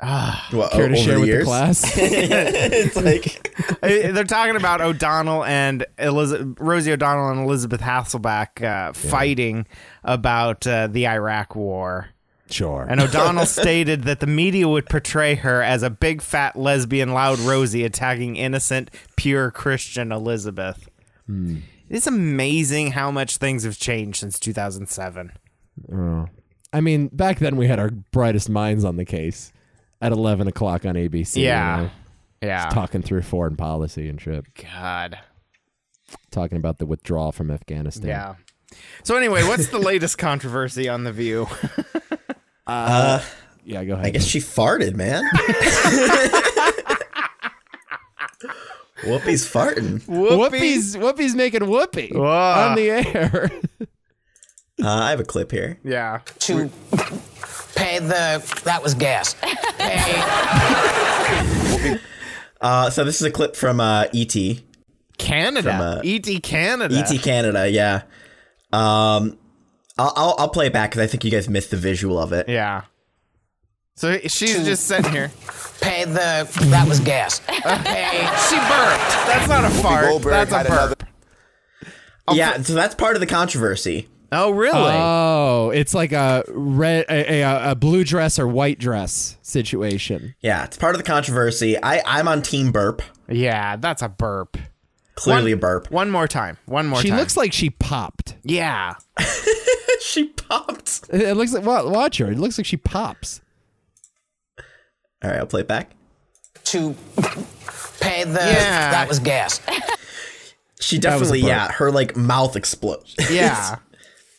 [SPEAKER 4] What,
[SPEAKER 3] Care to
[SPEAKER 4] over
[SPEAKER 3] share
[SPEAKER 4] the
[SPEAKER 3] with
[SPEAKER 4] years?
[SPEAKER 3] the class?
[SPEAKER 4] it's like
[SPEAKER 2] Uh, They're talking about O'Donnell and Elizabeth, Rosie O'Donnell and Elizabeth Hasselback uh, fighting about uh, the Iraq War.
[SPEAKER 3] Sure.
[SPEAKER 2] And O'Donnell stated that the media would portray her as a big fat lesbian, loud Rosie attacking innocent, pure Christian Elizabeth. It's amazing how much things have changed since 2007.
[SPEAKER 3] I mean, back then we had our brightest minds on the case at 11 o'clock on ABC. you
[SPEAKER 2] Yeah.
[SPEAKER 3] know,
[SPEAKER 2] Yeah.
[SPEAKER 3] talking through foreign policy and shit.
[SPEAKER 2] God.
[SPEAKER 3] Talking about the withdrawal from Afghanistan.
[SPEAKER 2] Yeah. So anyway, what's the latest controversy on the View?
[SPEAKER 3] Yeah, go
[SPEAKER 4] I
[SPEAKER 3] ahead.
[SPEAKER 4] guess she farted, man. Whoopi's farting. Uh,
[SPEAKER 3] Whoopi's Whoopi's making Whoopi
[SPEAKER 2] Whoa.
[SPEAKER 3] on the air.
[SPEAKER 4] Uh, I have a clip here.
[SPEAKER 2] Yeah.
[SPEAKER 10] to pay the that was gas. Pay
[SPEAKER 4] Uh, so this is a clip from uh, ET, ET
[SPEAKER 2] Canada.
[SPEAKER 4] uh,
[SPEAKER 2] ET E Canada.
[SPEAKER 4] Canada. Yeah. Um, I'll I'll, I'll play it back because I think you guys missed the visual of it.
[SPEAKER 2] Yeah. So she's just sitting here.
[SPEAKER 10] pay the that was gas. Pay
[SPEAKER 2] She burped. That's not a fart.
[SPEAKER 11] Goldberg
[SPEAKER 2] That's a
[SPEAKER 11] had
[SPEAKER 2] burp.
[SPEAKER 11] another-
[SPEAKER 4] Yeah. So that's part of the controversy.
[SPEAKER 2] Oh, really?
[SPEAKER 3] oh, it's like a red, a, a, a blue dress or white dress situation.
[SPEAKER 4] Yeah, it's part of the controversy. I I'm on Team Burp.
[SPEAKER 2] yeah, that's a burp.
[SPEAKER 4] Clearly
[SPEAKER 2] One-
[SPEAKER 4] a burp.
[SPEAKER 2] One more time. One more
[SPEAKER 3] She
[SPEAKER 2] time.
[SPEAKER 3] looks like she popped.
[SPEAKER 2] Yeah.
[SPEAKER 4] she popped.
[SPEAKER 3] It looks like wa- watch her. It looks like she pops.
[SPEAKER 4] All right, I'll play it back.
[SPEAKER 10] to pay the
[SPEAKER 2] Yeah.
[SPEAKER 10] that was gas.
[SPEAKER 4] She
[SPEAKER 3] was a
[SPEAKER 4] definitely,
[SPEAKER 3] burp.
[SPEAKER 4] yeah, her like mouth explodes.
[SPEAKER 2] Yeah.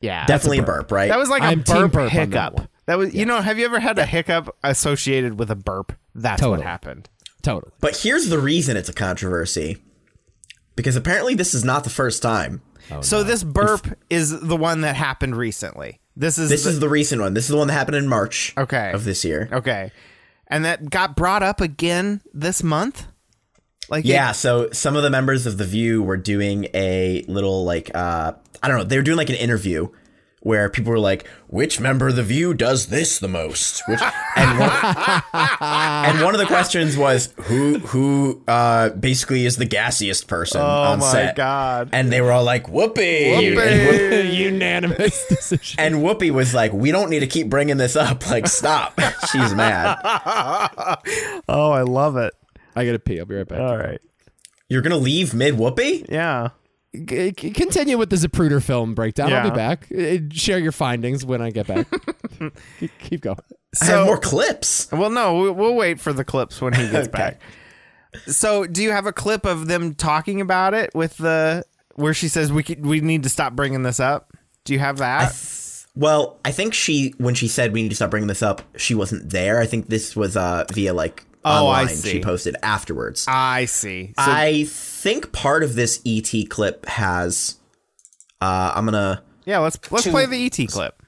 [SPEAKER 2] yeah.
[SPEAKER 4] definitely a burp, right?
[SPEAKER 2] That was like
[SPEAKER 3] I'm
[SPEAKER 2] a
[SPEAKER 3] team
[SPEAKER 2] burp,
[SPEAKER 3] burp on that
[SPEAKER 2] hiccup.
[SPEAKER 3] one.
[SPEAKER 2] That, was you know, have you ever had a hiccup associated with a burp? That's
[SPEAKER 3] Totally.
[SPEAKER 2] what happened.
[SPEAKER 3] Totally.
[SPEAKER 4] But here's the reason it's a controversy. Because apparently this is not the first time.
[SPEAKER 3] Oh,
[SPEAKER 2] so this burp is the one that happened recently. This is
[SPEAKER 4] This
[SPEAKER 2] the,
[SPEAKER 4] is the recent one. This is the one that happened in March
[SPEAKER 2] Okay.
[SPEAKER 4] of this year.
[SPEAKER 2] okay. And that got brought up again this month? Like it-
[SPEAKER 4] Yeah, so some of the members of The View were doing a little like uh I don't know, they were doing like an interview where people were like, which member of The View does this the most? Which and one, and one of the questions was who who uh basically is the gassiest person on
[SPEAKER 2] Oh my
[SPEAKER 4] set.
[SPEAKER 2] God.
[SPEAKER 4] And they were all like, Whoopee. And Whoop-
[SPEAKER 3] Unanimous decision.
[SPEAKER 4] And Whoopi was like, "We don't need to keep bringing this up. Like, stop." She's mad.
[SPEAKER 2] Oh, I love it.
[SPEAKER 3] I gotta pee. I'll be right back.
[SPEAKER 2] All right.
[SPEAKER 4] You're gonna leave mid Whoopi?
[SPEAKER 2] Yeah.
[SPEAKER 3] C- c- continue with the Zapruder film breakdown. I'll
[SPEAKER 2] Yeah.
[SPEAKER 3] be back. Uh, Share your findings when I get back. Keep- Keep going.
[SPEAKER 4] I have more clips.
[SPEAKER 2] Well, no, we- we'll wait for the clips when he gets back. So, do you have a clip of them talking about it with the where she says we could, we need to stop bringing this up? Do you have that?
[SPEAKER 4] Well, I think she when she said we need to stop bringing this up, she wasn't there. I think this was uh via like
[SPEAKER 2] Oh, I
[SPEAKER 4] online.
[SPEAKER 2] see.
[SPEAKER 4] She posted afterwards.
[SPEAKER 2] I see. So,
[SPEAKER 4] I think part of this ET clip has. Uh, I'm gonna
[SPEAKER 2] yeah, let's let's play the ET clip.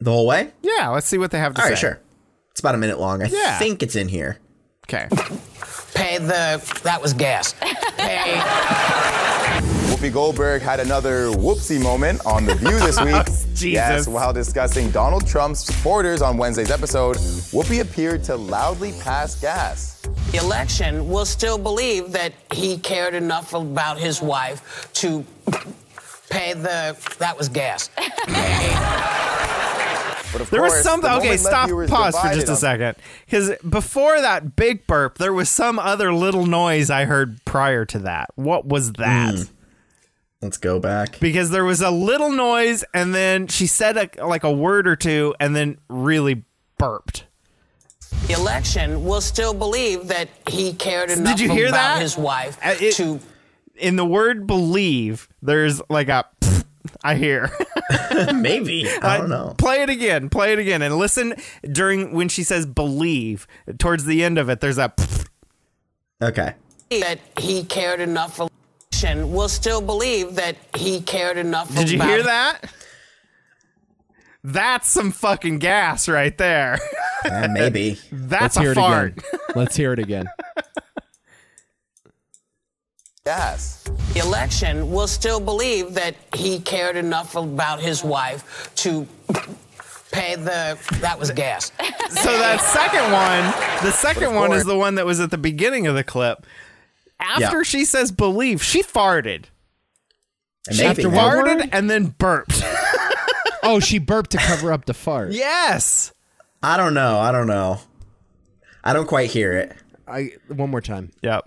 [SPEAKER 4] the whole way.
[SPEAKER 2] Yeah, let's see what they have to
[SPEAKER 4] All
[SPEAKER 2] say.
[SPEAKER 4] right, sure. It's about a minute long. I
[SPEAKER 2] Yeah.
[SPEAKER 4] think it's in here.
[SPEAKER 2] Okay.
[SPEAKER 10] Pay the that was gas. Pay
[SPEAKER 11] Whoopi Goldberg had another whoopsie moment on The View this week.
[SPEAKER 2] Jesus.
[SPEAKER 11] Yes, while discussing Donald Trump's supporters on Wednesday's episode, Whoopi appeared to loudly pass gas.
[SPEAKER 10] the election will still believe that he cared enough about his wife to pay the that was gas.
[SPEAKER 11] But of
[SPEAKER 2] There
[SPEAKER 11] course,
[SPEAKER 2] was some.
[SPEAKER 11] the
[SPEAKER 2] Okay,
[SPEAKER 11] moment left
[SPEAKER 2] stop.
[SPEAKER 11] viewers
[SPEAKER 2] Pause for
[SPEAKER 11] divided
[SPEAKER 2] just a
[SPEAKER 11] on-
[SPEAKER 2] second, because before that big burp, there was some other little noise I heard prior to that. What was that?
[SPEAKER 11] Mm.
[SPEAKER 4] Let's go back.
[SPEAKER 2] because there was a little noise and then she said a, like a word or two and then really burped.
[SPEAKER 10] The election will still believe that he cared enough
[SPEAKER 2] you hear
[SPEAKER 10] about
[SPEAKER 2] that?
[SPEAKER 10] his wife
[SPEAKER 2] Uh, it-
[SPEAKER 10] to
[SPEAKER 2] In the word believe, there's like a pfft I hear.
[SPEAKER 4] Maybe I don't know.
[SPEAKER 2] play it again, play it again and listen during when she says believe towards the end of it there's a pfft.
[SPEAKER 4] Okay.
[SPEAKER 10] that he cared enough for election will still believe that he cared enough
[SPEAKER 2] Did you
[SPEAKER 10] about
[SPEAKER 2] hear that? That's some fucking gas right there.
[SPEAKER 4] Uh, maybe.
[SPEAKER 2] That's
[SPEAKER 3] Let's hear
[SPEAKER 2] a
[SPEAKER 3] it
[SPEAKER 2] fart.
[SPEAKER 3] again. Let's hear it again.
[SPEAKER 11] Gas.
[SPEAKER 10] the election will still believe that he cared enough about his wife to pay the that was gas
[SPEAKER 2] So that second one, the second one is the one that was at the beginning of the clip. After
[SPEAKER 4] Yeah.
[SPEAKER 2] she says believe, she farted.
[SPEAKER 4] Maybe.
[SPEAKER 2] farted and then burped.
[SPEAKER 3] oh, she burped to cover up the fart.
[SPEAKER 2] Yes.
[SPEAKER 4] I don't know. I don't know. I don't quite hear it.
[SPEAKER 3] I one more time.
[SPEAKER 2] Yep.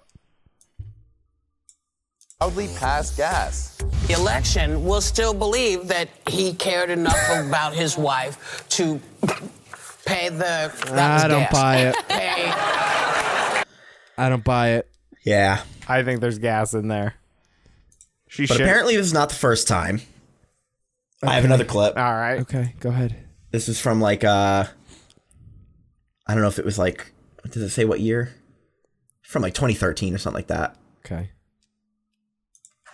[SPEAKER 11] Loudly pass gas.
[SPEAKER 10] the election will still believe that he cared enough about his wife to pay the. that was
[SPEAKER 3] I don't
[SPEAKER 10] gas.
[SPEAKER 3] buy it.
[SPEAKER 10] Pay
[SPEAKER 3] I don't buy it.
[SPEAKER 4] Yeah.
[SPEAKER 2] I think there's gas in there. She
[SPEAKER 4] But
[SPEAKER 2] should.
[SPEAKER 4] apparently, this is not the first time. I have another clip.
[SPEAKER 2] All right.
[SPEAKER 3] Okay, go ahead.
[SPEAKER 4] This is from like uh I don't know if it was like does it say what year? From like 2013 or something like that.
[SPEAKER 3] Okay.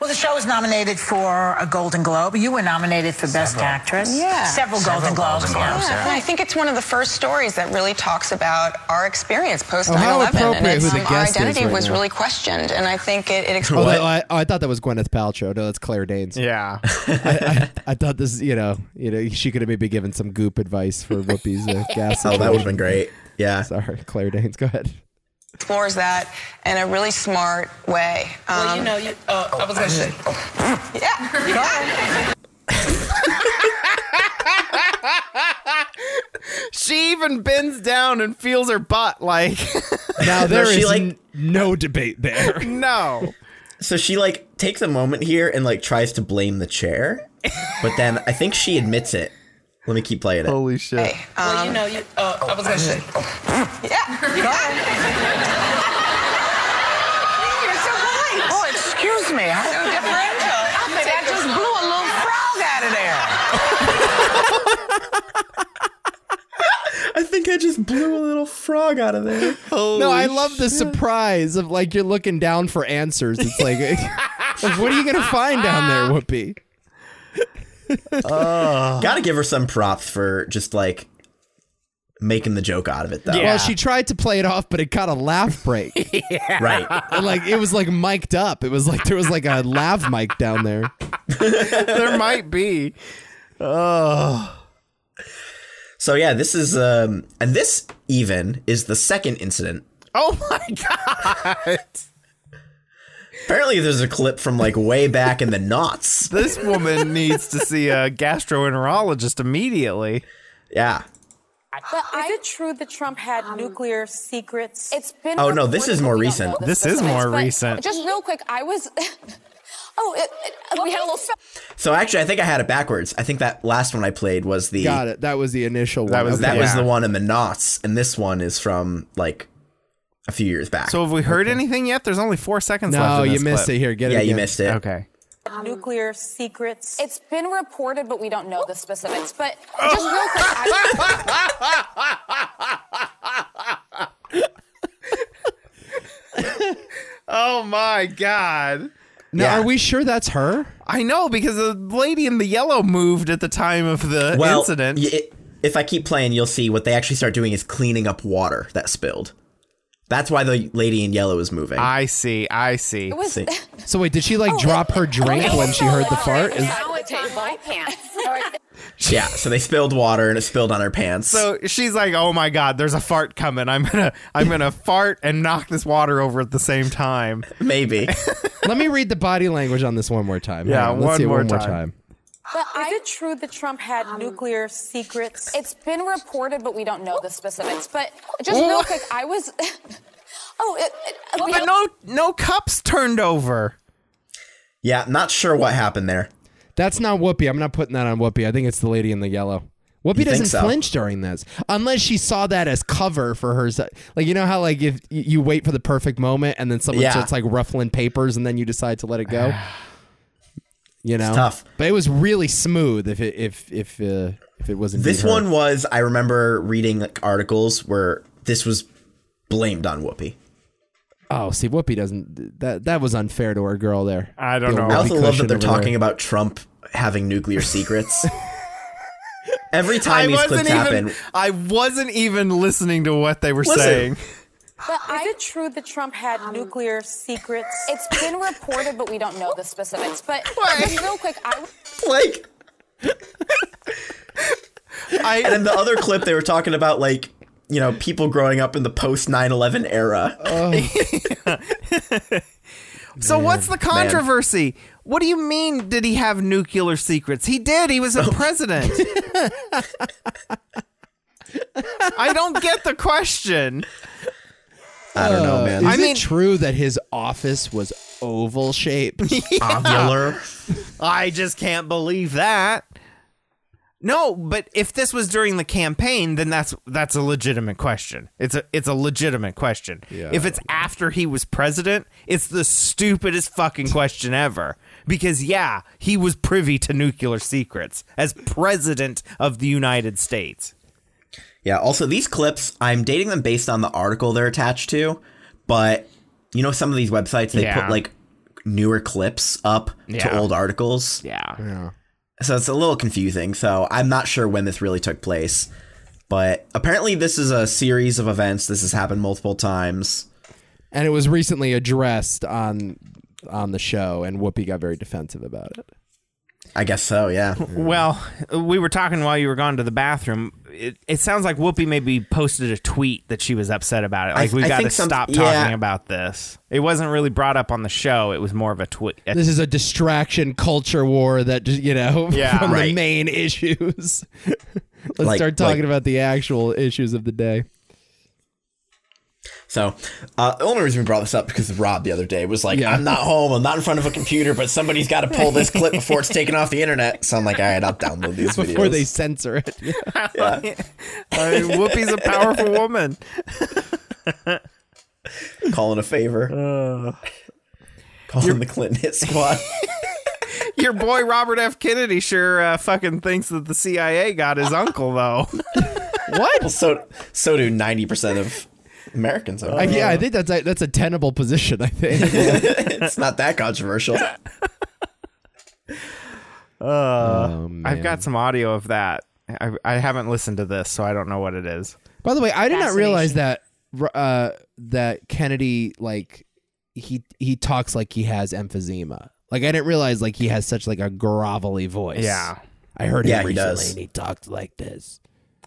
[SPEAKER 12] Well, the show was nominated for a Golden Globe. You were nominated for Best Actress.
[SPEAKER 13] Yeah.
[SPEAKER 12] Several, Golden Globes.
[SPEAKER 13] Yeah, and I think it's one of the first stories that really talks about our experience post 9
[SPEAKER 3] how
[SPEAKER 13] 11.
[SPEAKER 3] appropriate who the
[SPEAKER 13] our
[SPEAKER 3] guest is
[SPEAKER 13] identity
[SPEAKER 3] right
[SPEAKER 13] was
[SPEAKER 3] now.
[SPEAKER 13] really questioned, and I think it, it
[SPEAKER 3] Oh,
[SPEAKER 13] explains.
[SPEAKER 3] that, oh, I, oh, I thought that was Gwyneth Paltrow. No, that's Claire Danes.
[SPEAKER 2] Yeah.
[SPEAKER 3] I, I, I thought this, you know, you know, she could have maybe given some goop advice for Whoopi's uh, gas.
[SPEAKER 4] Oh, that would have been
[SPEAKER 3] situation.
[SPEAKER 4] great. Yeah.
[SPEAKER 3] Sorry, Claire Danes. Go ahead.
[SPEAKER 13] explores that in a really smart way.
[SPEAKER 10] Well, you know, you, uh, I was gonna say.
[SPEAKER 13] yeah.
[SPEAKER 2] She even bends down and feels her butt like
[SPEAKER 3] Now there
[SPEAKER 4] No,
[SPEAKER 3] is
[SPEAKER 4] she, like-
[SPEAKER 3] n- no debate there.
[SPEAKER 2] no.
[SPEAKER 4] So she like takes a moment here and like tries to blame the chair, but then I think she admits it. Let me keep playing it.
[SPEAKER 2] Holy shit.
[SPEAKER 10] Well, you know, you, uh, I was gonna say.
[SPEAKER 12] You're so right. Oh, excuse me. I,
[SPEAKER 13] So differential.
[SPEAKER 12] I think I just blew a little frog out of there.
[SPEAKER 4] I think I just blew a little frog out of there.
[SPEAKER 3] no, I love the surprise of like you're looking down for answers. It's like, like, what are you gonna find down there, Whoopi?
[SPEAKER 4] Gotta give her some props for just like making the joke out of it though.
[SPEAKER 3] Well, she tried to play it off, but it got a laugh break.
[SPEAKER 4] Right.
[SPEAKER 3] And, like it was like mic'd up. It was like there was like a lav mic down there.
[SPEAKER 2] there might be. Oh.
[SPEAKER 4] So yeah, this is um and this even is the second incident
[SPEAKER 2] Oh my god.
[SPEAKER 4] Apparently, there's a clip from like way back in the knots.
[SPEAKER 2] This woman needs to see a gastroenterologist immediately.
[SPEAKER 4] Yeah.
[SPEAKER 14] Is it true that Trump had
[SPEAKER 9] Um,
[SPEAKER 14] nuclear secrets?
[SPEAKER 9] It's been.
[SPEAKER 4] Oh, no, this
[SPEAKER 9] reported
[SPEAKER 4] is more
[SPEAKER 9] that we don't
[SPEAKER 4] recent.
[SPEAKER 9] know the
[SPEAKER 2] This is more
[SPEAKER 9] specifics, but
[SPEAKER 2] recent.
[SPEAKER 9] Just real quick, I was. oh, it, it, we had a little. sp-
[SPEAKER 4] So actually, I think I had it backwards. I think that last one I played was the
[SPEAKER 3] Got it. That was the initial one.
[SPEAKER 2] That was-
[SPEAKER 4] that was
[SPEAKER 2] Yeah.
[SPEAKER 4] the one in the knots, and this one is from like a few years back.
[SPEAKER 2] So have we heard anything yet? There's only four seconds left.
[SPEAKER 3] no,
[SPEAKER 2] in
[SPEAKER 3] you
[SPEAKER 2] this
[SPEAKER 3] missed
[SPEAKER 2] clip.
[SPEAKER 3] it. Here, get it.
[SPEAKER 4] yeah, you
[SPEAKER 3] again.
[SPEAKER 4] missed it.
[SPEAKER 2] Okay.
[SPEAKER 14] nuclear secrets?
[SPEAKER 9] It's been reported, but we don't know the specifics. But just real quick, I was.
[SPEAKER 2] Oh my god.
[SPEAKER 3] Now,
[SPEAKER 4] Yeah.
[SPEAKER 3] are we sure that's her?
[SPEAKER 2] I know because the lady in the yellow moved at the time of the
[SPEAKER 4] Well,
[SPEAKER 2] incident.
[SPEAKER 4] y- it- if I keep playing, you'll see what they actually start doing is cleaning up water that spilled. That's why the lady in yellow is moving.
[SPEAKER 2] I see. I see.
[SPEAKER 9] It was
[SPEAKER 4] See.
[SPEAKER 3] So wait, did she
[SPEAKER 10] Oh,
[SPEAKER 3] like drop her drink when she heard the fart? Is-
[SPEAKER 9] Now it's on my pants. All right.
[SPEAKER 4] yeah. So they spilled water and it spilled on her pants.
[SPEAKER 2] So she's like, "Oh my god, there's a fart coming. I'm going to I'm going to fart and knock this water over at the same time."
[SPEAKER 4] maybe.
[SPEAKER 3] Let me read the body language on this one more time.
[SPEAKER 2] Yeah,
[SPEAKER 3] Hang on, let's
[SPEAKER 2] one
[SPEAKER 3] see it
[SPEAKER 2] more
[SPEAKER 3] one more
[SPEAKER 2] time.
[SPEAKER 3] time.
[SPEAKER 9] But
[SPEAKER 14] Is
[SPEAKER 9] I, Um,
[SPEAKER 14] it true that Trump had nuclear secrets?
[SPEAKER 9] it's been reported, but we don't know the specifics. But just real quick, I was. oh, it, it, we
[SPEAKER 2] But
[SPEAKER 9] had-
[SPEAKER 2] no no cups turned over.
[SPEAKER 4] yeah. Not sure what happened there.
[SPEAKER 3] That's not Whoopi. I'm not putting that on Whoopi. I think it's the lady in the yellow. Whoopi
[SPEAKER 4] think
[SPEAKER 3] doesn't
[SPEAKER 4] so?
[SPEAKER 3] flinch during this, unless she saw that as cover for her. Like you know how like if you- you wait for the perfect moment and then someone
[SPEAKER 4] Yeah.
[SPEAKER 3] starts like ruffling papers and then you decide to let it go. You know,
[SPEAKER 4] tough.
[SPEAKER 3] But it was really smooth. If it if if uh, if it wasn't
[SPEAKER 4] This
[SPEAKER 3] her.
[SPEAKER 4] one was I remember reading like, articles where this was blamed on Whoopi.
[SPEAKER 3] Oh, see, Whoopi doesn't. That that was unfair to our girl there.
[SPEAKER 2] I don't
[SPEAKER 3] The
[SPEAKER 2] know.
[SPEAKER 3] old
[SPEAKER 4] I
[SPEAKER 2] Whoopi
[SPEAKER 4] also
[SPEAKER 3] whoopee
[SPEAKER 4] love that
[SPEAKER 3] cushion Oh, over
[SPEAKER 4] they're
[SPEAKER 3] there.
[SPEAKER 4] talking about Trump having nuclear secrets. Every time these clips
[SPEAKER 2] even
[SPEAKER 4] happen,
[SPEAKER 2] I wasn't even listening to what they were
[SPEAKER 4] Listen.
[SPEAKER 2] saying.
[SPEAKER 9] but I, Um,
[SPEAKER 14] Is it true that Trump had nuclear secrets?
[SPEAKER 9] It's been reported, but we don't know the specifics. But just real quick, I
[SPEAKER 4] like, and
[SPEAKER 2] I
[SPEAKER 4] in the other clip they were talking about like you know people growing up in the post 9-11 era.
[SPEAKER 2] So
[SPEAKER 4] Man.
[SPEAKER 2] what's the
[SPEAKER 4] Man.
[SPEAKER 2] controversy? What do you mean? Did he have nuclear secrets? He did. He
[SPEAKER 4] Oh.
[SPEAKER 2] was a president. I don't get the question.
[SPEAKER 4] I don't know,
[SPEAKER 3] Is
[SPEAKER 4] man.
[SPEAKER 2] Oh. I
[SPEAKER 3] it
[SPEAKER 2] mean-
[SPEAKER 3] true that his office was oval shaped?
[SPEAKER 2] Ovular. I just can't believe that. No, but if this was during the campaign, then that's that's a legitimate question. It's a it's a legitimate question. If it's after he was president, it's the stupidest fucking question ever. Because yeah, he was privy to nuclear secrets as president of the United States.
[SPEAKER 4] Yeah. Also, these clips, I'm dating them based on the article they're attached to, but you know, some of these websites they
[SPEAKER 2] Yeah.
[SPEAKER 4] put like newer clips up
[SPEAKER 2] Yeah.
[SPEAKER 4] to old articles.
[SPEAKER 2] Yeah.
[SPEAKER 3] Yeah.
[SPEAKER 4] So it's a little confusing. So I'm not sure when this really took place, but apparently this is a series of events. This has happened multiple times.
[SPEAKER 3] And it was recently addressed on on the show, and Whoopi got very defensive about it.
[SPEAKER 4] I guess so. Yeah.
[SPEAKER 2] Well, we were talking while you were gone to the bathroom. It, it sounds like Whoopi maybe posted a tweet that she was upset about it. Like
[SPEAKER 4] I-
[SPEAKER 2] we
[SPEAKER 4] I
[SPEAKER 2] got to
[SPEAKER 4] think some-
[SPEAKER 2] stop
[SPEAKER 4] yeah.
[SPEAKER 2] talking about this. It wasn't really brought up on the show. It was more of a tweet.
[SPEAKER 3] This is a distraction culture war that just you know
[SPEAKER 2] Yeah.
[SPEAKER 3] from the
[SPEAKER 2] Right.
[SPEAKER 3] main issues. Let's
[SPEAKER 4] Like-
[SPEAKER 3] start talking about the actual issues of the day.
[SPEAKER 4] So uh, the only reason we brought this up because Rob the other day was like,
[SPEAKER 3] Yeah.
[SPEAKER 4] "I'm not home. I'm not in front of a computer, but somebody's got to pull this clip before it's taken off the internet." So I'm like, "All right, I'll download these videos
[SPEAKER 3] Before they censor it. Yeah.
[SPEAKER 2] I mean, Whoopi's a powerful woman.
[SPEAKER 4] Calling a favor.
[SPEAKER 3] Uh.
[SPEAKER 4] Calling the Clinton hit squad.
[SPEAKER 2] Your boy Robert F. Kennedy sure uh, fucking thinks that the CIA got his uncle though.
[SPEAKER 3] what?
[SPEAKER 4] Well, so so do ninety percent of Americans.
[SPEAKER 3] I, yeah, I think that's a, that's a tenable position. I think.
[SPEAKER 4] it's not that controversial.
[SPEAKER 2] Uh,
[SPEAKER 3] man.
[SPEAKER 2] I've got some audio of that. I, I haven't listened to this, so I don't know what it is.
[SPEAKER 3] By the way, I did not realize that uh, that Kennedy like he he talks like he has emphysema. Like I didn't realize like he has such like a grovelly voice.
[SPEAKER 2] Yeah.
[SPEAKER 3] I heard him
[SPEAKER 4] Yeah, he
[SPEAKER 3] recently
[SPEAKER 4] does.
[SPEAKER 3] and he talked like this.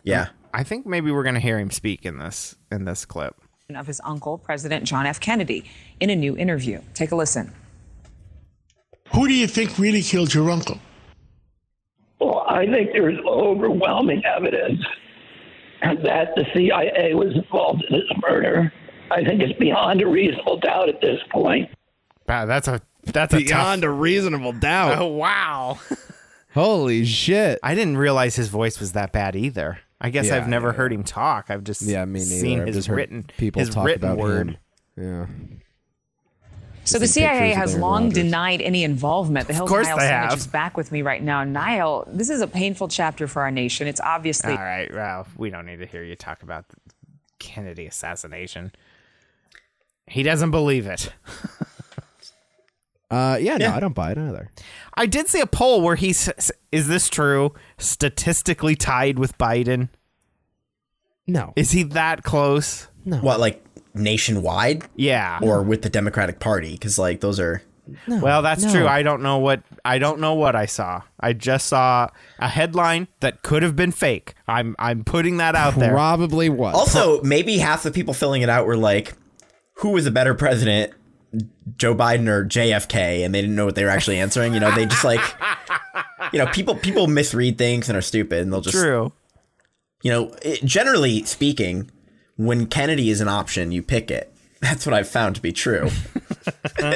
[SPEAKER 4] Yeah.
[SPEAKER 2] I think maybe we're gonna hear him speak in this in this clip.
[SPEAKER 15] of his uncle, President John F. Kennedy, in a new interview. Take a listen.
[SPEAKER 16] Who do you think really killed your uncle?
[SPEAKER 17] Well, I think there's overwhelming evidence that the CIA was involved in this murder. I think it's beyond a reasonable doubt at this point.
[SPEAKER 2] Wow, that's a that's a
[SPEAKER 3] Beyond
[SPEAKER 2] tough-
[SPEAKER 3] a reasonable doubt.
[SPEAKER 2] Oh wow!
[SPEAKER 3] Holy shit!
[SPEAKER 2] I didn't realize his voice was that bad either. I guess
[SPEAKER 3] Yeah,
[SPEAKER 2] I've never heard him talk. I've just
[SPEAKER 3] Yeah, me neither.
[SPEAKER 2] seen
[SPEAKER 3] I've
[SPEAKER 2] his
[SPEAKER 3] just heard
[SPEAKER 2] written
[SPEAKER 3] people
[SPEAKER 2] his
[SPEAKER 3] talk
[SPEAKER 2] written
[SPEAKER 3] about
[SPEAKER 2] word.
[SPEAKER 3] him.
[SPEAKER 15] So the
[SPEAKER 3] Seen pictures
[SPEAKER 15] CIA
[SPEAKER 3] of
[SPEAKER 15] has
[SPEAKER 3] Aaron
[SPEAKER 15] long
[SPEAKER 3] Rodgers.
[SPEAKER 15] denied any involvement. The Hills
[SPEAKER 2] course
[SPEAKER 15] Niall
[SPEAKER 2] they
[SPEAKER 15] Savage
[SPEAKER 2] have.
[SPEAKER 15] is back with me right now. Niall, this is a painful chapter for our nation. It's obviously
[SPEAKER 2] All right, Ralph. We don't need to hear you talk about the Kennedy assassination. He doesn't believe it.
[SPEAKER 3] Yeah. Uh, yeah, no, I don't buy it either.
[SPEAKER 2] I did see a poll where he s- is this true? Statistically tied with Biden.
[SPEAKER 3] No.
[SPEAKER 2] Is he that close?
[SPEAKER 4] What like nationwide?
[SPEAKER 2] Yeah.
[SPEAKER 4] Or with the Democratic Party? Because like those are
[SPEAKER 2] well, that's
[SPEAKER 4] no.
[SPEAKER 2] true. I don't know what I don't know what I saw. I just saw a headline that could have been fake. I'm I'm putting that out there.
[SPEAKER 3] probably was.
[SPEAKER 4] Also, maybe half the people filling it out were like, "Who was a better president, Joe Biden or JFK?" And they didn't know what they were actually answering. You know, they just like, you know, people people misread things and are stupid, and they'll just
[SPEAKER 2] True.
[SPEAKER 4] You know, it, generally speaking, when Kennedy is an option, you pick it. That's what I've found to be true.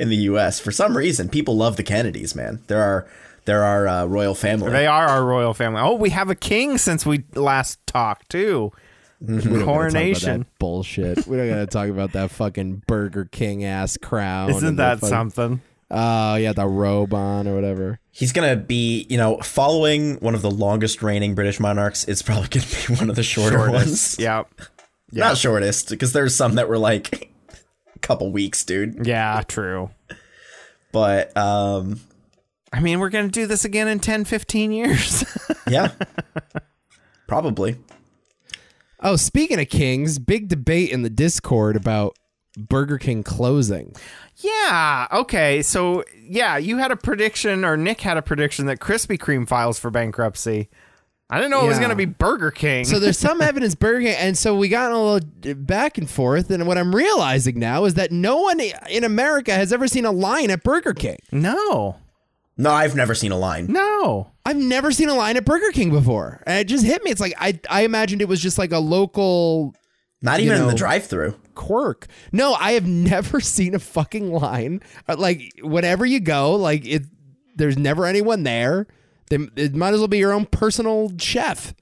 [SPEAKER 4] In the U.S., for some reason, people love the Kennedys. Man, there are there are uh, royal family.
[SPEAKER 2] They are our royal family. Oh, we have a king since we last talked too.
[SPEAKER 3] We don't gotta talk about
[SPEAKER 2] Coronation.
[SPEAKER 3] that bullshit. We don't gotta talk about that fucking Burger King ass crown.
[SPEAKER 2] Isn't
[SPEAKER 3] and the
[SPEAKER 2] that
[SPEAKER 3] fuck-
[SPEAKER 2] something?
[SPEAKER 3] Oh yeah, the robe on or whatever.
[SPEAKER 4] He's gonna be, you know, following one of the longest reigning British monarchs. It's probably gonna be one of the shorter
[SPEAKER 2] Shortest.
[SPEAKER 4] ones.
[SPEAKER 2] Yeah,
[SPEAKER 4] not shortest because there's some that were like a couple weeks, dude.
[SPEAKER 2] Yeah, true.
[SPEAKER 4] But um,
[SPEAKER 2] I mean, we're going to do this again in 10, 15 years.
[SPEAKER 4] yeah, probably.
[SPEAKER 3] Oh, speaking of kings, big debate in the Discord about Burger King closing.
[SPEAKER 2] yeah. Okay. So, yeah, you had a prediction, or Nick had a prediction that Krispy Kreme files for bankruptcy. I didn't know it was
[SPEAKER 3] Yeah.
[SPEAKER 2] going to be Burger King.
[SPEAKER 3] So there's some evidence Burger King, and so we got in a little back and forth. And what I'm realizing now is that no one in America has ever seen a line at Burger King.
[SPEAKER 2] No,
[SPEAKER 4] No, I've never seen a line.
[SPEAKER 2] no,
[SPEAKER 3] I've never seen a line at Burger King before, and it just hit me. It's like I I imagined it was just like a local,
[SPEAKER 4] Not
[SPEAKER 3] you
[SPEAKER 4] even in
[SPEAKER 3] know,
[SPEAKER 4] the drive-through.
[SPEAKER 3] quirk. No, I have never seen a fucking line. Uh, Like whenever you go, like it, there's never anyone there. They, it might as well be your own personal chef.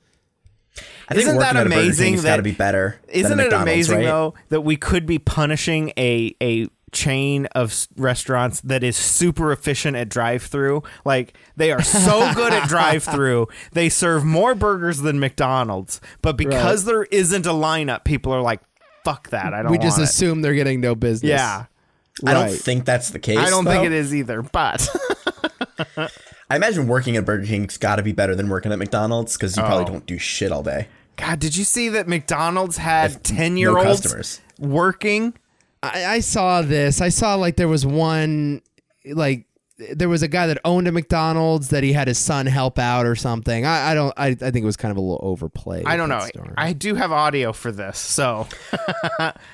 [SPEAKER 4] I think
[SPEAKER 2] Isn't
[SPEAKER 4] working
[SPEAKER 2] that
[SPEAKER 4] at a Burger
[SPEAKER 2] amazing
[SPEAKER 4] King's got
[SPEAKER 2] that-
[SPEAKER 4] to be better. than a
[SPEAKER 2] Isn't it
[SPEAKER 4] McDonald's,
[SPEAKER 2] amazing
[SPEAKER 4] right?
[SPEAKER 2] though that we could be punishing a a chain of s- restaurants that is super efficient at drive-through? Like they are so good at drive-through, they serve more burgers than McDonald's, but because there isn't a lineup, people are like, "Fuck that! I don't."
[SPEAKER 3] we just
[SPEAKER 2] want it."
[SPEAKER 3] assume they're getting no business.
[SPEAKER 2] Yeah.
[SPEAKER 4] I don't
[SPEAKER 3] Right.
[SPEAKER 4] think that's the case.
[SPEAKER 2] I don't think it
[SPEAKER 4] though.
[SPEAKER 2] is either, but
[SPEAKER 4] I imagine working at Burger King's got to be better than working at McDonald's because you
[SPEAKER 2] Oh.
[SPEAKER 4] probably don't do shit all day.
[SPEAKER 2] God, did you see that McDonald's had ten year olds
[SPEAKER 4] customers.
[SPEAKER 2] working?
[SPEAKER 3] I, I saw this. I saw like there was one, like there was a guy that owned a McDonald's that he had his son help out or something. I, I don't. I, I think it was kind of a little overplayed.
[SPEAKER 2] I don't know.
[SPEAKER 3] That's-
[SPEAKER 2] I do have audio for this, so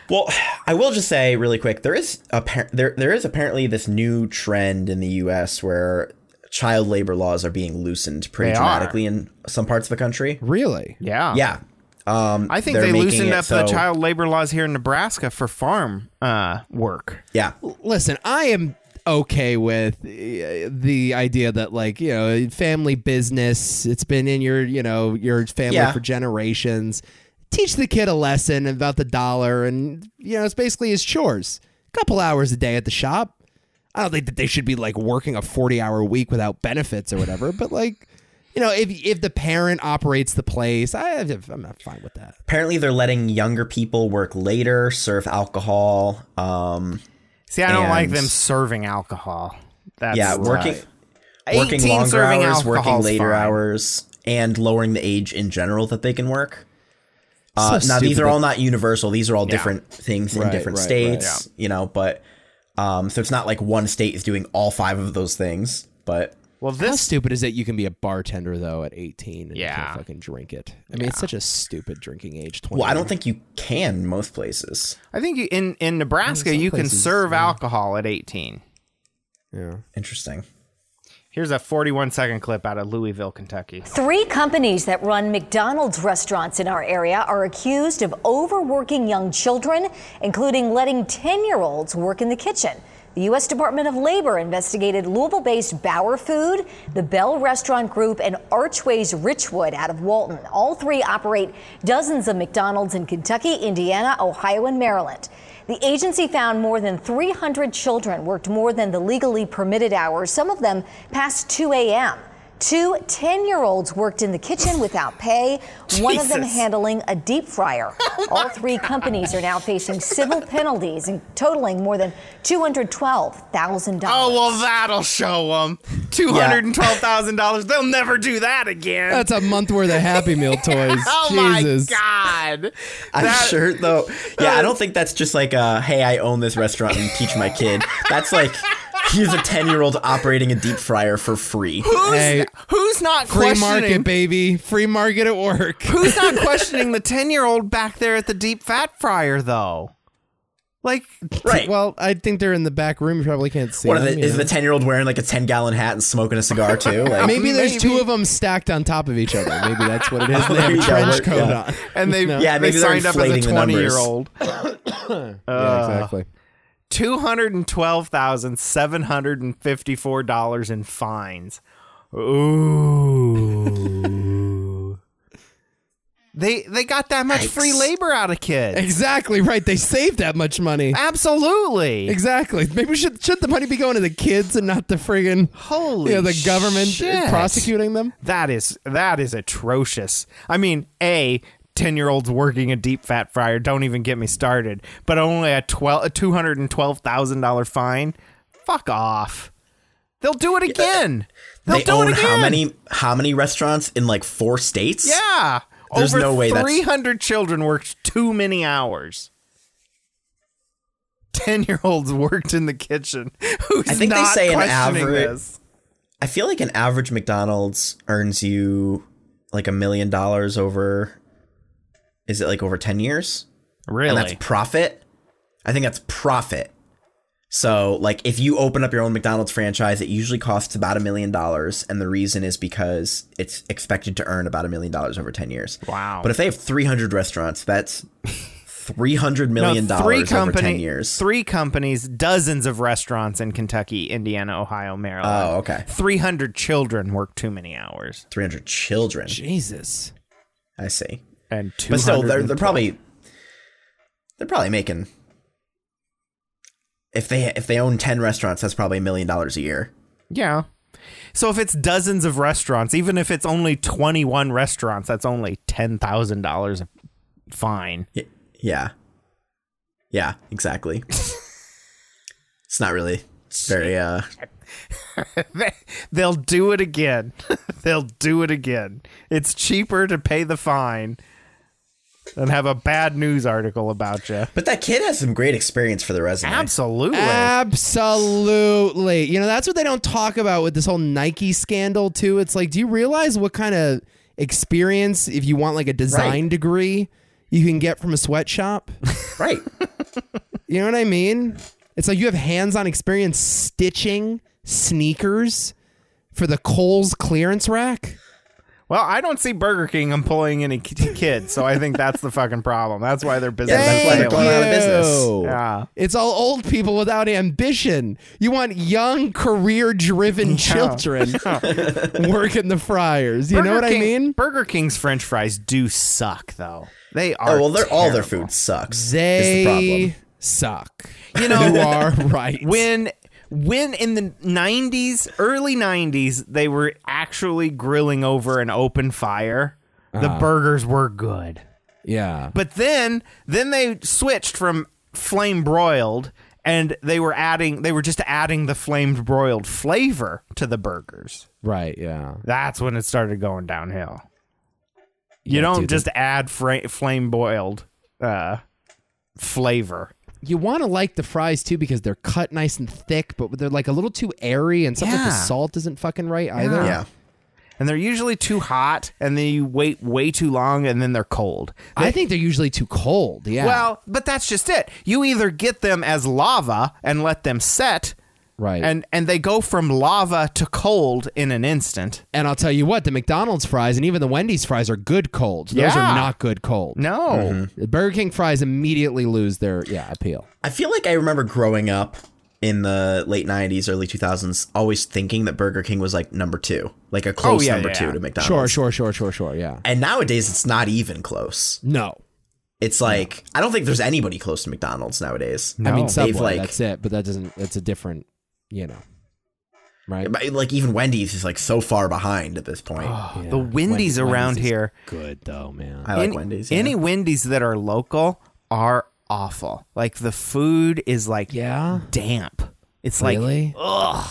[SPEAKER 4] Well, I will just say really quick, there is appar- there there is apparently this new trend in the U.S. where child labor laws are being loosened pretty
[SPEAKER 2] They are.
[SPEAKER 4] dramatically in some parts of the country.
[SPEAKER 3] Really?
[SPEAKER 2] yeah,
[SPEAKER 4] Yeah. Um,
[SPEAKER 2] I think
[SPEAKER 4] they're
[SPEAKER 2] they
[SPEAKER 4] making
[SPEAKER 2] loosened
[SPEAKER 4] it
[SPEAKER 2] up the
[SPEAKER 4] so-
[SPEAKER 2] child labor laws here in Nebraska for farm uh, work.
[SPEAKER 4] Yeah.
[SPEAKER 3] Listen, I am okay with uh, the idea that like you know family business. It's been in your you know your family
[SPEAKER 4] Yeah.
[SPEAKER 3] for generations. Teach the kid a lesson about the dollar, and you know it's basically his chores. couple hours a day at the shop. I don't think that they should be like working a 40 hour week without benefits or whatever, but like, you know, if if the parent operates the place, I, I'm not fine with that.
[SPEAKER 4] Apparently, they're letting younger people work later, serve alcohol. Um,
[SPEAKER 2] See, I don't like
[SPEAKER 4] and-
[SPEAKER 2] them serving alcohol. That's
[SPEAKER 4] yeah, working
[SPEAKER 2] rough.
[SPEAKER 4] working
[SPEAKER 2] 18
[SPEAKER 4] longer
[SPEAKER 2] serving
[SPEAKER 4] hours, working
[SPEAKER 2] alcohol's
[SPEAKER 4] later
[SPEAKER 2] fine.
[SPEAKER 4] hours, and lowering the age in general that they can work.
[SPEAKER 3] So
[SPEAKER 4] Uh, now these
[SPEAKER 3] stupid.
[SPEAKER 4] are all not universal. These are all
[SPEAKER 2] Yeah.
[SPEAKER 4] different things in
[SPEAKER 3] Right,
[SPEAKER 4] different
[SPEAKER 3] right, right.
[SPEAKER 4] states, you know. But um, so it's not like one state is doing all five of those things. But
[SPEAKER 2] Well,
[SPEAKER 3] How
[SPEAKER 2] this
[SPEAKER 3] stupid is that you can be a bartender though at 18 and you
[SPEAKER 2] Yeah.
[SPEAKER 3] can't fucking drink it? I mean, it's such a stupid drinking age. 20.
[SPEAKER 4] well, I don't think you can most places.
[SPEAKER 2] I think you, in in Nebraska
[SPEAKER 3] some
[SPEAKER 2] you can
[SPEAKER 3] places,
[SPEAKER 2] serve alcohol at 18.
[SPEAKER 3] Yeah.
[SPEAKER 4] Interesting.
[SPEAKER 2] Here's a 41 second clip out of Louisville, Kentucky.
[SPEAKER 18] Three companies that run McDonald's restaurants in our area are accused of overworking young children, including letting 10 year olds work in the kitchen. The U.S. Department of Labor investigated Louisville based Bauer Food, the Bell Restaurant Group, and Archways Richwood out of Walton. All three operate dozens of McDonald's in Kentucky, Indiana, Ohio, and Maryland. The agency found more than 300 children worked more than the legally permitted hours, some of them past 2 a.m. Two 10 year olds worked in the kitchen without pay, one of them
[SPEAKER 19] Jesus.
[SPEAKER 18] handling a deep fryer. All three companies are now facing civil penalties and totaling more than $212,000.
[SPEAKER 2] Oh well, that'll show them. Two hundred and twelve thousand dollars. They'll never do that again.
[SPEAKER 3] That's a month worth of Happy Meal toys.
[SPEAKER 2] oh
[SPEAKER 3] Jesus.
[SPEAKER 2] my god!
[SPEAKER 4] I'm
[SPEAKER 2] That-
[SPEAKER 4] sure though. Yeah, I don't think that's just like, uh, hey, I own this restaurant and teach my kid. That's like, here's a ten year old operating a deep fryer for free.
[SPEAKER 2] Who's
[SPEAKER 3] Hey.
[SPEAKER 2] who's not
[SPEAKER 3] Free market,
[SPEAKER 2] questioning?
[SPEAKER 3] baby. Free market at work.
[SPEAKER 2] who's not questioning the ten year old back there at the deep fat fryer though? Like
[SPEAKER 4] Right.
[SPEAKER 3] Well, I think they're in the back room. You probably can't see
[SPEAKER 4] What are
[SPEAKER 3] them.
[SPEAKER 4] the,
[SPEAKER 3] you
[SPEAKER 4] is
[SPEAKER 3] know.
[SPEAKER 4] the ten year old wearing like a ten gallon hat and smoking a cigar too? Like,
[SPEAKER 3] Maybe there's
[SPEAKER 2] Maybe.
[SPEAKER 3] two of them stacked on top of each other. Maybe that's what it is. They
[SPEAKER 4] There
[SPEAKER 3] have a
[SPEAKER 4] you go.
[SPEAKER 3] trench
[SPEAKER 4] Yeah.
[SPEAKER 3] coat on.
[SPEAKER 2] and they
[SPEAKER 3] No.
[SPEAKER 4] Yeah,
[SPEAKER 2] they
[SPEAKER 4] maybe they're
[SPEAKER 2] signed up as a
[SPEAKER 4] inflating the
[SPEAKER 2] twenty
[SPEAKER 4] numbers.
[SPEAKER 2] year old.
[SPEAKER 3] yeah, exactly.
[SPEAKER 2] Two hundred and twelve thousand seven hundred and fifty four dollars in fines. Ooh. they they got that much free labor out of kids.
[SPEAKER 3] Exactly right. They saved that much money.
[SPEAKER 2] Absolutely.
[SPEAKER 3] Exactly. Maybe should should the money be going to the kids and not the friggin'
[SPEAKER 2] Holy
[SPEAKER 3] you know, the government
[SPEAKER 2] shit.
[SPEAKER 3] prosecuting them?
[SPEAKER 2] That is that is atrocious. I mean, a 10 year olds working a deep fat fryer, don't even get me started. But only a twelve a two hundred and twelve thousand dollar fine? Fuck off. They'll do it again. They'll
[SPEAKER 4] they
[SPEAKER 2] do
[SPEAKER 4] own
[SPEAKER 2] it again.
[SPEAKER 4] how many how many restaurants in like four states?
[SPEAKER 2] Yeah.
[SPEAKER 4] There's
[SPEAKER 2] Over
[SPEAKER 4] no way that's-
[SPEAKER 2] 300 children worked too many hours. 10 year olds worked in the kitchen. Who's
[SPEAKER 4] I think they
[SPEAKER 2] not
[SPEAKER 4] say an
[SPEAKER 2] questioning
[SPEAKER 4] average.
[SPEAKER 2] this?
[SPEAKER 4] I feel like an average McDonald's earns you like a million dollars over is it like over 10 years? Really? And that's profit? I think that's profit. So, like, if you open up your own McDonald's franchise, it usually costs about a million dollars. And the reason is because it's expected to earn about a million dollars over 10 years. Wow. But if they have 300 restaurants, that's $300 million
[SPEAKER 2] No, three
[SPEAKER 4] over
[SPEAKER 2] company-
[SPEAKER 4] 10 years.
[SPEAKER 2] Three companies, dozens of restaurants in Kentucky, Indiana, Ohio, Maryland.
[SPEAKER 4] Oh, okay.
[SPEAKER 2] 300 children work too many hours.
[SPEAKER 4] 300 children.
[SPEAKER 3] Jesus.
[SPEAKER 4] I see.
[SPEAKER 2] And two.
[SPEAKER 4] But still, they're, they're probably they're probably making if they if they own ten restaurants, that's probably a million dollars a year.
[SPEAKER 2] Yeah. So if it's dozens of restaurants, even if it's only 21 restaurants, that's only $10,000 a fine.
[SPEAKER 4] Yeah. Yeah, exactly. it's not really very uh
[SPEAKER 2] They'll do it again. They'll do it again. It's cheaper to pay the fine than have a bad news article about you.
[SPEAKER 4] But that kid has some great experience for the resume.
[SPEAKER 2] Absolutely.
[SPEAKER 3] Absolutely. You know, that's what they don't talk about with this whole Nike scandal too. It's like, do you realize what kind of experience if you want like a design
[SPEAKER 4] Right.
[SPEAKER 3] degree you can get from a sweatshop?
[SPEAKER 4] Right.
[SPEAKER 3] you know what I mean? It's like you have hands-on experience stitching sneakers for the Kohl's clearance rack.
[SPEAKER 2] Well, I don't see Burger King employing any k- kids, so I think that's the fucking problem. That's why their business.
[SPEAKER 3] Thank
[SPEAKER 2] is failing.
[SPEAKER 3] you.
[SPEAKER 2] Yeah.
[SPEAKER 3] It's all old people without ambition. You want young, career driven children working the fryers. You know what I mean?
[SPEAKER 2] Burger King's French fries do suck, though. They are.
[SPEAKER 4] Oh well they're all their
[SPEAKER 2] terrible.
[SPEAKER 4] food sucks. is the problem.
[SPEAKER 3] They suck.
[SPEAKER 2] You know,
[SPEAKER 3] you are right.
[SPEAKER 2] When when in the 90s, early 90s, they were actually grilling over an open fire, the
[SPEAKER 3] Uh-huh.
[SPEAKER 2] burgers were good.
[SPEAKER 3] Yeah.
[SPEAKER 2] But then then they switched from flame broiled and they were adding they were just adding the flamed broiled flavor to the burgers.
[SPEAKER 3] Right, yeah.
[SPEAKER 2] That's when it started going downhill. You
[SPEAKER 3] Yeah,
[SPEAKER 2] don't
[SPEAKER 3] dude,
[SPEAKER 2] just add fra- flame broiled uh flavor.
[SPEAKER 3] You want to like the fries too because they're cut nice and thick, but they're like a little too airy and something with the
[SPEAKER 2] Yeah.
[SPEAKER 3] salt isn't fucking right either.
[SPEAKER 2] And they're usually too hot and then you wait way too long and then they're cold.
[SPEAKER 3] I think they're usually too cold. Yeah.
[SPEAKER 2] Well, but that's just it. You either get them as lava and let them set.
[SPEAKER 3] Right.
[SPEAKER 2] And and they go from lava to cold in an instant.
[SPEAKER 3] and I'll tell you what, the McDonald's fries and even the Wendy's fries are good cold. Those
[SPEAKER 2] Yeah.
[SPEAKER 3] are not good cold.
[SPEAKER 2] No. Mhm.
[SPEAKER 3] The Burger King fries immediately lose their yeah, appeal.
[SPEAKER 4] I feel like I remember growing up in the late 90s, early 2000s, always thinking that Burger King was like number two, like
[SPEAKER 2] Oh,
[SPEAKER 4] a close
[SPEAKER 3] yeah,
[SPEAKER 4] number
[SPEAKER 3] yeah,
[SPEAKER 4] two
[SPEAKER 3] yeah.
[SPEAKER 4] to McDonald's.
[SPEAKER 3] Sure, sure, sure, sure, sure. Yeah.
[SPEAKER 4] And nowadays, it's not even close.
[SPEAKER 3] No.
[SPEAKER 4] It's like, I don't think there's anybody close to McDonald's nowadays.
[SPEAKER 3] I mean
[SPEAKER 4] They've,
[SPEAKER 3] Subway,
[SPEAKER 4] like,
[SPEAKER 3] that's it, but that doesn't it's a different, you know. Right.
[SPEAKER 4] but, like, even Wendy's is like so far behind at this point.
[SPEAKER 2] The Wendy's, around here.
[SPEAKER 3] Good though, man.
[SPEAKER 4] I like
[SPEAKER 2] Any-
[SPEAKER 4] Wendy's. yeah.
[SPEAKER 2] Any Wendy's that are local are awful. Like the food is like
[SPEAKER 3] yeah
[SPEAKER 2] damp. It's
[SPEAKER 3] Really?
[SPEAKER 2] like ugh.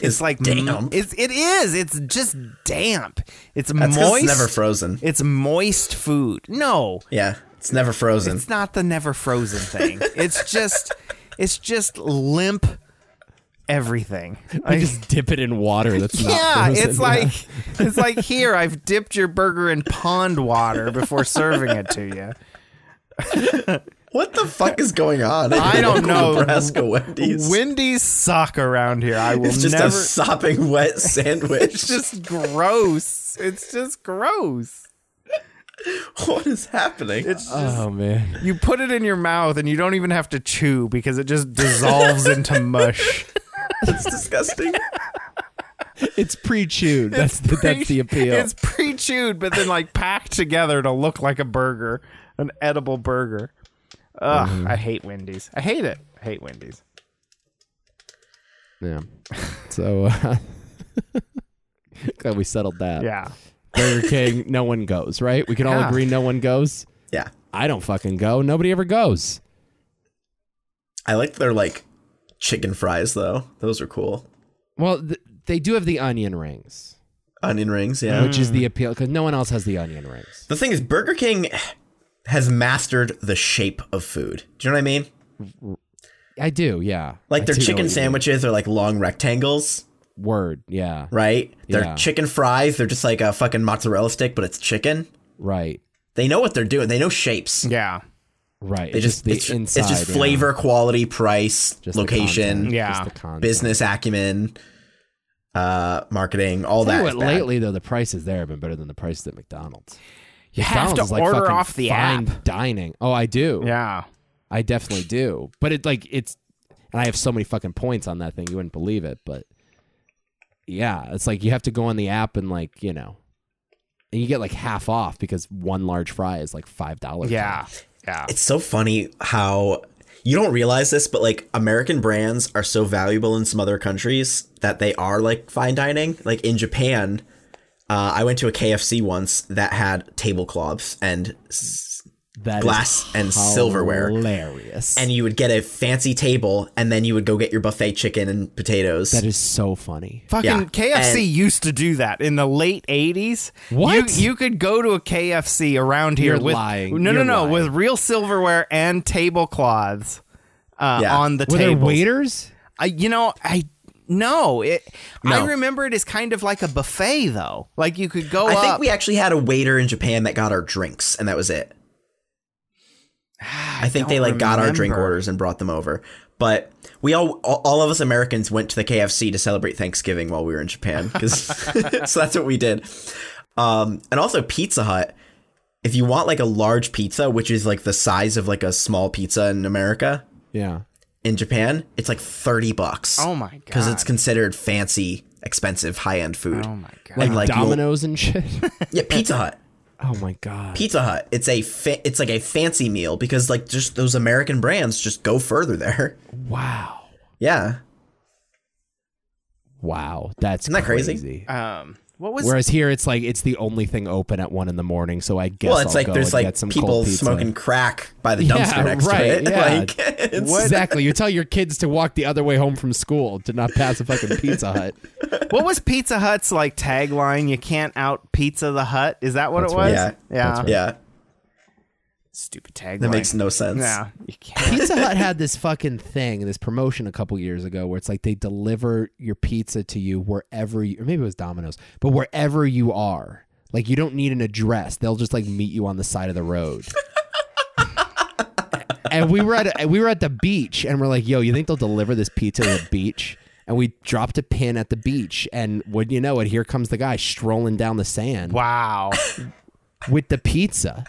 [SPEAKER 2] It's, like
[SPEAKER 4] damp.
[SPEAKER 2] It's it is. It's just damp. It's
[SPEAKER 4] That's 'cause
[SPEAKER 2] moist.
[SPEAKER 4] it's never frozen.
[SPEAKER 2] It's moist food. No,
[SPEAKER 4] yeah, it's never frozen.
[SPEAKER 2] it's not the never frozen thing. it's just it's just limp everything.
[SPEAKER 3] I
[SPEAKER 2] Like-
[SPEAKER 3] just dip it in water that's not
[SPEAKER 2] yeah,
[SPEAKER 3] frozen.
[SPEAKER 2] it's like it's like here I've dipped your burger in pond water before serving it to you.
[SPEAKER 4] what the fuck is going on? at
[SPEAKER 2] I don't
[SPEAKER 4] local
[SPEAKER 2] know.
[SPEAKER 4] Nebraska Wendy's.
[SPEAKER 2] Wendy's suck around here. I will
[SPEAKER 4] it's just
[SPEAKER 2] never.
[SPEAKER 4] a sopping wet sandwich.
[SPEAKER 2] it's just gross. It's just gross.
[SPEAKER 4] what is happening?
[SPEAKER 2] It's just,
[SPEAKER 3] Oh man.
[SPEAKER 2] you put it in your mouth and you don't even have to chew because it just dissolves into mush.
[SPEAKER 4] It's disgusting.
[SPEAKER 3] It's pre-chewed. That's the, that's the appeal.
[SPEAKER 2] It's pre-chewed, but then like packed together to look like a burger, an edible burger. Ugh,
[SPEAKER 4] Mm-hmm.
[SPEAKER 2] I hate Wendy's. I hate it. I hate Wendy's.
[SPEAKER 3] Yeah. So uh, glad we settled that.
[SPEAKER 2] Yeah.
[SPEAKER 3] Burger King, no one goes, right? We can all
[SPEAKER 2] Yeah.
[SPEAKER 3] agree no one goes.
[SPEAKER 4] Yeah.
[SPEAKER 3] I don't fucking go. Nobody ever goes.
[SPEAKER 4] I like their like chicken fries though. Those are cool.
[SPEAKER 3] Well, th- they do have the onion rings,
[SPEAKER 4] Onion rings, yeah.
[SPEAKER 3] which
[SPEAKER 2] Hmm.
[SPEAKER 3] is the appeal because no one else has the onion rings.
[SPEAKER 4] the thing is Burger King has mastered the shape of food. Do you know what I mean?
[SPEAKER 3] I do, yeah.
[SPEAKER 4] Like
[SPEAKER 3] I
[SPEAKER 4] their
[SPEAKER 3] do know what you
[SPEAKER 4] chicken
[SPEAKER 3] mean.
[SPEAKER 4] sandwiches are like long rectangles.
[SPEAKER 3] Word. Yeah.
[SPEAKER 4] right? They're
[SPEAKER 3] Yeah.
[SPEAKER 4] chicken fries. They're just like a fucking mozzarella stick, but it's chicken.
[SPEAKER 3] Right.
[SPEAKER 4] They know what they're doing. They know shapes.
[SPEAKER 2] Yeah.
[SPEAKER 3] Right.
[SPEAKER 4] They
[SPEAKER 3] It's
[SPEAKER 4] just,
[SPEAKER 3] the
[SPEAKER 4] it's,
[SPEAKER 3] inside,
[SPEAKER 4] it's just
[SPEAKER 3] yeah.
[SPEAKER 4] flavor, quality, price,
[SPEAKER 3] Just the
[SPEAKER 4] location,
[SPEAKER 3] content. Yeah. Just the content.
[SPEAKER 4] business acumen, uh, marketing, all
[SPEAKER 3] Tell you
[SPEAKER 4] that.
[SPEAKER 3] what,
[SPEAKER 4] is bad.
[SPEAKER 3] lately though, the prices there have been better than the prices at McDonald's.
[SPEAKER 2] You have to order
[SPEAKER 3] fucking
[SPEAKER 2] off the
[SPEAKER 3] fine dining. Oh, I do.
[SPEAKER 2] Yeah,
[SPEAKER 3] I definitely do. But it like it's, and I have so many fucking points on that thing. You wouldn't believe it. But yeah, it's like you have to go on the app and like you know, and you get like half off because one large fry is like five dollars.
[SPEAKER 2] Yeah, yeah.
[SPEAKER 4] It's so funny how you don't realize this, but like American brands are so valuable in some other countries that they are like fine dining. Like in Japan, uh, I went to a KFC once that had tablecloths and s-
[SPEAKER 3] That is
[SPEAKER 4] glass and silverware.
[SPEAKER 3] hilarious.
[SPEAKER 4] And you would get a fancy table, and then you would go get your buffet chicken and potatoes. That
[SPEAKER 3] is so funny.
[SPEAKER 2] Fucking KFC used to do that in the late '80s.
[SPEAKER 4] What?
[SPEAKER 2] You, you could go to a KFC around here
[SPEAKER 3] You're
[SPEAKER 2] with
[SPEAKER 3] lying.
[SPEAKER 2] no,
[SPEAKER 3] You're
[SPEAKER 2] no, no,
[SPEAKER 3] lying.
[SPEAKER 2] with real silverware and tablecloths uh,
[SPEAKER 3] Yeah.
[SPEAKER 2] on the
[SPEAKER 3] Were there
[SPEAKER 2] table.
[SPEAKER 3] waiters?
[SPEAKER 2] I, you know, I no. It.
[SPEAKER 4] No.
[SPEAKER 2] I remember it as kind of like a buffet, though. Like you could go.
[SPEAKER 4] I
[SPEAKER 2] up.
[SPEAKER 4] think we actually had a waiter in Japan that got our drinks, and that was it. I, think they
[SPEAKER 2] Ah, don't
[SPEAKER 4] like got our drink
[SPEAKER 2] remember.
[SPEAKER 4] orders and brought them over. But we all, all, all of us Americans went to the KFC to celebrate Thanksgiving while we were in Japan, 'cause- so that's what we did. Um, and also Pizza Hut. If you want like a large pizza, which is like the size of like a small pizza in America,
[SPEAKER 3] yeah,
[SPEAKER 4] in Japan it's like thirty bucks.
[SPEAKER 2] Oh my god!
[SPEAKER 4] Because it's considered fancy, expensive, high end food. Oh my god!
[SPEAKER 3] like, Domino's and shit.
[SPEAKER 4] yeah, Pizza Hut.
[SPEAKER 3] Oh my god.
[SPEAKER 4] Pizza Hut. It's a fa- it's like a fancy meal because like just those American brands just go further there.
[SPEAKER 3] Wow.
[SPEAKER 4] Yeah.
[SPEAKER 3] Wow, that's
[SPEAKER 4] Isn't that crazy?
[SPEAKER 2] Um, what was?
[SPEAKER 3] Whereas here, it's like it's the only thing open at one in the morning. So I guess
[SPEAKER 4] well, it's
[SPEAKER 3] I'll
[SPEAKER 4] like
[SPEAKER 3] go
[SPEAKER 4] there's
[SPEAKER 3] and
[SPEAKER 4] like
[SPEAKER 3] get some
[SPEAKER 4] people
[SPEAKER 3] cold pizza.
[SPEAKER 4] smoking crack by the dumpster
[SPEAKER 3] yeah,
[SPEAKER 4] next
[SPEAKER 3] right,
[SPEAKER 4] to it.
[SPEAKER 3] Yeah.
[SPEAKER 4] Like it's
[SPEAKER 3] exactly. You tell your kids to walk the other way home from school to not pass a fucking Pizza Hut.
[SPEAKER 2] what was Pizza Hut's like tagline? You can't out Pizza the Hut. Is that what
[SPEAKER 3] That's
[SPEAKER 2] it was?
[SPEAKER 3] right.
[SPEAKER 4] Yeah.
[SPEAKER 2] yeah,
[SPEAKER 4] That's right. Yeah.
[SPEAKER 2] Stupid tagline.
[SPEAKER 4] That makes no sense.
[SPEAKER 2] Yeah, you can't.
[SPEAKER 3] Pizza Hut had this fucking thing, this promotion a couple years ago, where it's like they deliver your pizza to you wherever, you, or maybe it was Domino's, but wherever you are. Like you don't need an address; they'll just like meet you on the side of the road. and we were at we were at the beach, and we're like, "Yo, you think they'll deliver this pizza to the beach?" And we dropped a pin at the beach, and would you know it? Here comes the guy strolling down the sand.
[SPEAKER 2] Wow,
[SPEAKER 3] with the pizza.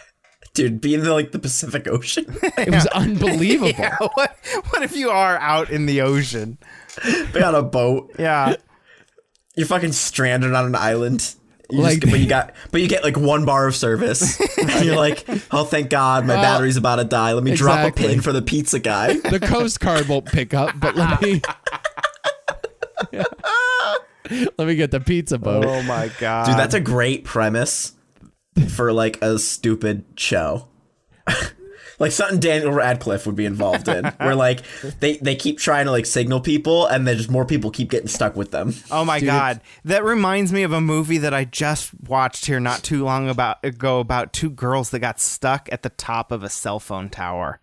[SPEAKER 4] Dude, being in like the Pacific Ocean.
[SPEAKER 3] It was unbelievable.
[SPEAKER 2] Yeah, what, what if you are out in the ocean?
[SPEAKER 4] They on a boat.
[SPEAKER 2] Yeah.
[SPEAKER 4] You're fucking stranded on an island. You
[SPEAKER 3] Like-
[SPEAKER 4] just, but you got but you get like one bar of service. and you're like, oh thank God, my
[SPEAKER 3] Well,
[SPEAKER 4] battery's about to die. Let me drop a
[SPEAKER 3] exactly.
[SPEAKER 4] pin for the pizza guy.
[SPEAKER 3] the Coast Guard won't pick up, but let me let me get the pizza boat.
[SPEAKER 2] Oh my god,
[SPEAKER 4] Dude, that's a great premise for like a stupid show. like something Daniel Radcliffe would be involved in, where like they they keep trying to like signal people, and then just more people keep getting stuck with them.
[SPEAKER 2] Oh my god, that reminds me of a movie that I just watched here not too long about ago about two girls that got stuck at the top of a cell phone tower.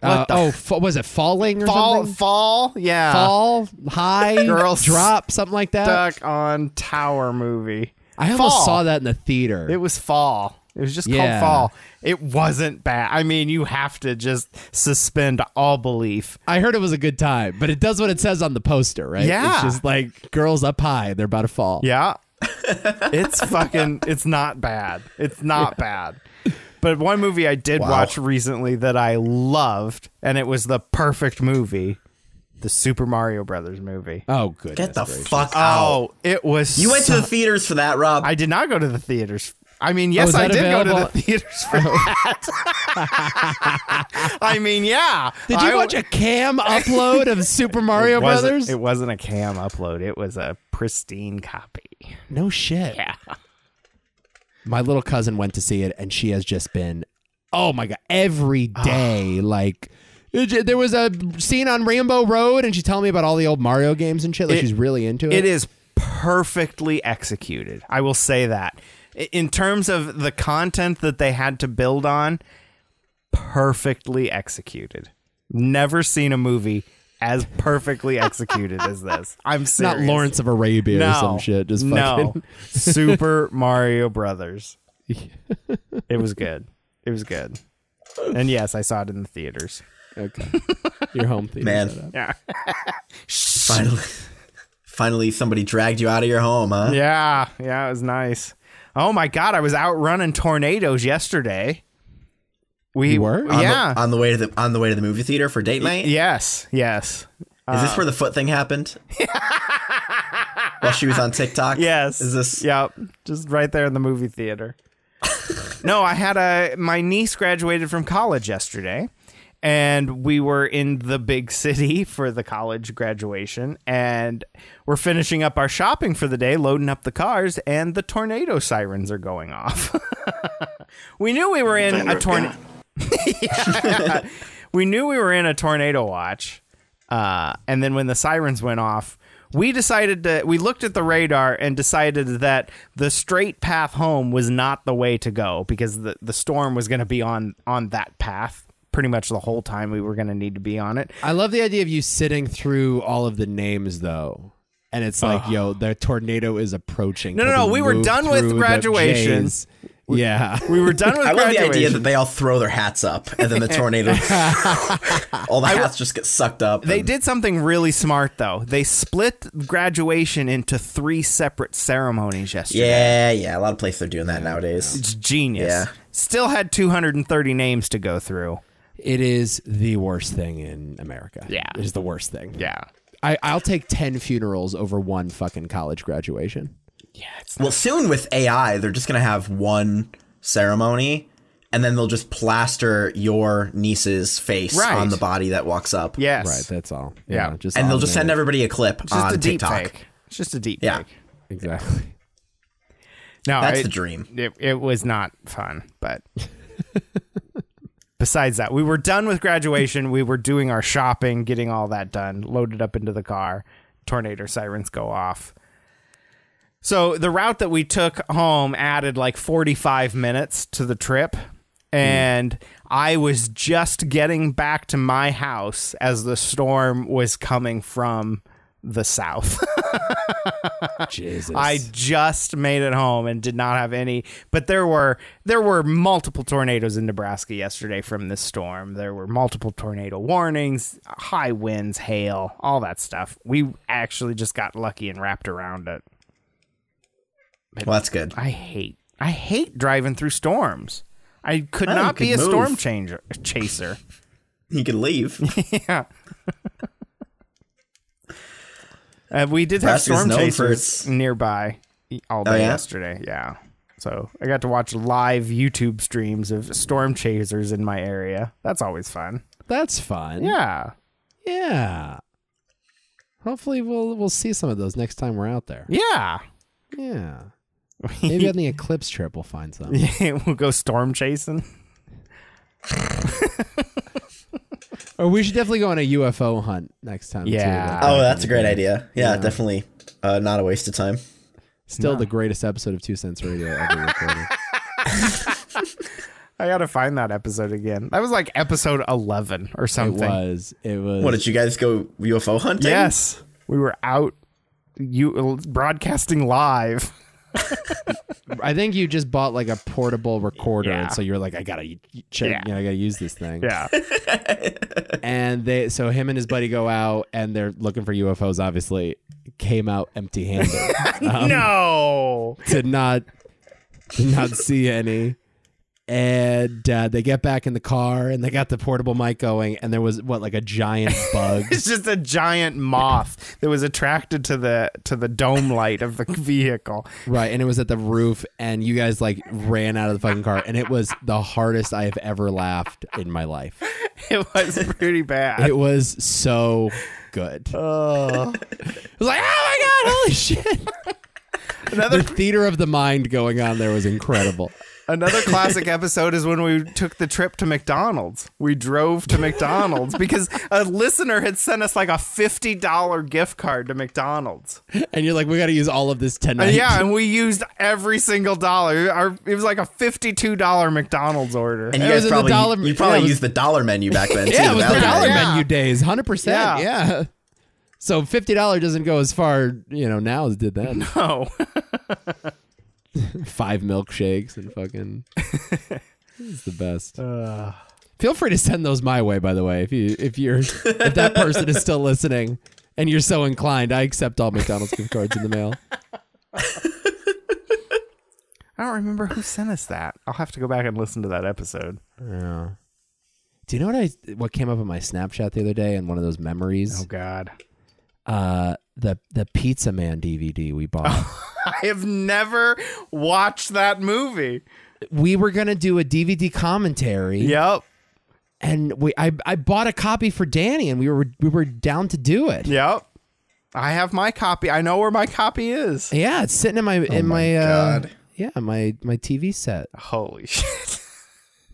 [SPEAKER 2] What
[SPEAKER 3] Uh,
[SPEAKER 2] the
[SPEAKER 3] oh, fa- was it falling or
[SPEAKER 2] fall?
[SPEAKER 3] something?
[SPEAKER 2] Fall, yeah,
[SPEAKER 3] Fall, high,
[SPEAKER 2] Girls
[SPEAKER 3] drop, something like that.
[SPEAKER 2] stuck on tower movie.
[SPEAKER 3] I almost
[SPEAKER 2] Fall.
[SPEAKER 3] saw that in the theater.
[SPEAKER 2] It was fall. It was just
[SPEAKER 3] Yeah.
[SPEAKER 2] called fall. It wasn't bad. I mean, you have to just suspend all belief.
[SPEAKER 3] I heard it was a good time, but it does what it says on the poster, right?
[SPEAKER 2] Yeah.
[SPEAKER 3] It's just like girls up high, they're about to fall.
[SPEAKER 2] Yeah. it's fucking it's not bad. It's not bad. But one movie I did
[SPEAKER 3] Wow.
[SPEAKER 2] watch recently that I loved and it was the perfect movie, the Super Mario Brothers movie.
[SPEAKER 3] Oh good.
[SPEAKER 4] Get the
[SPEAKER 2] gracious.
[SPEAKER 4] fuck
[SPEAKER 2] Oh,
[SPEAKER 4] out!
[SPEAKER 2] it was
[SPEAKER 4] You went to
[SPEAKER 2] so-
[SPEAKER 4] the theaters for that, Rob.
[SPEAKER 2] I did not go to the theaters. I mean,
[SPEAKER 3] Oh,
[SPEAKER 2] yes,
[SPEAKER 3] is
[SPEAKER 2] I
[SPEAKER 3] that
[SPEAKER 2] did go
[SPEAKER 3] available? Oh.
[SPEAKER 2] to the theaters for that. I mean, yeah.
[SPEAKER 3] Did
[SPEAKER 2] I
[SPEAKER 3] you
[SPEAKER 2] w-
[SPEAKER 3] watch a cam upload of Super Mario
[SPEAKER 2] it wasn't-
[SPEAKER 3] Brothers?
[SPEAKER 2] It wasn't a cam upload. It was a pristine copy.
[SPEAKER 3] No shit.
[SPEAKER 2] Yeah.
[SPEAKER 3] My little cousin went to see it, and she has just been, oh my god, every
[SPEAKER 2] Ah.
[SPEAKER 3] day. like, it j- there was a scene on Rainbow Road, and she's telling me about all the old Mario games and shit. Like,
[SPEAKER 2] It-
[SPEAKER 3] she's really into it.
[SPEAKER 2] It is perfectly executed. I will say that. I- In terms of the content that they had to build on, perfectly executed. Never seen a movie as perfectly executed as this. I'm serious.
[SPEAKER 3] Not Lawrence of Arabia
[SPEAKER 2] no,
[SPEAKER 3] or some shit. Just
[SPEAKER 2] no.
[SPEAKER 3] fucking
[SPEAKER 2] Super Mario Brothers. It was good. It was good. And yes, I saw it in the theaters.
[SPEAKER 3] Okay. Your home theater.
[SPEAKER 4] Man.
[SPEAKER 2] Yeah.
[SPEAKER 4] Finally, finally, somebody dragged you out of your home, huh?
[SPEAKER 2] Yeah, yeah, it was nice. Oh my god, I was out running tornadoes yesterday. We
[SPEAKER 4] You
[SPEAKER 2] were,
[SPEAKER 4] On the-
[SPEAKER 2] yeah,
[SPEAKER 4] on the way to the on the way to the movie theater for date night.
[SPEAKER 2] Yes, yes.
[SPEAKER 4] Is
[SPEAKER 2] Uh,
[SPEAKER 4] this where the foot thing happened? While she was on TikTok.
[SPEAKER 2] Yes.
[SPEAKER 4] Is this?
[SPEAKER 2] Yep. Just right there in the movie theater. no, I had a my niece graduated from college yesterday and we were in the big city for the college graduation and we're finishing up our shopping for the day, loading up the cars and the tornado sirens are going off. we knew we were in a tornado we knew we were in a tornado watch. Uh, and then when the sirens went off, we decided to, we looked at the radar and decided that the straight path home was not the way to go because the, the storm was going to be on, on that path pretty much the whole time we were going to need to be on it.
[SPEAKER 3] I love the idea of you sitting through all of the names though. And it's like, yo, the tornado is approaching.
[SPEAKER 2] No, no, no.
[SPEAKER 3] Probably
[SPEAKER 2] We were
[SPEAKER 3] move
[SPEAKER 2] done with
[SPEAKER 3] through the
[SPEAKER 2] graduation.
[SPEAKER 3] J's. Yeah.
[SPEAKER 2] We were done with
[SPEAKER 4] I love the idea
[SPEAKER 2] graduation.
[SPEAKER 4] that they all throw their hats up and then the tornado, all the hats just get sucked up.
[SPEAKER 2] They
[SPEAKER 4] and-
[SPEAKER 2] did something really smart though. They split graduation into three separate ceremonies yesterday.
[SPEAKER 4] Yeah, yeah. A lot of places are doing that nowadays.
[SPEAKER 2] It's genius.
[SPEAKER 4] Yeah.
[SPEAKER 2] Still had 230 names to go through.
[SPEAKER 3] It is the worst thing in America.
[SPEAKER 2] Yeah.
[SPEAKER 3] It is the worst thing.
[SPEAKER 2] Yeah.
[SPEAKER 3] I, I'll take 10 funerals over one fucking college graduation.
[SPEAKER 4] Well, soon with AI, they're just going to have one ceremony and then they'll just plaster your niece's face
[SPEAKER 2] Right.
[SPEAKER 4] on the body that walks up.
[SPEAKER 2] Yes.
[SPEAKER 3] Right. That's all.
[SPEAKER 2] Yeah.
[SPEAKER 3] just
[SPEAKER 4] and they'll just send
[SPEAKER 3] automated.
[SPEAKER 4] everybody a clip
[SPEAKER 2] It's just
[SPEAKER 4] on
[SPEAKER 2] a deep
[SPEAKER 4] TikTok.
[SPEAKER 2] fake. It's just a deep
[SPEAKER 4] Yeah.
[SPEAKER 2] fake.
[SPEAKER 3] Exactly.
[SPEAKER 2] No,
[SPEAKER 4] That's
[SPEAKER 2] it-
[SPEAKER 4] the dream.
[SPEAKER 2] It, it was not fun, but besides that, we were done with graduation. We were doing our shopping, getting all that done, loaded up into the car. Tornado sirens go off. So the route that we took home added like 45 minutes to the trip. And I was just getting back to my house as the storm was coming from the south.
[SPEAKER 3] Jesus.
[SPEAKER 2] I just made it home and did not have any, but there were there were multiple tornadoes in Nebraska yesterday from this storm. There were multiple tornado warnings, high winds, hail, all that stuff. We actually just got lucky and wrapped around it.
[SPEAKER 4] Well, that's good.
[SPEAKER 2] I hate I hate driving through storms. I could
[SPEAKER 4] Well, you
[SPEAKER 2] not be a
[SPEAKER 4] could
[SPEAKER 2] storm
[SPEAKER 4] move.
[SPEAKER 2] changer chaser.
[SPEAKER 4] You can leave.
[SPEAKER 2] yeah. Uh, we did have
[SPEAKER 4] Nebraska's
[SPEAKER 2] storm
[SPEAKER 4] known for
[SPEAKER 2] chasers
[SPEAKER 4] its-
[SPEAKER 2] nearby e- all day
[SPEAKER 4] Oh, yeah?
[SPEAKER 2] yesterday. Yeah. So I got to watch live YouTube streams of storm chasers in my area. That's always fun.
[SPEAKER 3] That's fun.
[SPEAKER 2] Yeah.
[SPEAKER 3] Yeah. Hopefully we'll we'll see some of those next time we're out there.
[SPEAKER 2] Yeah.
[SPEAKER 3] Yeah. Maybe on the eclipse trip we'll find some.
[SPEAKER 2] we'll go storm chasing.
[SPEAKER 3] Or we should definitely go on a UFO hunt next time. too.
[SPEAKER 2] Yeah.
[SPEAKER 3] Like,
[SPEAKER 4] Oh, that's a great idea. Yeah,
[SPEAKER 3] Yeah.
[SPEAKER 4] definitely uh, not a waste of time.
[SPEAKER 3] Still the greatest episode of Two Cents Radio ever recorded.
[SPEAKER 2] I got to find that episode again. That was like episode 11 or
[SPEAKER 3] it
[SPEAKER 2] something.
[SPEAKER 3] was. It was.
[SPEAKER 4] What did you guys go UFO hunting?
[SPEAKER 2] Yes. We were out you broadcasting live.
[SPEAKER 3] I think you just bought like a portable recorder,
[SPEAKER 2] Yeah.
[SPEAKER 3] and so you're like, I gotta y- y- check.
[SPEAKER 2] Yeah.
[SPEAKER 3] You know, I gotta use this thing.
[SPEAKER 2] Yeah.
[SPEAKER 3] And they, so him and his buddy go out, and they're looking for UFOs. Obviously, came out empty-handed. Um,
[SPEAKER 2] no.
[SPEAKER 3] did not did not see any and uh, they get back in the car and they got the portable mic going and there was what like a giant bug
[SPEAKER 2] It's just a giant moth that was attracted to the to the dome light of the vehicle.
[SPEAKER 3] right and it was at the roof and you guys like ran out of the fucking car and it was the hardest i have ever laughed in my life
[SPEAKER 2] It was pretty bad.
[SPEAKER 3] it was so good it
[SPEAKER 2] Oh.
[SPEAKER 3] was like oh my god holy shit
[SPEAKER 2] Another
[SPEAKER 3] the theater of the mind going on there was incredible
[SPEAKER 2] Another classic episode is when we took the trip to McDonald's. We drove to McDonald's because a listener had sent us like a $50 gift card to McDonald's.
[SPEAKER 3] And you're like, we got to use all of this tonight.
[SPEAKER 2] And Uh, yeah, and we used every single dollar. Our, it was like a fifty-two dollar McDonald's order.
[SPEAKER 4] And you guys probably you probably used the dollar menu back then.
[SPEAKER 3] yeah,
[SPEAKER 4] too,
[SPEAKER 3] it was the
[SPEAKER 4] value
[SPEAKER 3] dollar
[SPEAKER 4] menu.
[SPEAKER 3] menu days, hundred percent.
[SPEAKER 2] Yeah.
[SPEAKER 3] Yeah. So fifty dollar doesn't go as far, you know, now as it did then.
[SPEAKER 2] No.
[SPEAKER 3] Five milkshakes and fucking. it's the best. Feel free to send those my way, by the way, if you if you're if that person is still listening and you're so inclined. I accept all McDonald's gift cards in the mail.
[SPEAKER 2] I don't remember who sent us that. I'll have to go back and listen to that episode.
[SPEAKER 3] Yeah. Do you know what I what came up on my Snapchat the other day in one of those memories? Oh
[SPEAKER 2] God.
[SPEAKER 3] Uh, the the Pizza Man DVD we bought.
[SPEAKER 2] I have never watched that movie.
[SPEAKER 3] we were gonna do a DVD commentary.
[SPEAKER 2] Yep.
[SPEAKER 3] And we I I bought a copy for Danny, and we were we were down to do it.
[SPEAKER 2] Yep. I have my copy. I know where my copy is.
[SPEAKER 3] Yeah, it's sitting in my in my, uh, yeah my my TV set.
[SPEAKER 2] Holy shit!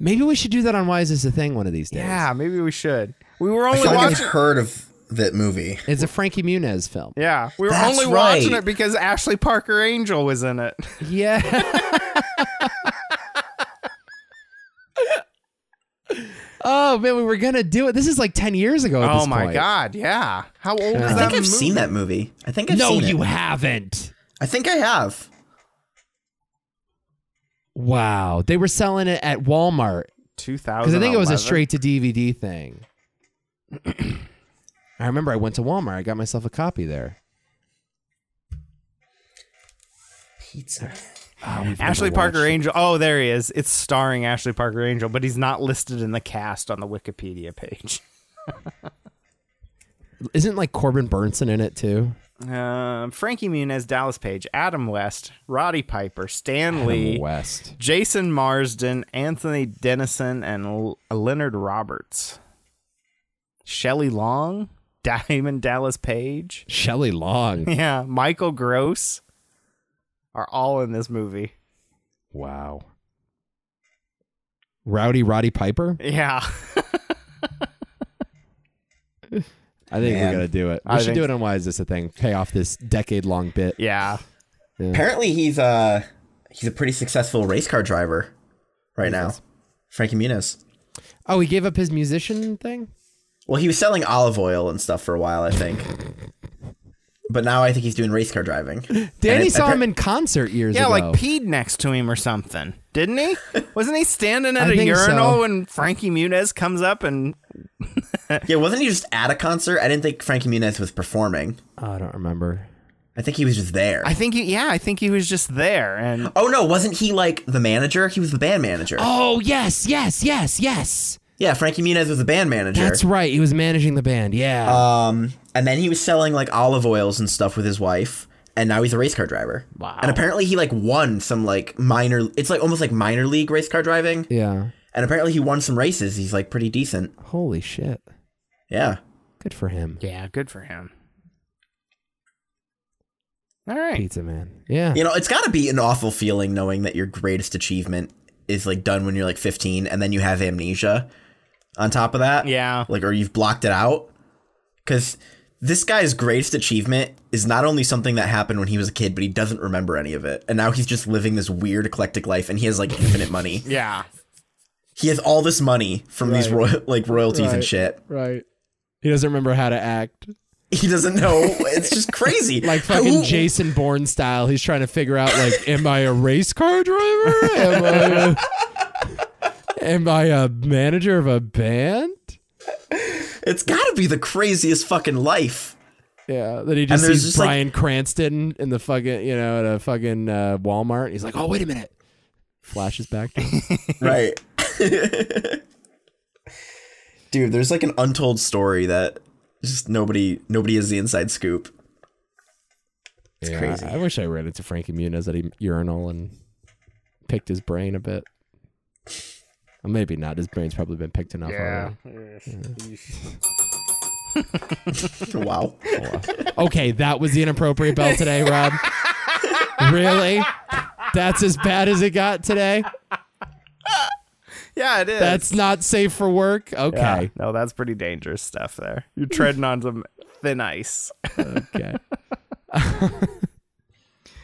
[SPEAKER 3] Maybe we should do that on Why Is This a Thing one of these days.
[SPEAKER 2] Yeah, maybe we should. We were
[SPEAKER 4] I
[SPEAKER 2] only
[SPEAKER 4] feel like I've
[SPEAKER 2] watching.
[SPEAKER 4] heard of that movie.
[SPEAKER 3] It's a Frankie Muniz film.
[SPEAKER 2] Yeah, we were
[SPEAKER 4] That's
[SPEAKER 2] only watching
[SPEAKER 4] right.
[SPEAKER 2] it because Ashley Parker Angel was in it.
[SPEAKER 3] Yeah. oh man, we were gonna do it. This is like ten years ago. At
[SPEAKER 2] oh
[SPEAKER 3] this
[SPEAKER 2] my
[SPEAKER 3] point.
[SPEAKER 2] god! Yeah. How old
[SPEAKER 4] I
[SPEAKER 2] is that?
[SPEAKER 4] think I've
[SPEAKER 2] movie?
[SPEAKER 4] seen that movie. I think I've
[SPEAKER 3] No,
[SPEAKER 4] seen it.
[SPEAKER 3] you haven't.
[SPEAKER 4] I think I have.
[SPEAKER 3] Wow, they were selling it at Walmart because I think it was a
[SPEAKER 2] 2011.
[SPEAKER 3] straight to DVD thing. I remember I went to Walmart. I got myself a copy there.
[SPEAKER 4] Pizza.
[SPEAKER 3] Oh,
[SPEAKER 2] Ashley Parker Angel. Oh, there he is. It's starring Ashley Parker Angel, but he's not listed in the cast on the Wikipedia page.
[SPEAKER 3] Isn't like Corbin Burnson in it too?
[SPEAKER 2] Um, Frankie Muniz, Dallas Page, Adam West, Roddy Piper, Stan Lee,
[SPEAKER 3] West,
[SPEAKER 2] Jason Marsden, Anthony Dennison, and L- Leonard Roberts. Shelley Long, Diamond Dallas Page,
[SPEAKER 3] Shelley Long.
[SPEAKER 2] yeah, Michael Gross are all in this movie.
[SPEAKER 3] Wow. Rowdy Roddy Piper.
[SPEAKER 2] Yeah.
[SPEAKER 3] I think
[SPEAKER 4] Man.
[SPEAKER 3] we gotta do it. We
[SPEAKER 4] I
[SPEAKER 3] should
[SPEAKER 4] think
[SPEAKER 3] do it
[SPEAKER 4] so.
[SPEAKER 3] on Why Is This a Thing? Pay off this decade long bit.
[SPEAKER 2] Yeah.
[SPEAKER 4] Apparently he's uh he's a pretty successful race car driver right now. Frankie Muniz.
[SPEAKER 3] Oh, he gave up his musician thing?
[SPEAKER 4] Well, he was selling olive oil and stuff for a while, I think. but now I think he's doing race car driving.
[SPEAKER 3] Danny saw him in concert years
[SPEAKER 2] yeah,
[SPEAKER 3] ago.
[SPEAKER 2] like peed next to him or something, didn't he? Wasn't he standing at
[SPEAKER 3] I
[SPEAKER 2] a
[SPEAKER 3] think so.
[SPEAKER 2] urinal when Frankie Muniz comes up and
[SPEAKER 4] yeah, wasn't he just at a concert? I didn't think Frankie Muniz was performing.
[SPEAKER 3] Oh, I don't remember.
[SPEAKER 4] I think he was just there.
[SPEAKER 2] I think he, yeah, I think he was just there and
[SPEAKER 4] oh no, wasn't he like the manager? He was the band manager.
[SPEAKER 3] Oh yes, yes, yes, yes.
[SPEAKER 4] Yeah, Frankie Muniz was the band manager.
[SPEAKER 3] That's right. He was managing the band. Yeah.
[SPEAKER 4] Um, and then he was selling like olive oils and stuff with his wife, and now he's a race car driver. Wow. And apparently he like won some like minor. It's like almost like minor league race car driving.
[SPEAKER 3] yeah.
[SPEAKER 4] And apparently he won some races. He's like pretty decent.
[SPEAKER 3] Holy shit.
[SPEAKER 4] Yeah.
[SPEAKER 3] Good for him.
[SPEAKER 2] yeah, good for him. All right.
[SPEAKER 3] Pizza man. Yeah.
[SPEAKER 4] You know, it's got to be an awful feeling knowing that your greatest achievement is like done when you're like 15, and then you have amnesia on top of that.
[SPEAKER 2] Yeah.
[SPEAKER 4] Like, or you've blocked it out. Because this guy's greatest achievement is not only something that happened when he was a kid, but he doesn't remember any of it. And now he's just living this weird eclectic life, and he has like infinite money.
[SPEAKER 2] Yeah.
[SPEAKER 4] He has all this money from these
[SPEAKER 3] Right.
[SPEAKER 4] royal like royalties and
[SPEAKER 3] Right.
[SPEAKER 4] shit.
[SPEAKER 3] Right. He doesn't remember how to act.
[SPEAKER 4] He doesn't know. It's just crazy.
[SPEAKER 3] Like fucking Jason Bourne style. He's trying to figure out like, am I a race car driver? Am I a, am I a manager of a band?
[SPEAKER 4] It's got to be the craziest fucking life.
[SPEAKER 3] Yeah, that he just
[SPEAKER 4] there's
[SPEAKER 3] sees
[SPEAKER 4] just, like-
[SPEAKER 3] Brian Cranston in the fucking, you know, at a fucking uh, Walmart. and He's like, oh, wait a minute. Flashes back. To him.
[SPEAKER 4] right dude there's like an untold story that just nobody nobody has the inside scoop
[SPEAKER 3] it's
[SPEAKER 4] crazy.
[SPEAKER 3] I, wish I ran into Frankie Muniz at a urinal and picked his brain a bit. Well, maybe not. His brain's probably been picked enough
[SPEAKER 2] Yeah.
[SPEAKER 4] wow
[SPEAKER 3] already. Okay, that was the inappropriate bell today, Rob. really? That's as bad as it got today?
[SPEAKER 2] Yeah, it is.
[SPEAKER 3] That's not safe for work. Okay.
[SPEAKER 2] Yeah. No, that's pretty dangerous stuff there. You're treading on some thin ice.
[SPEAKER 3] okay.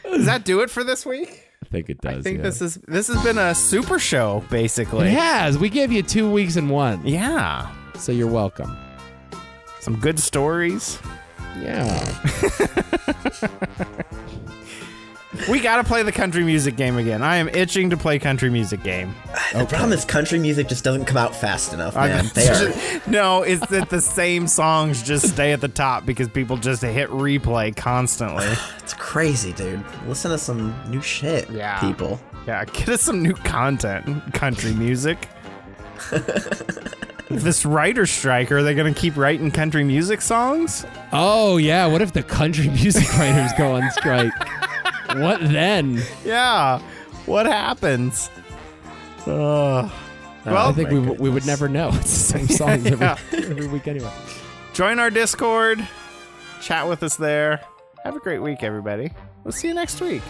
[SPEAKER 2] Does that do it for this week?
[SPEAKER 3] I think it does.
[SPEAKER 2] I think
[SPEAKER 3] yeah.
[SPEAKER 2] this is this has been a super show, basically.
[SPEAKER 3] It has. We gave you two weeks in one.
[SPEAKER 2] Yeah.
[SPEAKER 3] So you're welcome.
[SPEAKER 2] Some good stories.
[SPEAKER 3] Yeah.
[SPEAKER 2] We gotta play the country music game again. I am itching to play country music game.
[SPEAKER 4] The problem is country music just doesn't come out fast enough,
[SPEAKER 2] I-
[SPEAKER 4] man. They are
[SPEAKER 2] no, it's that the same songs just stay at the top because people just hit replay constantly.
[SPEAKER 4] it's crazy, dude. Listen to some new shit,
[SPEAKER 2] Yeah.
[SPEAKER 4] people.
[SPEAKER 2] Yeah, get us some new content, country music. this writer strike, are they going to keep writing country music songs?
[SPEAKER 3] Oh yeah. What if the country music writers go on strike? what then?
[SPEAKER 2] Yeah. What happens? Ugh.
[SPEAKER 3] Uh,
[SPEAKER 2] well,
[SPEAKER 3] I think we, we would never know. It's the same songs every,
[SPEAKER 2] Yeah.
[SPEAKER 3] every week anyway.
[SPEAKER 2] join our Discord, chat with us there. Have a great week, everybody. We'll see you next week.